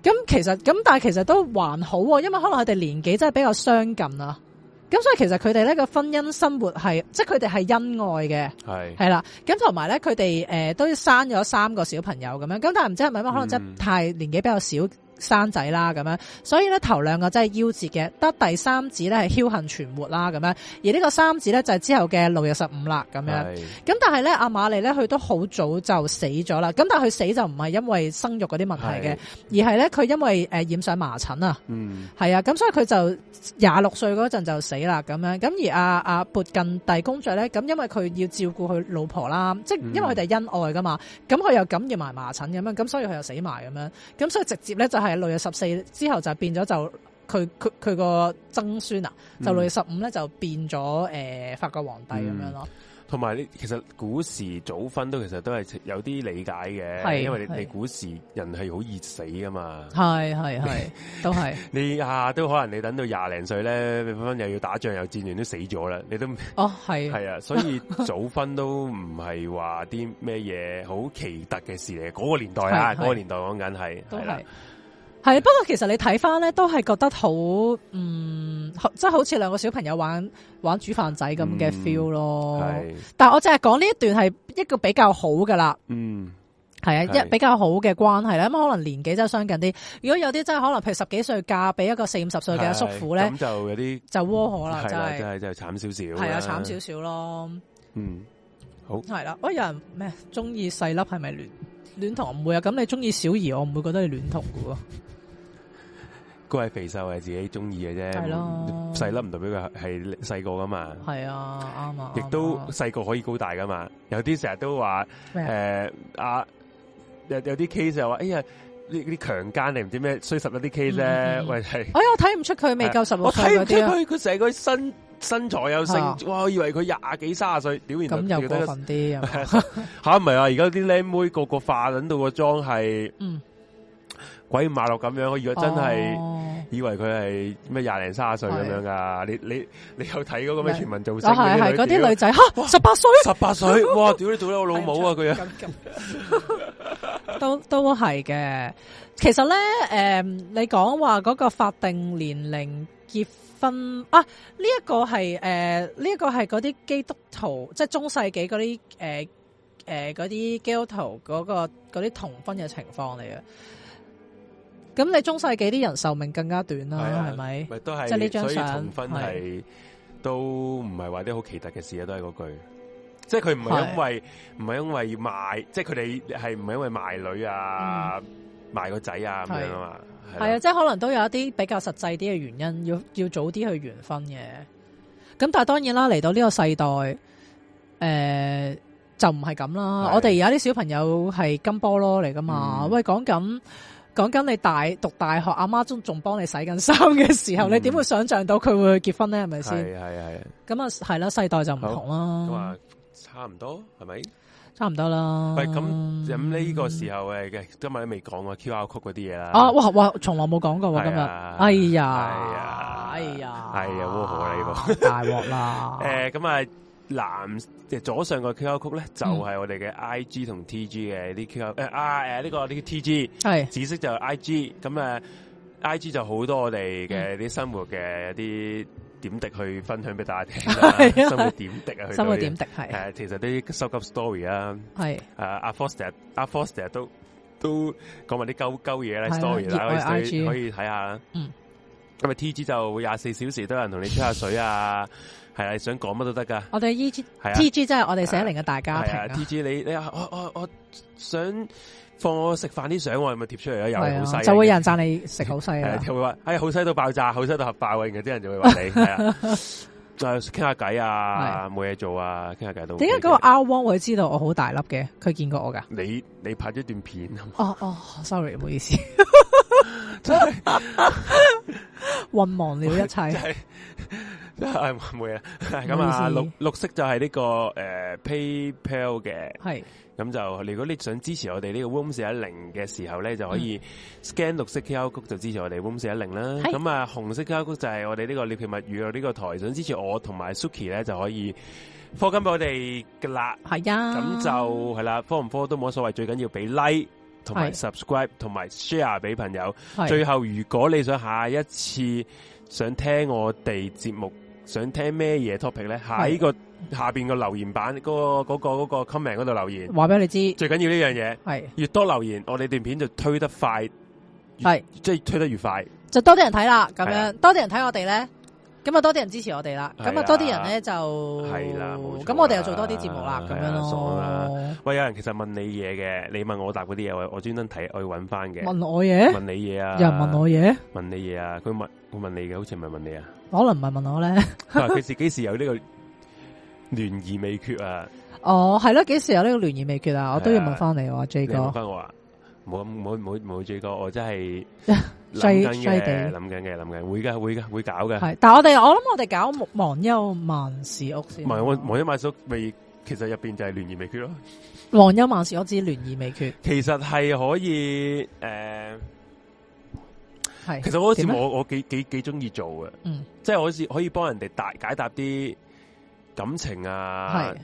A: 咁其實咁，但係其實都還好喎，因為可能佢哋年紀真係比較相近啊。咁所以其實佢哋呢個婚姻生活係，即係佢哋係恩愛嘅，
B: 係，
A: 係啦。咁同埋咧，佢哋誒都生咗三個小朋友咁樣。咁但係唔知係咪因為可能真
B: 嗯
A: 係太年紀比較少生仔啦咁樣，所以咧頭兩個真係夭折嘅，得第三子咧係僥倖存活啦咁樣。而呢個三子咧就係之後嘅六月十五啦咁樣。
B: 係，
A: 咁但係咧，阿瑪麗咧，佢都好早就死咗啦。咁但係佢死就唔係因為生育嗰啲問題嘅，
B: 係，
A: 而係咧佢因為誒、呃染上麻疹啊，
B: 嗯，
A: 係啊，咁所以佢就廿六歲嗰陣就死啦咁樣。咁而阿阿勃近第公爵咧，咁因為佢要照顧佢老婆啦，即係
B: 嗯
A: 因為佢哋恩愛噶嘛，咁佢又感染埋麻疹咁樣，咁所以佢又死埋咁樣。咁所以直接咧就係六月十四之後就變咗就。佢佢佢個曾孫啊，就六月十五咧就變咗誒、呃法國皇帝咁樣咯，
B: 同埋你其實古時早婚都其實都係有啲理解
A: 係
B: 嘅，因為你
A: 係
B: 你古時人係好易死噶嘛，
A: 係係係，都係。
B: 你下都可能你等到廿零歲咧，你分分又要打仗又戰亂都死咗啦，你都
A: 哦，係
B: 係啊，所以早婚都唔係話啲咩嘢好奇特嘅事嚟，嗰個年代啊，
A: 係係
B: 嗰個年代講緊係
A: 都
B: 係啦
A: 係，係不過其實你睇翻咧，都係覺得好嗯，好即係好似兩個小朋友玩玩煮飯仔咁嘅
B: 嗯
A: feel 咯。
B: 係
A: 但係我淨係講呢一段係一個比較好噶啦。
B: 嗯
A: 係啊，
B: 係
A: 一比較好嘅關係啦，咁可能年紀真係相近啲。如果有啲真係可能，譬如十幾歲嫁俾一個四五十歲嘅叔父咧
B: 係，咁就有啲
A: 就窩火啦，
B: 係
A: 真
B: 啦，
A: 係
B: 真係真係慘少少，
A: 係啊，慘少，少咯，
B: 嗯，
A: 係啦。哦喂，有人咩中意細粒係咪戀戀童？唔會啊，咁你中意小兒，我唔會覺得你戀童嘅喎。
B: 嗰係肥瘦係自己中意嘅啫，
A: 係咯
B: 細粒唔代表佢係細個噶嘛。
A: 係啊，啱啊，
B: 亦都
A: 啱啊
B: 細個可以高大噶嘛，有啲成日都話
A: 咩啊
B: 誒啊，有有啲 case 就話，哎呀，呢呢啲強姦你唔知咩衰十一啲 case
A: 嗯嗯
B: 咧，
A: 嗯
B: 喂係。
A: 哎呀，我睇唔出佢未夠十六
B: 我
A: 歲
B: 睇
A: 嗰
B: 唔出
A: 啲啊，
B: 佢佢成個身身材又
A: 啊
B: 盛，哇！我以為佢廿幾卅歲，屌原來
A: 咁又
B: 跳得
A: 過分啲啊嘛，
B: 吓唔係啊！而家啲靚妹個個化撚到個妝係
A: 嗯，
B: 鬼五馬六咁樣，我以為 真係
A: 哦
B: 以為佢係咩廿零卅歲咁樣噶。你你你有睇嗰個咩
A: 咩
B: 全民造星
A: 啊係係嗰啲女仔吓
B: 哇
A: 十八歲
B: 十八 歲，哇！屌你做咗我老母啊！佢啊，
A: 哎咁 咁都都係嘅。其實咧，誒你講話嗰個法定年齡結婚啊，呢一個係誒呢一個係嗰啲基督徒，即係中世紀嗰啲誒誒嗰啲基督徒嗰個嗰啲同婚嘅情況嚟嘅。咁你中世紀啲人壽命更加短
B: 係
A: 啦
B: 啊，
A: 係咪？
B: 咪都係
A: 即係呢張
B: 所以
A: 相
B: 重婚
A: 係
B: 係都唔係話啲好奇特嘅事啊，都係嗰句。即係佢唔係因為唔係因為賣，即係佢哋係唔係因為賣女啊、賣個仔啊咁樣啊嘛，係
A: 嗯係啊，
B: 啦
A: 即係可能都有一啲比較實際啲嘅原因，要要早啲去完婚嘅。咁但係當然啦，嚟到呢個世代，誒、就唔係咁啦。
B: 係
A: 我哋而家啲小朋友係金波咯嚟噶嘛？
B: 嗯
A: 喂，講緊講緊你大讀大學，阿媽仲仲幫你洗緊衫嘅時候，
B: 嗯
A: 你點會想像到佢會結婚咧？係咪
B: 係
A: 先？
B: 係係，
A: 咁啊，係啦，世代就唔同
B: 咁
A: 啦，
B: 啊差唔多係咪？
A: 差唔多啦。
B: 喂，咁咁呢個時候誒嘅，今日都未講啊 QR code 嗰啲嘢啦。
A: 啊，哇哇，從來冇講過喎，今日
B: 係，啊
A: 哎
B: 係
A: 呀
B: 啊，
A: 哎呀，
B: 係啊窩火啦呢
A: 大鑊啦，
B: 誒咁啊，藍誒左上個 QR code 咧，
A: 嗯
B: 就係我哋嘅 I G 同 T G 嘅啲 QR 誒啊誒呢個呢個 T G，
A: 係
B: 紫色就 I G，咁啊 I G 就好多我哋嘅
A: 嗯
B: 啲生活嘅一啲點滴去分享俾大家聽 啦，
A: 係啊
B: 生活點滴啊，去到
A: 生活
B: 啲
A: 點滴係
B: 誒，其實啲收集 story 啊，
A: 係
B: 誒阿 Foster 阿 Foster 都都講埋啲鳩鳩嘢啦
A: 係啊
B: ，story
A: 熱愛
B: 啦，可以
A: IG
B: 可以睇下啦。
A: 嗯，
B: 咁啊 T G 就廿四小時都有人同你吹下水啊，係啊，想講乜都得噶。
A: 我哋 E G
B: 係啊
A: T G 真係我哋寫零嘅大家
B: 係
A: 庭
B: 啊
A: 啊
B: ，T，G 你你我我我想放我食飯啲相，我係咪貼出嚟啊？又係好
A: 係啊，
B: 細，
A: 就會有人讚你食好西
B: 係啊
A: 啦，
B: 就會話哎呀好西到爆炸，好西到核爆啊！然後啲人就會話你係啊，誒傾下偈啊，冇嘢做啊，傾下偈都 OK 嘅。
A: 點解嗰個 R Wong 會知道我好大粒嘅？佢見過我㗎。
B: 你你拍咗段片啊嘛？
A: 哦哦，sorry，唔好 意思， 混忘了 一切。
B: 唉冇嘢啦，咁
A: 唔好
B: 啊
A: 意思
B: 綠綠色就係呢、個诶、呃 PayPal 嘅，
A: 係
B: 咁就如果你想支持我哋呢個 Room 四一零嘅時候咧，就可以 scan 綠色 QR code 就支持我哋 Room 四一零啦。
A: 係
B: 咁啊紅色 QR code 就係我哋呢個獵奇物語呢個台想支持我同埋 Suki 咧就可以科金俾我哋噶啦。
A: 係啊，
B: 咁就係啦，科唔科都冇乜所謂，最緊要俾 like 同埋
A: 係
B: subscribe 同埋 share 俾朋友。
A: 係
B: 最後，如果你想下一次想聽我哋節目，想聽咩嘢 topic 咧，下呢、個下邊個留言版嗰、個嗰、個嗰、個 comment 嗰度留言，
A: 話俾你知，
B: 最緊要呢樣嘢，
A: 係
B: 越多留言，我哋段片就推得快，
A: 係
B: 即係推得越快。
A: 就多啲人睇啦。咁
B: 係啊
A: 樣多啲人睇我哋咧，咁啊多啲人支持我哋啦。
B: 係啊
A: 咁啊多啲人咧就
B: 係啦冇錯啦
A: 咁我哋又做多啲節目啦，咁
B: 係啊
A: 樣
B: 爽啦
A: 咯。
B: 喂，有人其實問你嘢嘅，你問我答嗰啲嘢，我我專登睇，我要揾翻嘅。
A: 問我嘢，
B: 問你嘢啊！
A: 有人問我嘢，
B: 問你嘢啊！佢問佢問你嘅，好似唔係問你啊！
A: 可能唔係問我 咧。
B: 佢話佢自己是有呢個聯誼未決啊！
A: 哦，係咯，幾時有呢個聯誼未決啊？我都要
B: 係啊
A: 問翻你喎，J
B: 你問
A: 哥。
B: 翻我啊，冇冇冇冇追過，我 真係
A: 衰
B: 諗緊
A: 衰
B: 嘅，
A: 地
B: 諗緊嘅，諗緊，會噶會噶會搞嘅。
A: 係，但係我哋我諗我哋搞忘憂萬事屋先。
B: 唔係我我一買叔未，其實入邊就係聯誼未決咯。
A: 忘憂萬事屋之聯誼未決
B: 其實係可以誒、呃
A: 係。
B: 其實我嗰時
A: 點咧啊
B: 我我幾幾幾中意做嘅，
A: 嗯
B: 即係我好似可以幫人哋大解答啲感情啊
A: 係、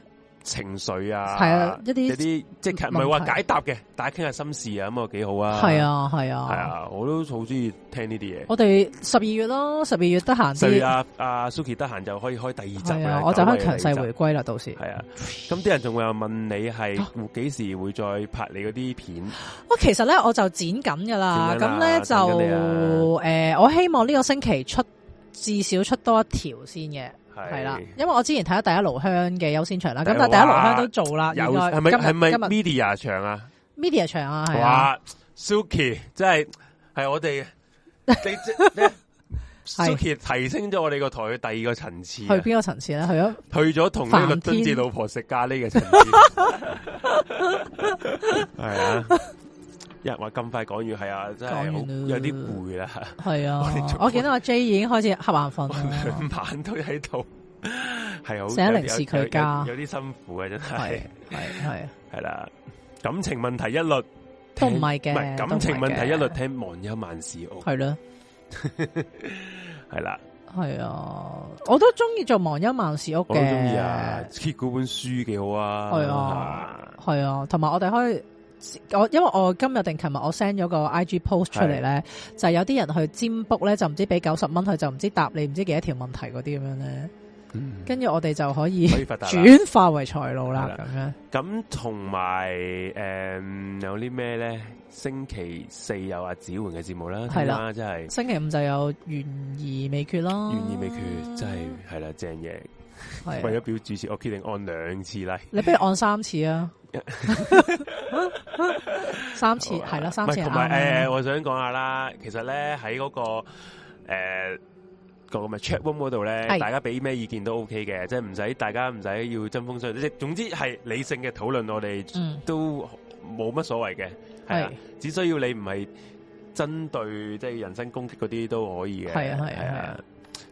B: 情緒啊，
A: 係啊一啲
B: 有啲即係唔係話
A: 問題
B: 解答嘅，大家傾下心事啊，咁啊幾好啊。
A: 係，啊係
B: 係
A: 啊，
B: 啊，我都好中意聽呢啲嘢。
A: 我哋十二月咯，十二月得閒
B: 所以
A: 啲，
B: 阿阿 Suki 得閒就可以開第啊二集
A: 係啊
B: 啦，
A: 我就
B: 可
A: 可
B: 以
A: 以強勢回啊歸啦，到時。
B: 係啊，咁啲人仲會有問你係幾時會再拍你嗰啲片？
A: 我其實咧我就剪緊噶啦，
B: 剪緊
A: 咁
B: 啦
A: 咧
B: 剪緊你啊
A: 就誒，我希望呢個星期出至少出多一條先嘅。係啦，因為我之前睇咗第一爐香嘅優先場啦，咁但係第一爐香都做啦，
B: 有
A: 應該
B: 係
A: 啊今
B: 咪
A: 日
B: 係咪
A: 今日
B: media 場啊？
A: media 場啊，係啊，
B: 哇，Suki 真係係 我哋你你 Suki 提升咗我哋個台嘅第二個層次
A: 去
B: 啊，
A: 邊個層次咧？去咗
B: 去咗同呢個
A: 梵天
B: 敦志老婆食咖喱嘅 層次，係啊。有人話咁快講完，係啊，真係好
A: 講完啦
B: 有啲攰啦。
A: 係
B: 我哋
A: 啊
B: 做，
A: 我見到阿 J 已經開始瞌眼 瞓啊啦。
B: 兩晚都喺度，係好
A: 寫
B: 有
A: 零是佢家
B: 有有有啲辛苦嘅真係
A: 係係 係，
B: 係啦。感情問題一律
A: 都
B: 聽
A: 唔係嘅
B: 唔係感情
A: 都唔
B: 問
A: 係嘅
B: 題一律聽忘憂萬事屋
A: 係咯，
B: 係啦，
A: 係啊，我都中意做忘憂萬事屋
B: 我
A: 嘅，
B: 都中意啊。揭嗰本書幾好啊，
A: 係啊，係啊，同埋我哋可以。我因為我今日定琴日我 send 咗個 IG post 出嚟咧，就係有啲人去占卜咧，就唔知俾九十蚊佢，就唔知答你唔知幾多條問題嗰啲咁樣咧，
B: 嗯
A: 跟住我哋就可以
B: 可以發達啦
A: 轉化為財路啦
B: 係啦
A: 咁樣。
B: 咁同埋诶有啲咩咧？星期四有阿子焕嘅節目啦，
A: 係啦
B: 聽真係
A: 星期五就有懸疑未決啦，
B: 懸而未決，真係係啦，正嘢。
A: 哦係啊
B: 為咗表主持，我決定按兩次嚟。
A: 你不如按三次 啊，三次係啦，三次
B: 啊唔係
A: 係啱啊
B: 同埋
A: 啦
B: 呃誒，我想講下啦，其實咧喺嗰個誒嗰、個咁嘅 chat room 嗰度咧，
A: 係
B: 大家俾咩意見都 OK 嘅，即係唔使大家唔使要針鋒相對，即係總之係理性嘅討論，我哋
A: 嗯，
B: 都冇乜所謂嘅，係
A: 係，
B: 啊只需要你唔係針對即係人身攻擊嗰啲都可以嘅，
A: 係啊係啊
B: 係
A: 係啊。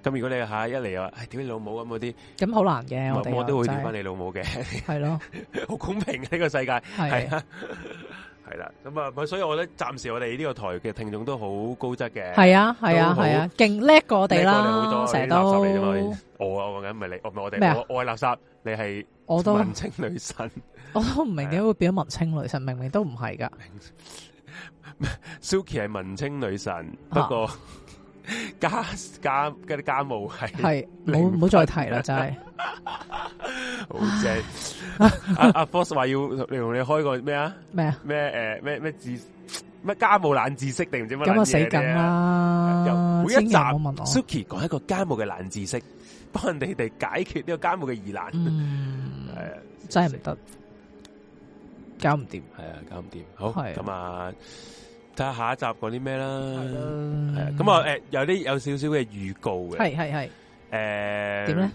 B: 咁如果你下一嚟話，唉，哎屌你老母咁嗰啲，
A: 咁好難嘅，哎我哋
B: 我我都會屌翻
A: 你，
B: 你老母嘅，
A: 係咯，
B: 好公平嘅呢個世界。
A: 係
B: 系啊， 系啦，咁啊，咪所以我覺得暫時我哋呢個台嘅聽眾都好高質嘅，
A: 係啊，係啊，
B: 都好
A: 係啊，勁叻過我
B: 我
A: 哋
B: 好多
A: 啦，
B: 你
A: 成日
B: 垃圾 嚟
A: 都
B: 啫嘛，我啊，我緊唔係你，我唔係我
A: 咩
B: 哋，
A: 啊
B: 我我係垃圾，你係
A: 我都
B: 文青女神，
A: 我都唔明點解會變咗文青女神，明明都唔係噶，
B: Suki 係文青女神，不
A: 啊
B: 過 家家嗰啲家務係
A: 係
B: 零
A: 唔好唔好再提啦，真係
B: 好正。 阿阿 Force 話要你同你開個咩啊
A: 咩啊？
B: 咩诶咩咩知咩家務冷知識定唔知乜
A: 咁啊
B: 撚
A: 死
B: 嘢
A: 梗
B: 咧
A: 啦
B: 由，每一
A: 千
B: 集
A: 祈唔好問我，
B: Suki 講一個家務嘅冷知識，幫人哋哋解決呢個家務嘅疑難。
A: 嗯，
B: 係啊
A: 真係唔得，搞唔掂，
B: 系啊，搞唔掂。好，
A: 係啊
B: 咁啊，睇下下一集講啲咩啦。
A: 係
B: 係啊
A: 啦，
B: 咁啊，诶，有啲有少少嘅預告嘅。
A: 係係係
B: 诶，
A: 點咧？？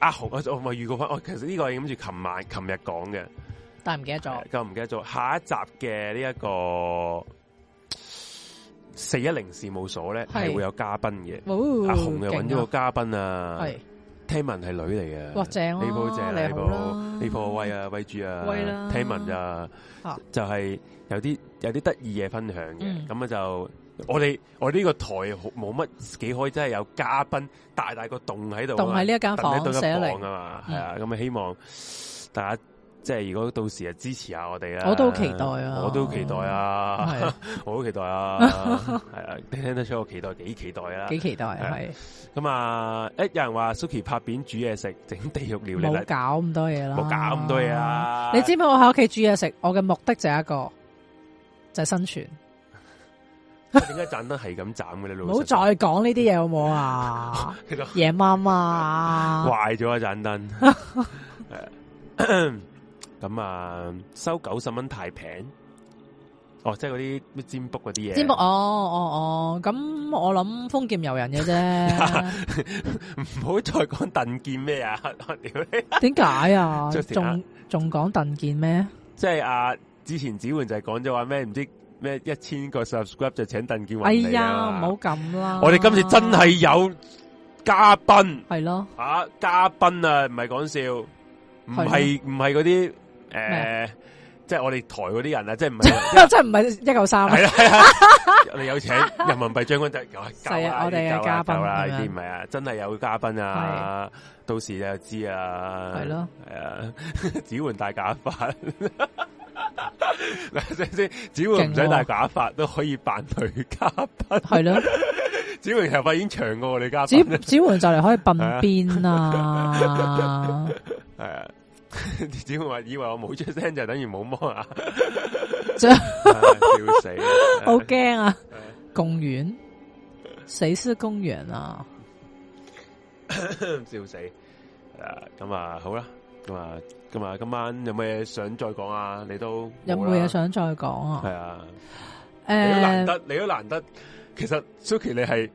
B: 阿紅，我我咪預告翻，我其實呢個係諗住琴晚、琴日講嘅，
A: 但係唔記得咗
B: 係，咁唔記得咗。下一集嘅呢一個四一零事務所咧，
A: 係
B: 係會有嘉賓嘅。
A: 哦
B: 阿紅又揾咗個
A: 勁
B: 嘉賓啊
A: 啊，係
B: 聽聞係女嚟嘅。
A: 哇正啊
B: 呢鋪正啊
A: 你
B: 呢
A: 好
B: 鋪
A: 啦
B: 呢鋪威啊威豬啊，
A: 威啦
B: 聽聞咋
A: 啊
B: 就係有啲有啲得意嘢分享嘅，
A: 嗯
B: 咁啊就我哋我呢個台好冇乜幾可以真係有嘉賓大大個洞喺度啊嘛，
A: 洞喺呢一間房
B: 洞喺
A: 寫
B: 間
A: 嚟嗯
B: 房啊嘛，係啊，咁啊希望大家。即係如果到時啊支持下我哋啦，
A: 我都好期待啊
B: 我都好期待
A: 係
B: 啊
A: 啊，
B: 我好期 待啊，係啊，你聽得出我期待幾期待啊？
A: 幾期待
B: 係
A: 係。
B: 咁啊，一有人話 Suki 拍片煮嘢食，整地獄料理啦
A: 冇，搞咁多嘢啦，
B: 冇搞咁多嘢！啊啦。
A: 啊 你知唔知我喺屋企煮嘢食？我嘅目的就係一個，就係生存。
B: 點解盞燈係咁斬嘅咧？老
A: 唔好
B: 實
A: 再
B: 講
A: 講呢啲嘢好唔好 啊？
B: 其實
A: 夜媽啊媽，
B: 壞咗一盞燈。係 啊咁啊，收九十蚊太平。哦，即係嗰啲咩占卜嗰啲嘢。
A: 占卜哦哦哦，咁我諗封劍遊人嘅 啫，
B: 唔好再講鄧健咩啊！ 我屌你！
A: 點解啊？
B: Justin 啊
A: 仲仲講鄧健咩？
B: 即係啊，之前子桓就係講咗話咩唔知咩一千個 subscribe 就請鄧健雲嚟啊
A: 哎呀，唔好啊咁啦！
B: 我哋今次真係有嘉賓。
A: 係咯，
B: 啊，嘉賓啊，唔係講笑，唔係唔係嗰啲
A: 咩啊
B: 诶，即係我哋台嗰啲人啊，即係唔係
A: 真係唔係一嚿三啊
B: 係啦啊係啦，我哋有請人民幣將軍就夠啦夠
A: 係
B: 啦，
A: 啊我哋嘅
B: 夠啦
A: 嘉賓
B: 夠啦，
A: 咁樣
B: 呢啲唔係啊，真係有嘉賓啊，到時你就知啊，
A: 係咯，
B: 係啊， 子桓戴假髮。 嗱，即係只要唔使戴假髮都可以扮女嘉賓，
A: 係咯。
B: 只要頭髮已經長過我哋嘉
A: 指
B: 賓，
A: 指換就嚟可以鬢邊 啊！
B: 系啊，只會話以為我冇出聲就等於冇摸 啊，
A: 真係
B: 唉笑死！啊
A: 好驚啊！公園，死屍公園啊！
B: 笑死！诶，咁啊好啦，咁啊咁啊，今晚有咩想再講啊？你都
A: 有冇嘢？想再講
B: 系
A: 啊？
B: 啊，你都難
A: 诶，
B: 得，你都難得。其實 Suki 你 係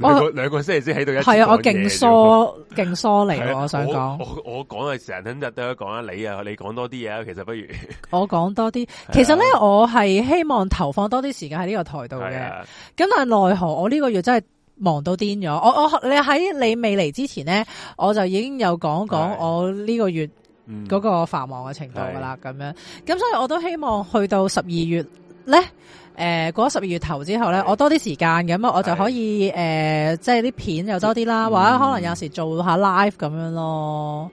A: 我
B: 兩個兩個星期先喺度一次
A: 係啊，我
B: 講嘢
A: 勁
B: 啫
A: 疏
B: 喎
A: 勁疏離
B: 係
A: 喎，
B: 啊
A: 我想講，
B: 我我我講係成日都有講啊，你啊，你講多啲嘢啊。其實不如
A: 我講多啲。
B: 啊
A: 其實咧，我係希望投放多啲時間喺呢個台度
B: 係
A: 嘅。
B: 啊，
A: 咁但係奈何我呢個月真係忙到癲咗。我我你喺你未嚟之前咧，我就已經有講
B: 係
A: 講我呢個月
B: 嗯
A: 嗰個繁忙嘅程度噶啦，咁樣。咁所以我都希望去到十二月咧。誒、過咗十二月頭之後咧
B: 係，
A: 我多啲時間咁啊，我就
B: 係
A: 可以誒、呃即係啲片又多啲啦，
B: 嗯
A: 或者可能有時做下 live 咁樣咯，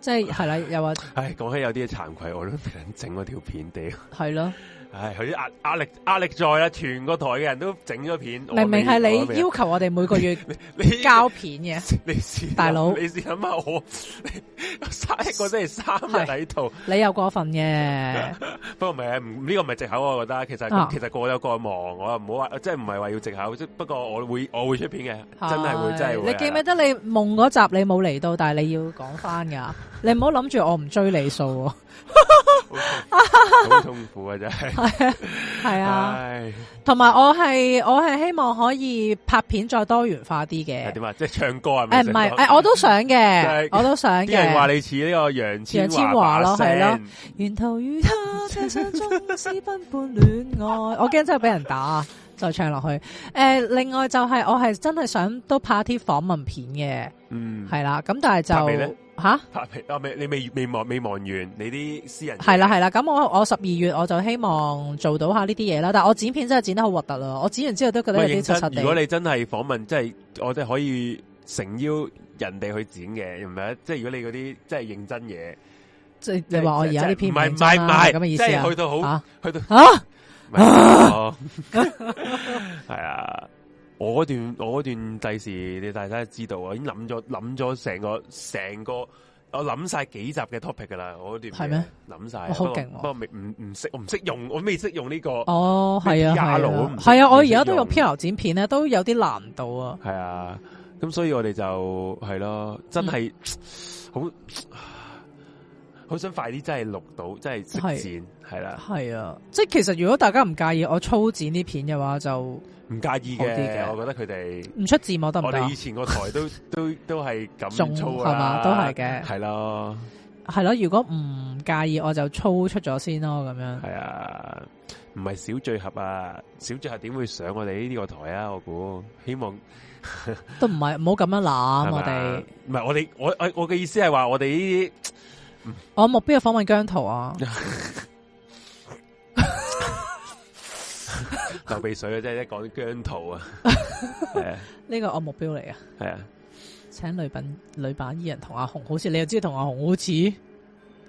A: 即係係啦，又話
B: 唉，講起有啲嘢慚愧，我都唔想整嗰條片屌。
A: 係咯，
B: 唉，佢啲壓壓力壓力在啦，全個台嘅人都整咗片，我
A: 明明係
B: 未我
A: 你
B: 未
A: 要求我哋每個月
B: 你
A: 交片嘅，
B: 你試
A: 大佬
B: 你試諗下我你三一個星期三日
A: 係
B: 喺度，
A: 你又過分 嘅，
B: 不過唔係唔呢個唔係藉口，我覺得其實、
A: 啊
B: 其實個有個忙，我又唔好話即係唔係話要藉口，即不過我會我會出片嘅，真係會
A: 係
B: 真係會。
A: 你記唔記得你夢嗰集你冇嚟到，但係你要講翻㗎，你唔好諗住我唔追你數喎，
B: 好痛苦啊！真係，
A: 係啊，
B: 唉，
A: 同埋我係我係希望可以拍片再多元化啲嘅
B: 係。點啊？即係唱歌係咪？
A: 誒唔係，誒我都想嘅
B: 係，
A: 我都想
B: 啲人話
A: 嘅。
B: 你似呢個楊千
A: 楊千嬅咯係咯
B: 係
A: 沿途與他車廂中私奔般戀愛，我驚真係俾人打，啊再唱落去。誒、另外就係、我係真係想都拍一啲訪問片
B: 嗯
A: 嘅，，係啦。咁但
B: 拍
A: 係
B: 未
A: 就
B: 呢
A: 吓，
B: 拍片啊，未你未未望未望完，你啲私人
A: 係啦係啦。咁我我十二月我就希望做到下呢啲嘢啦。但係我剪片真係剪得好核突啦，我剪完之後都覺
B: 喂
A: 得有啲
B: 認
A: 柒柒
B: 真，
A: 地
B: 如。果你真係訪問，真係我哋可以誠邀人哋去剪嘅，唔係啊即係如果你嗰啲真係認真嘢，
A: 即係你話我而家啲片
B: 唔係唔
A: 認真
B: 係唔
A: 啦
B: 係
A: 咁嘅意思
B: 即
A: 啊
B: 係去到好
A: 啊
B: 去到
A: 啊！
B: 唔係哦係啊。我嗰段我嗰段第時你大家知道啊，已經諗咗諗咗成個成個，我諗晒幾集嘅 topic 噶啦，我嗰
A: 係
B: 段嘢
A: 咩？
B: 諗晒，
A: 哇好
B: 不過
A: 勁喎
B: 不過未唔唔識，我唔識用，我未識用呢個，
A: 哦，係啊，
B: 咩 PR
A: 係
B: 佬都
A: 啊
B: 唔，識
A: 係啊，我
B: 唔
A: 而
B: 識
A: 家都有
B: 用
A: PR 剪片咧，都有啲難度啊。
B: 係啊。咁所以我哋就係咯，真係
A: 嗯
B: 好好想快啲真係錄到，真係
A: 係
B: 識剪係啦，
A: 係啊，即係其實如果大家唔介意我粗剪啲片嘅話，就唔
B: 唔介意
A: 好啲嘅
B: 嘅，我覺得佢哋。
A: 出字幕得唔
B: 我
A: 得
B: 哋
A: 啊
B: 以？前個 台都都都係
A: 仲
B: 咁粗
A: 係嘛
B: 啊，
A: 都係嘅
B: 係咯，
A: 係咯，如果唔介意我就粗出咗先咯，咁樣
B: 係啊，唔係小聚合啊，小聚合點會上我哋呢個台啊？我估希望
A: 都唔係唔好咁樣諗
B: 係嘛
A: 我哋。
B: 唔係我哋我我我嘅意思係話我哋呢啲
A: 我目標係訪問姜濤啊，
B: 流鼻水啊，即係一講姜 濤啊，係啊
A: 呢個我目標嚟啊，
B: 係啊，
A: 請女品女版伊人同阿紅好似，你又知同阿紅好似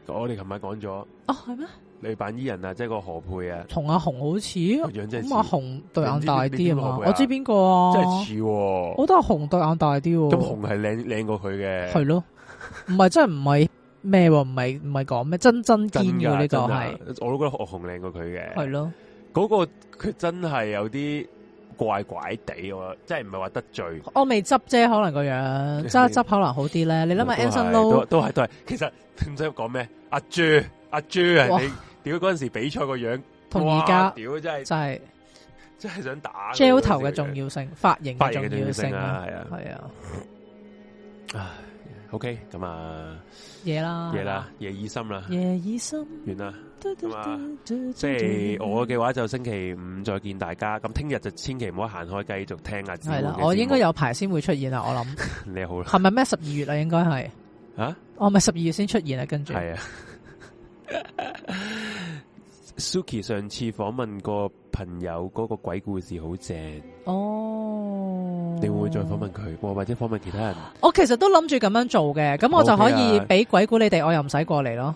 B: 我哋琴晚講咗
A: 哦，係咩？
B: 女版伊人啊，即係個何佩啊，
A: 同阿紅哎好似
B: 個樣真係
A: 咁阿
B: 似，
A: 紅對眼大
B: 你知
A: 啲啊
B: 邊邊
A: 嘛
B: 個，會啊
A: 我知邊個啊？哦
B: 真係似喎，
A: 我覺得阿紅對眼大啲喎，
B: 咁紅係靚靚過佢嘅，
A: 係咯，唔係真係唔係咩喎，唔係唔係講咩真真堅
B: 真㗎
A: 嘅呢個
B: 真㗎
A: 係
B: 我都覺得紅靚過佢嘅，
A: 係咯。
B: 嗰、個佢真係有啲怪怪地，我即係唔係話得罪，
A: 我未執啫，可能個樣執一執可能好啲咧。你諗
B: 都係
A: 下 Anson
B: 都
A: Lo
B: 都係都係，其實唔使講咩，阿 J 阿 J 啊，
A: 哇
B: 你屌嗰陣時比賽個樣，
A: 同
B: 哇
A: 而家
B: 屌真係
A: 就係
B: 真係想打
A: gel 頭嘅重，要性、髮型
B: 發
A: 嘅
B: 型
A: 重
B: 嘅重要
A: 要
B: 性
A: 性
B: 啊
A: 啊，，
B: 係啊
A: 係啊，
B: ，OK 咁啊，
A: 嘢啦，
B: 夜啦，夜已深啦，
A: 夜已深，
B: 完啦，
A: 嘟嘟
B: 咁啊
A: 嘟
B: 即係我嘅話就星期五再見大家，咁聽日就千祈唔好行開，繼續聽阿子
A: 係啦
B: 桓嘅節，目
A: 我應該有排先會出現啊，我諗
B: 你好 啦，
A: 係咪咩十二月啊？應該係
B: 啊。
A: 我哦咪十二月先出現啊，跟住
B: 系啊。Suki 上次訪問個朋友嗰個鬼故事好正，
A: 哦，
B: 你會唔會再訪問佢，或者訪問其他人？
A: 我其實都諗住咁樣做嘅，咁我就可
B: OK
A: 以
B: 啊
A: 俾鬼故你哋，我又唔使過嚟咯。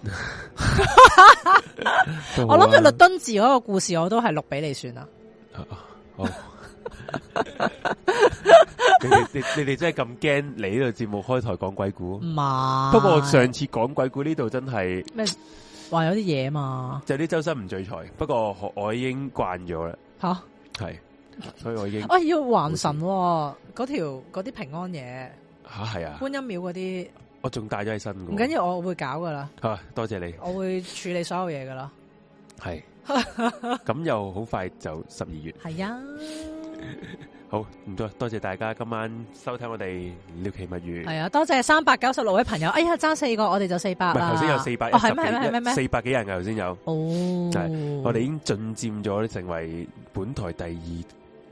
B: 都好
A: 我
B: 啊
A: 諗住律敦治嗰個故事，我都係錄俾你算啦。
B: 哦好 你哋你你哋真係咁驚你呢度節目開台講鬼故？
A: 唔係，
B: 嗯不過上次講鬼故呢度真係
A: 話有啲嘢嘛
B: 就啲周身唔聚財，不過我我已經慣咗啦，
A: 吓，
B: 係，所以我已 經
A: 啊要還神喎嗰條嗰啲平安嘢，
B: 吓係啊，
A: 觀音廟嗰啲
B: 我仲帶咗喺身
A: 唔緊
B: 嘅，
A: 要，我會搞噶啦，
B: 吓多謝你。
A: 我會處理所有嘢噶啦。
B: 系，咁又好快就十二月，
A: 係啊，
B: 好唔多多謝大家今晚收聽我哋聊奇物語。
A: 係啊，多謝三百九十六位朋友。哎呀，爭四個，我哋就四百
B: 唔係
A: 啦。
B: 頭先有四百
A: 哦
B: 一
A: 係咩係咩係咩
B: 十
A: 咩
B: 幾，四百幾人嘅頭先有，
A: 哦，
B: 我哋已經進佔咗成為本台第二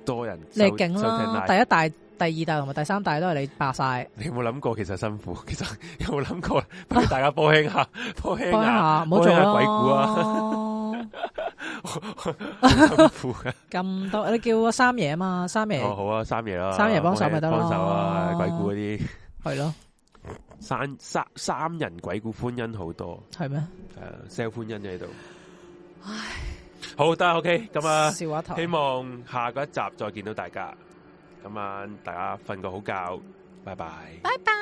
B: 多人
A: 你
B: 收
A: 勁
B: 收聽
A: 啦，
B: 啦。
A: 第一大、第二大同埋第三大都係你霸晒，
B: 你有冇諗過其實辛苦？其實 有冇諗過俾大家波輕下，波輕
A: 幫一
B: 下
A: 下，唔好做
B: 幫一下
A: 啦。
B: 鬼故啊辛苦啊！
A: 咁多，你叫個三爺啊嘛，三爺
B: 哦好啊，三爺啦，
A: 三爺幫手咪得咯
B: 幫手啊，鬼故嗰啲
A: 係咯，
B: 三三三人鬼故歡欣好多。
A: 係咩？
B: 系啊，sell 欢欣嘅喺度。好得 OK，咁啊，
A: 笑話頭，
B: 希望下個一集再見到大家。今晚大家瞓個好覺，拜拜。
A: 拜拜。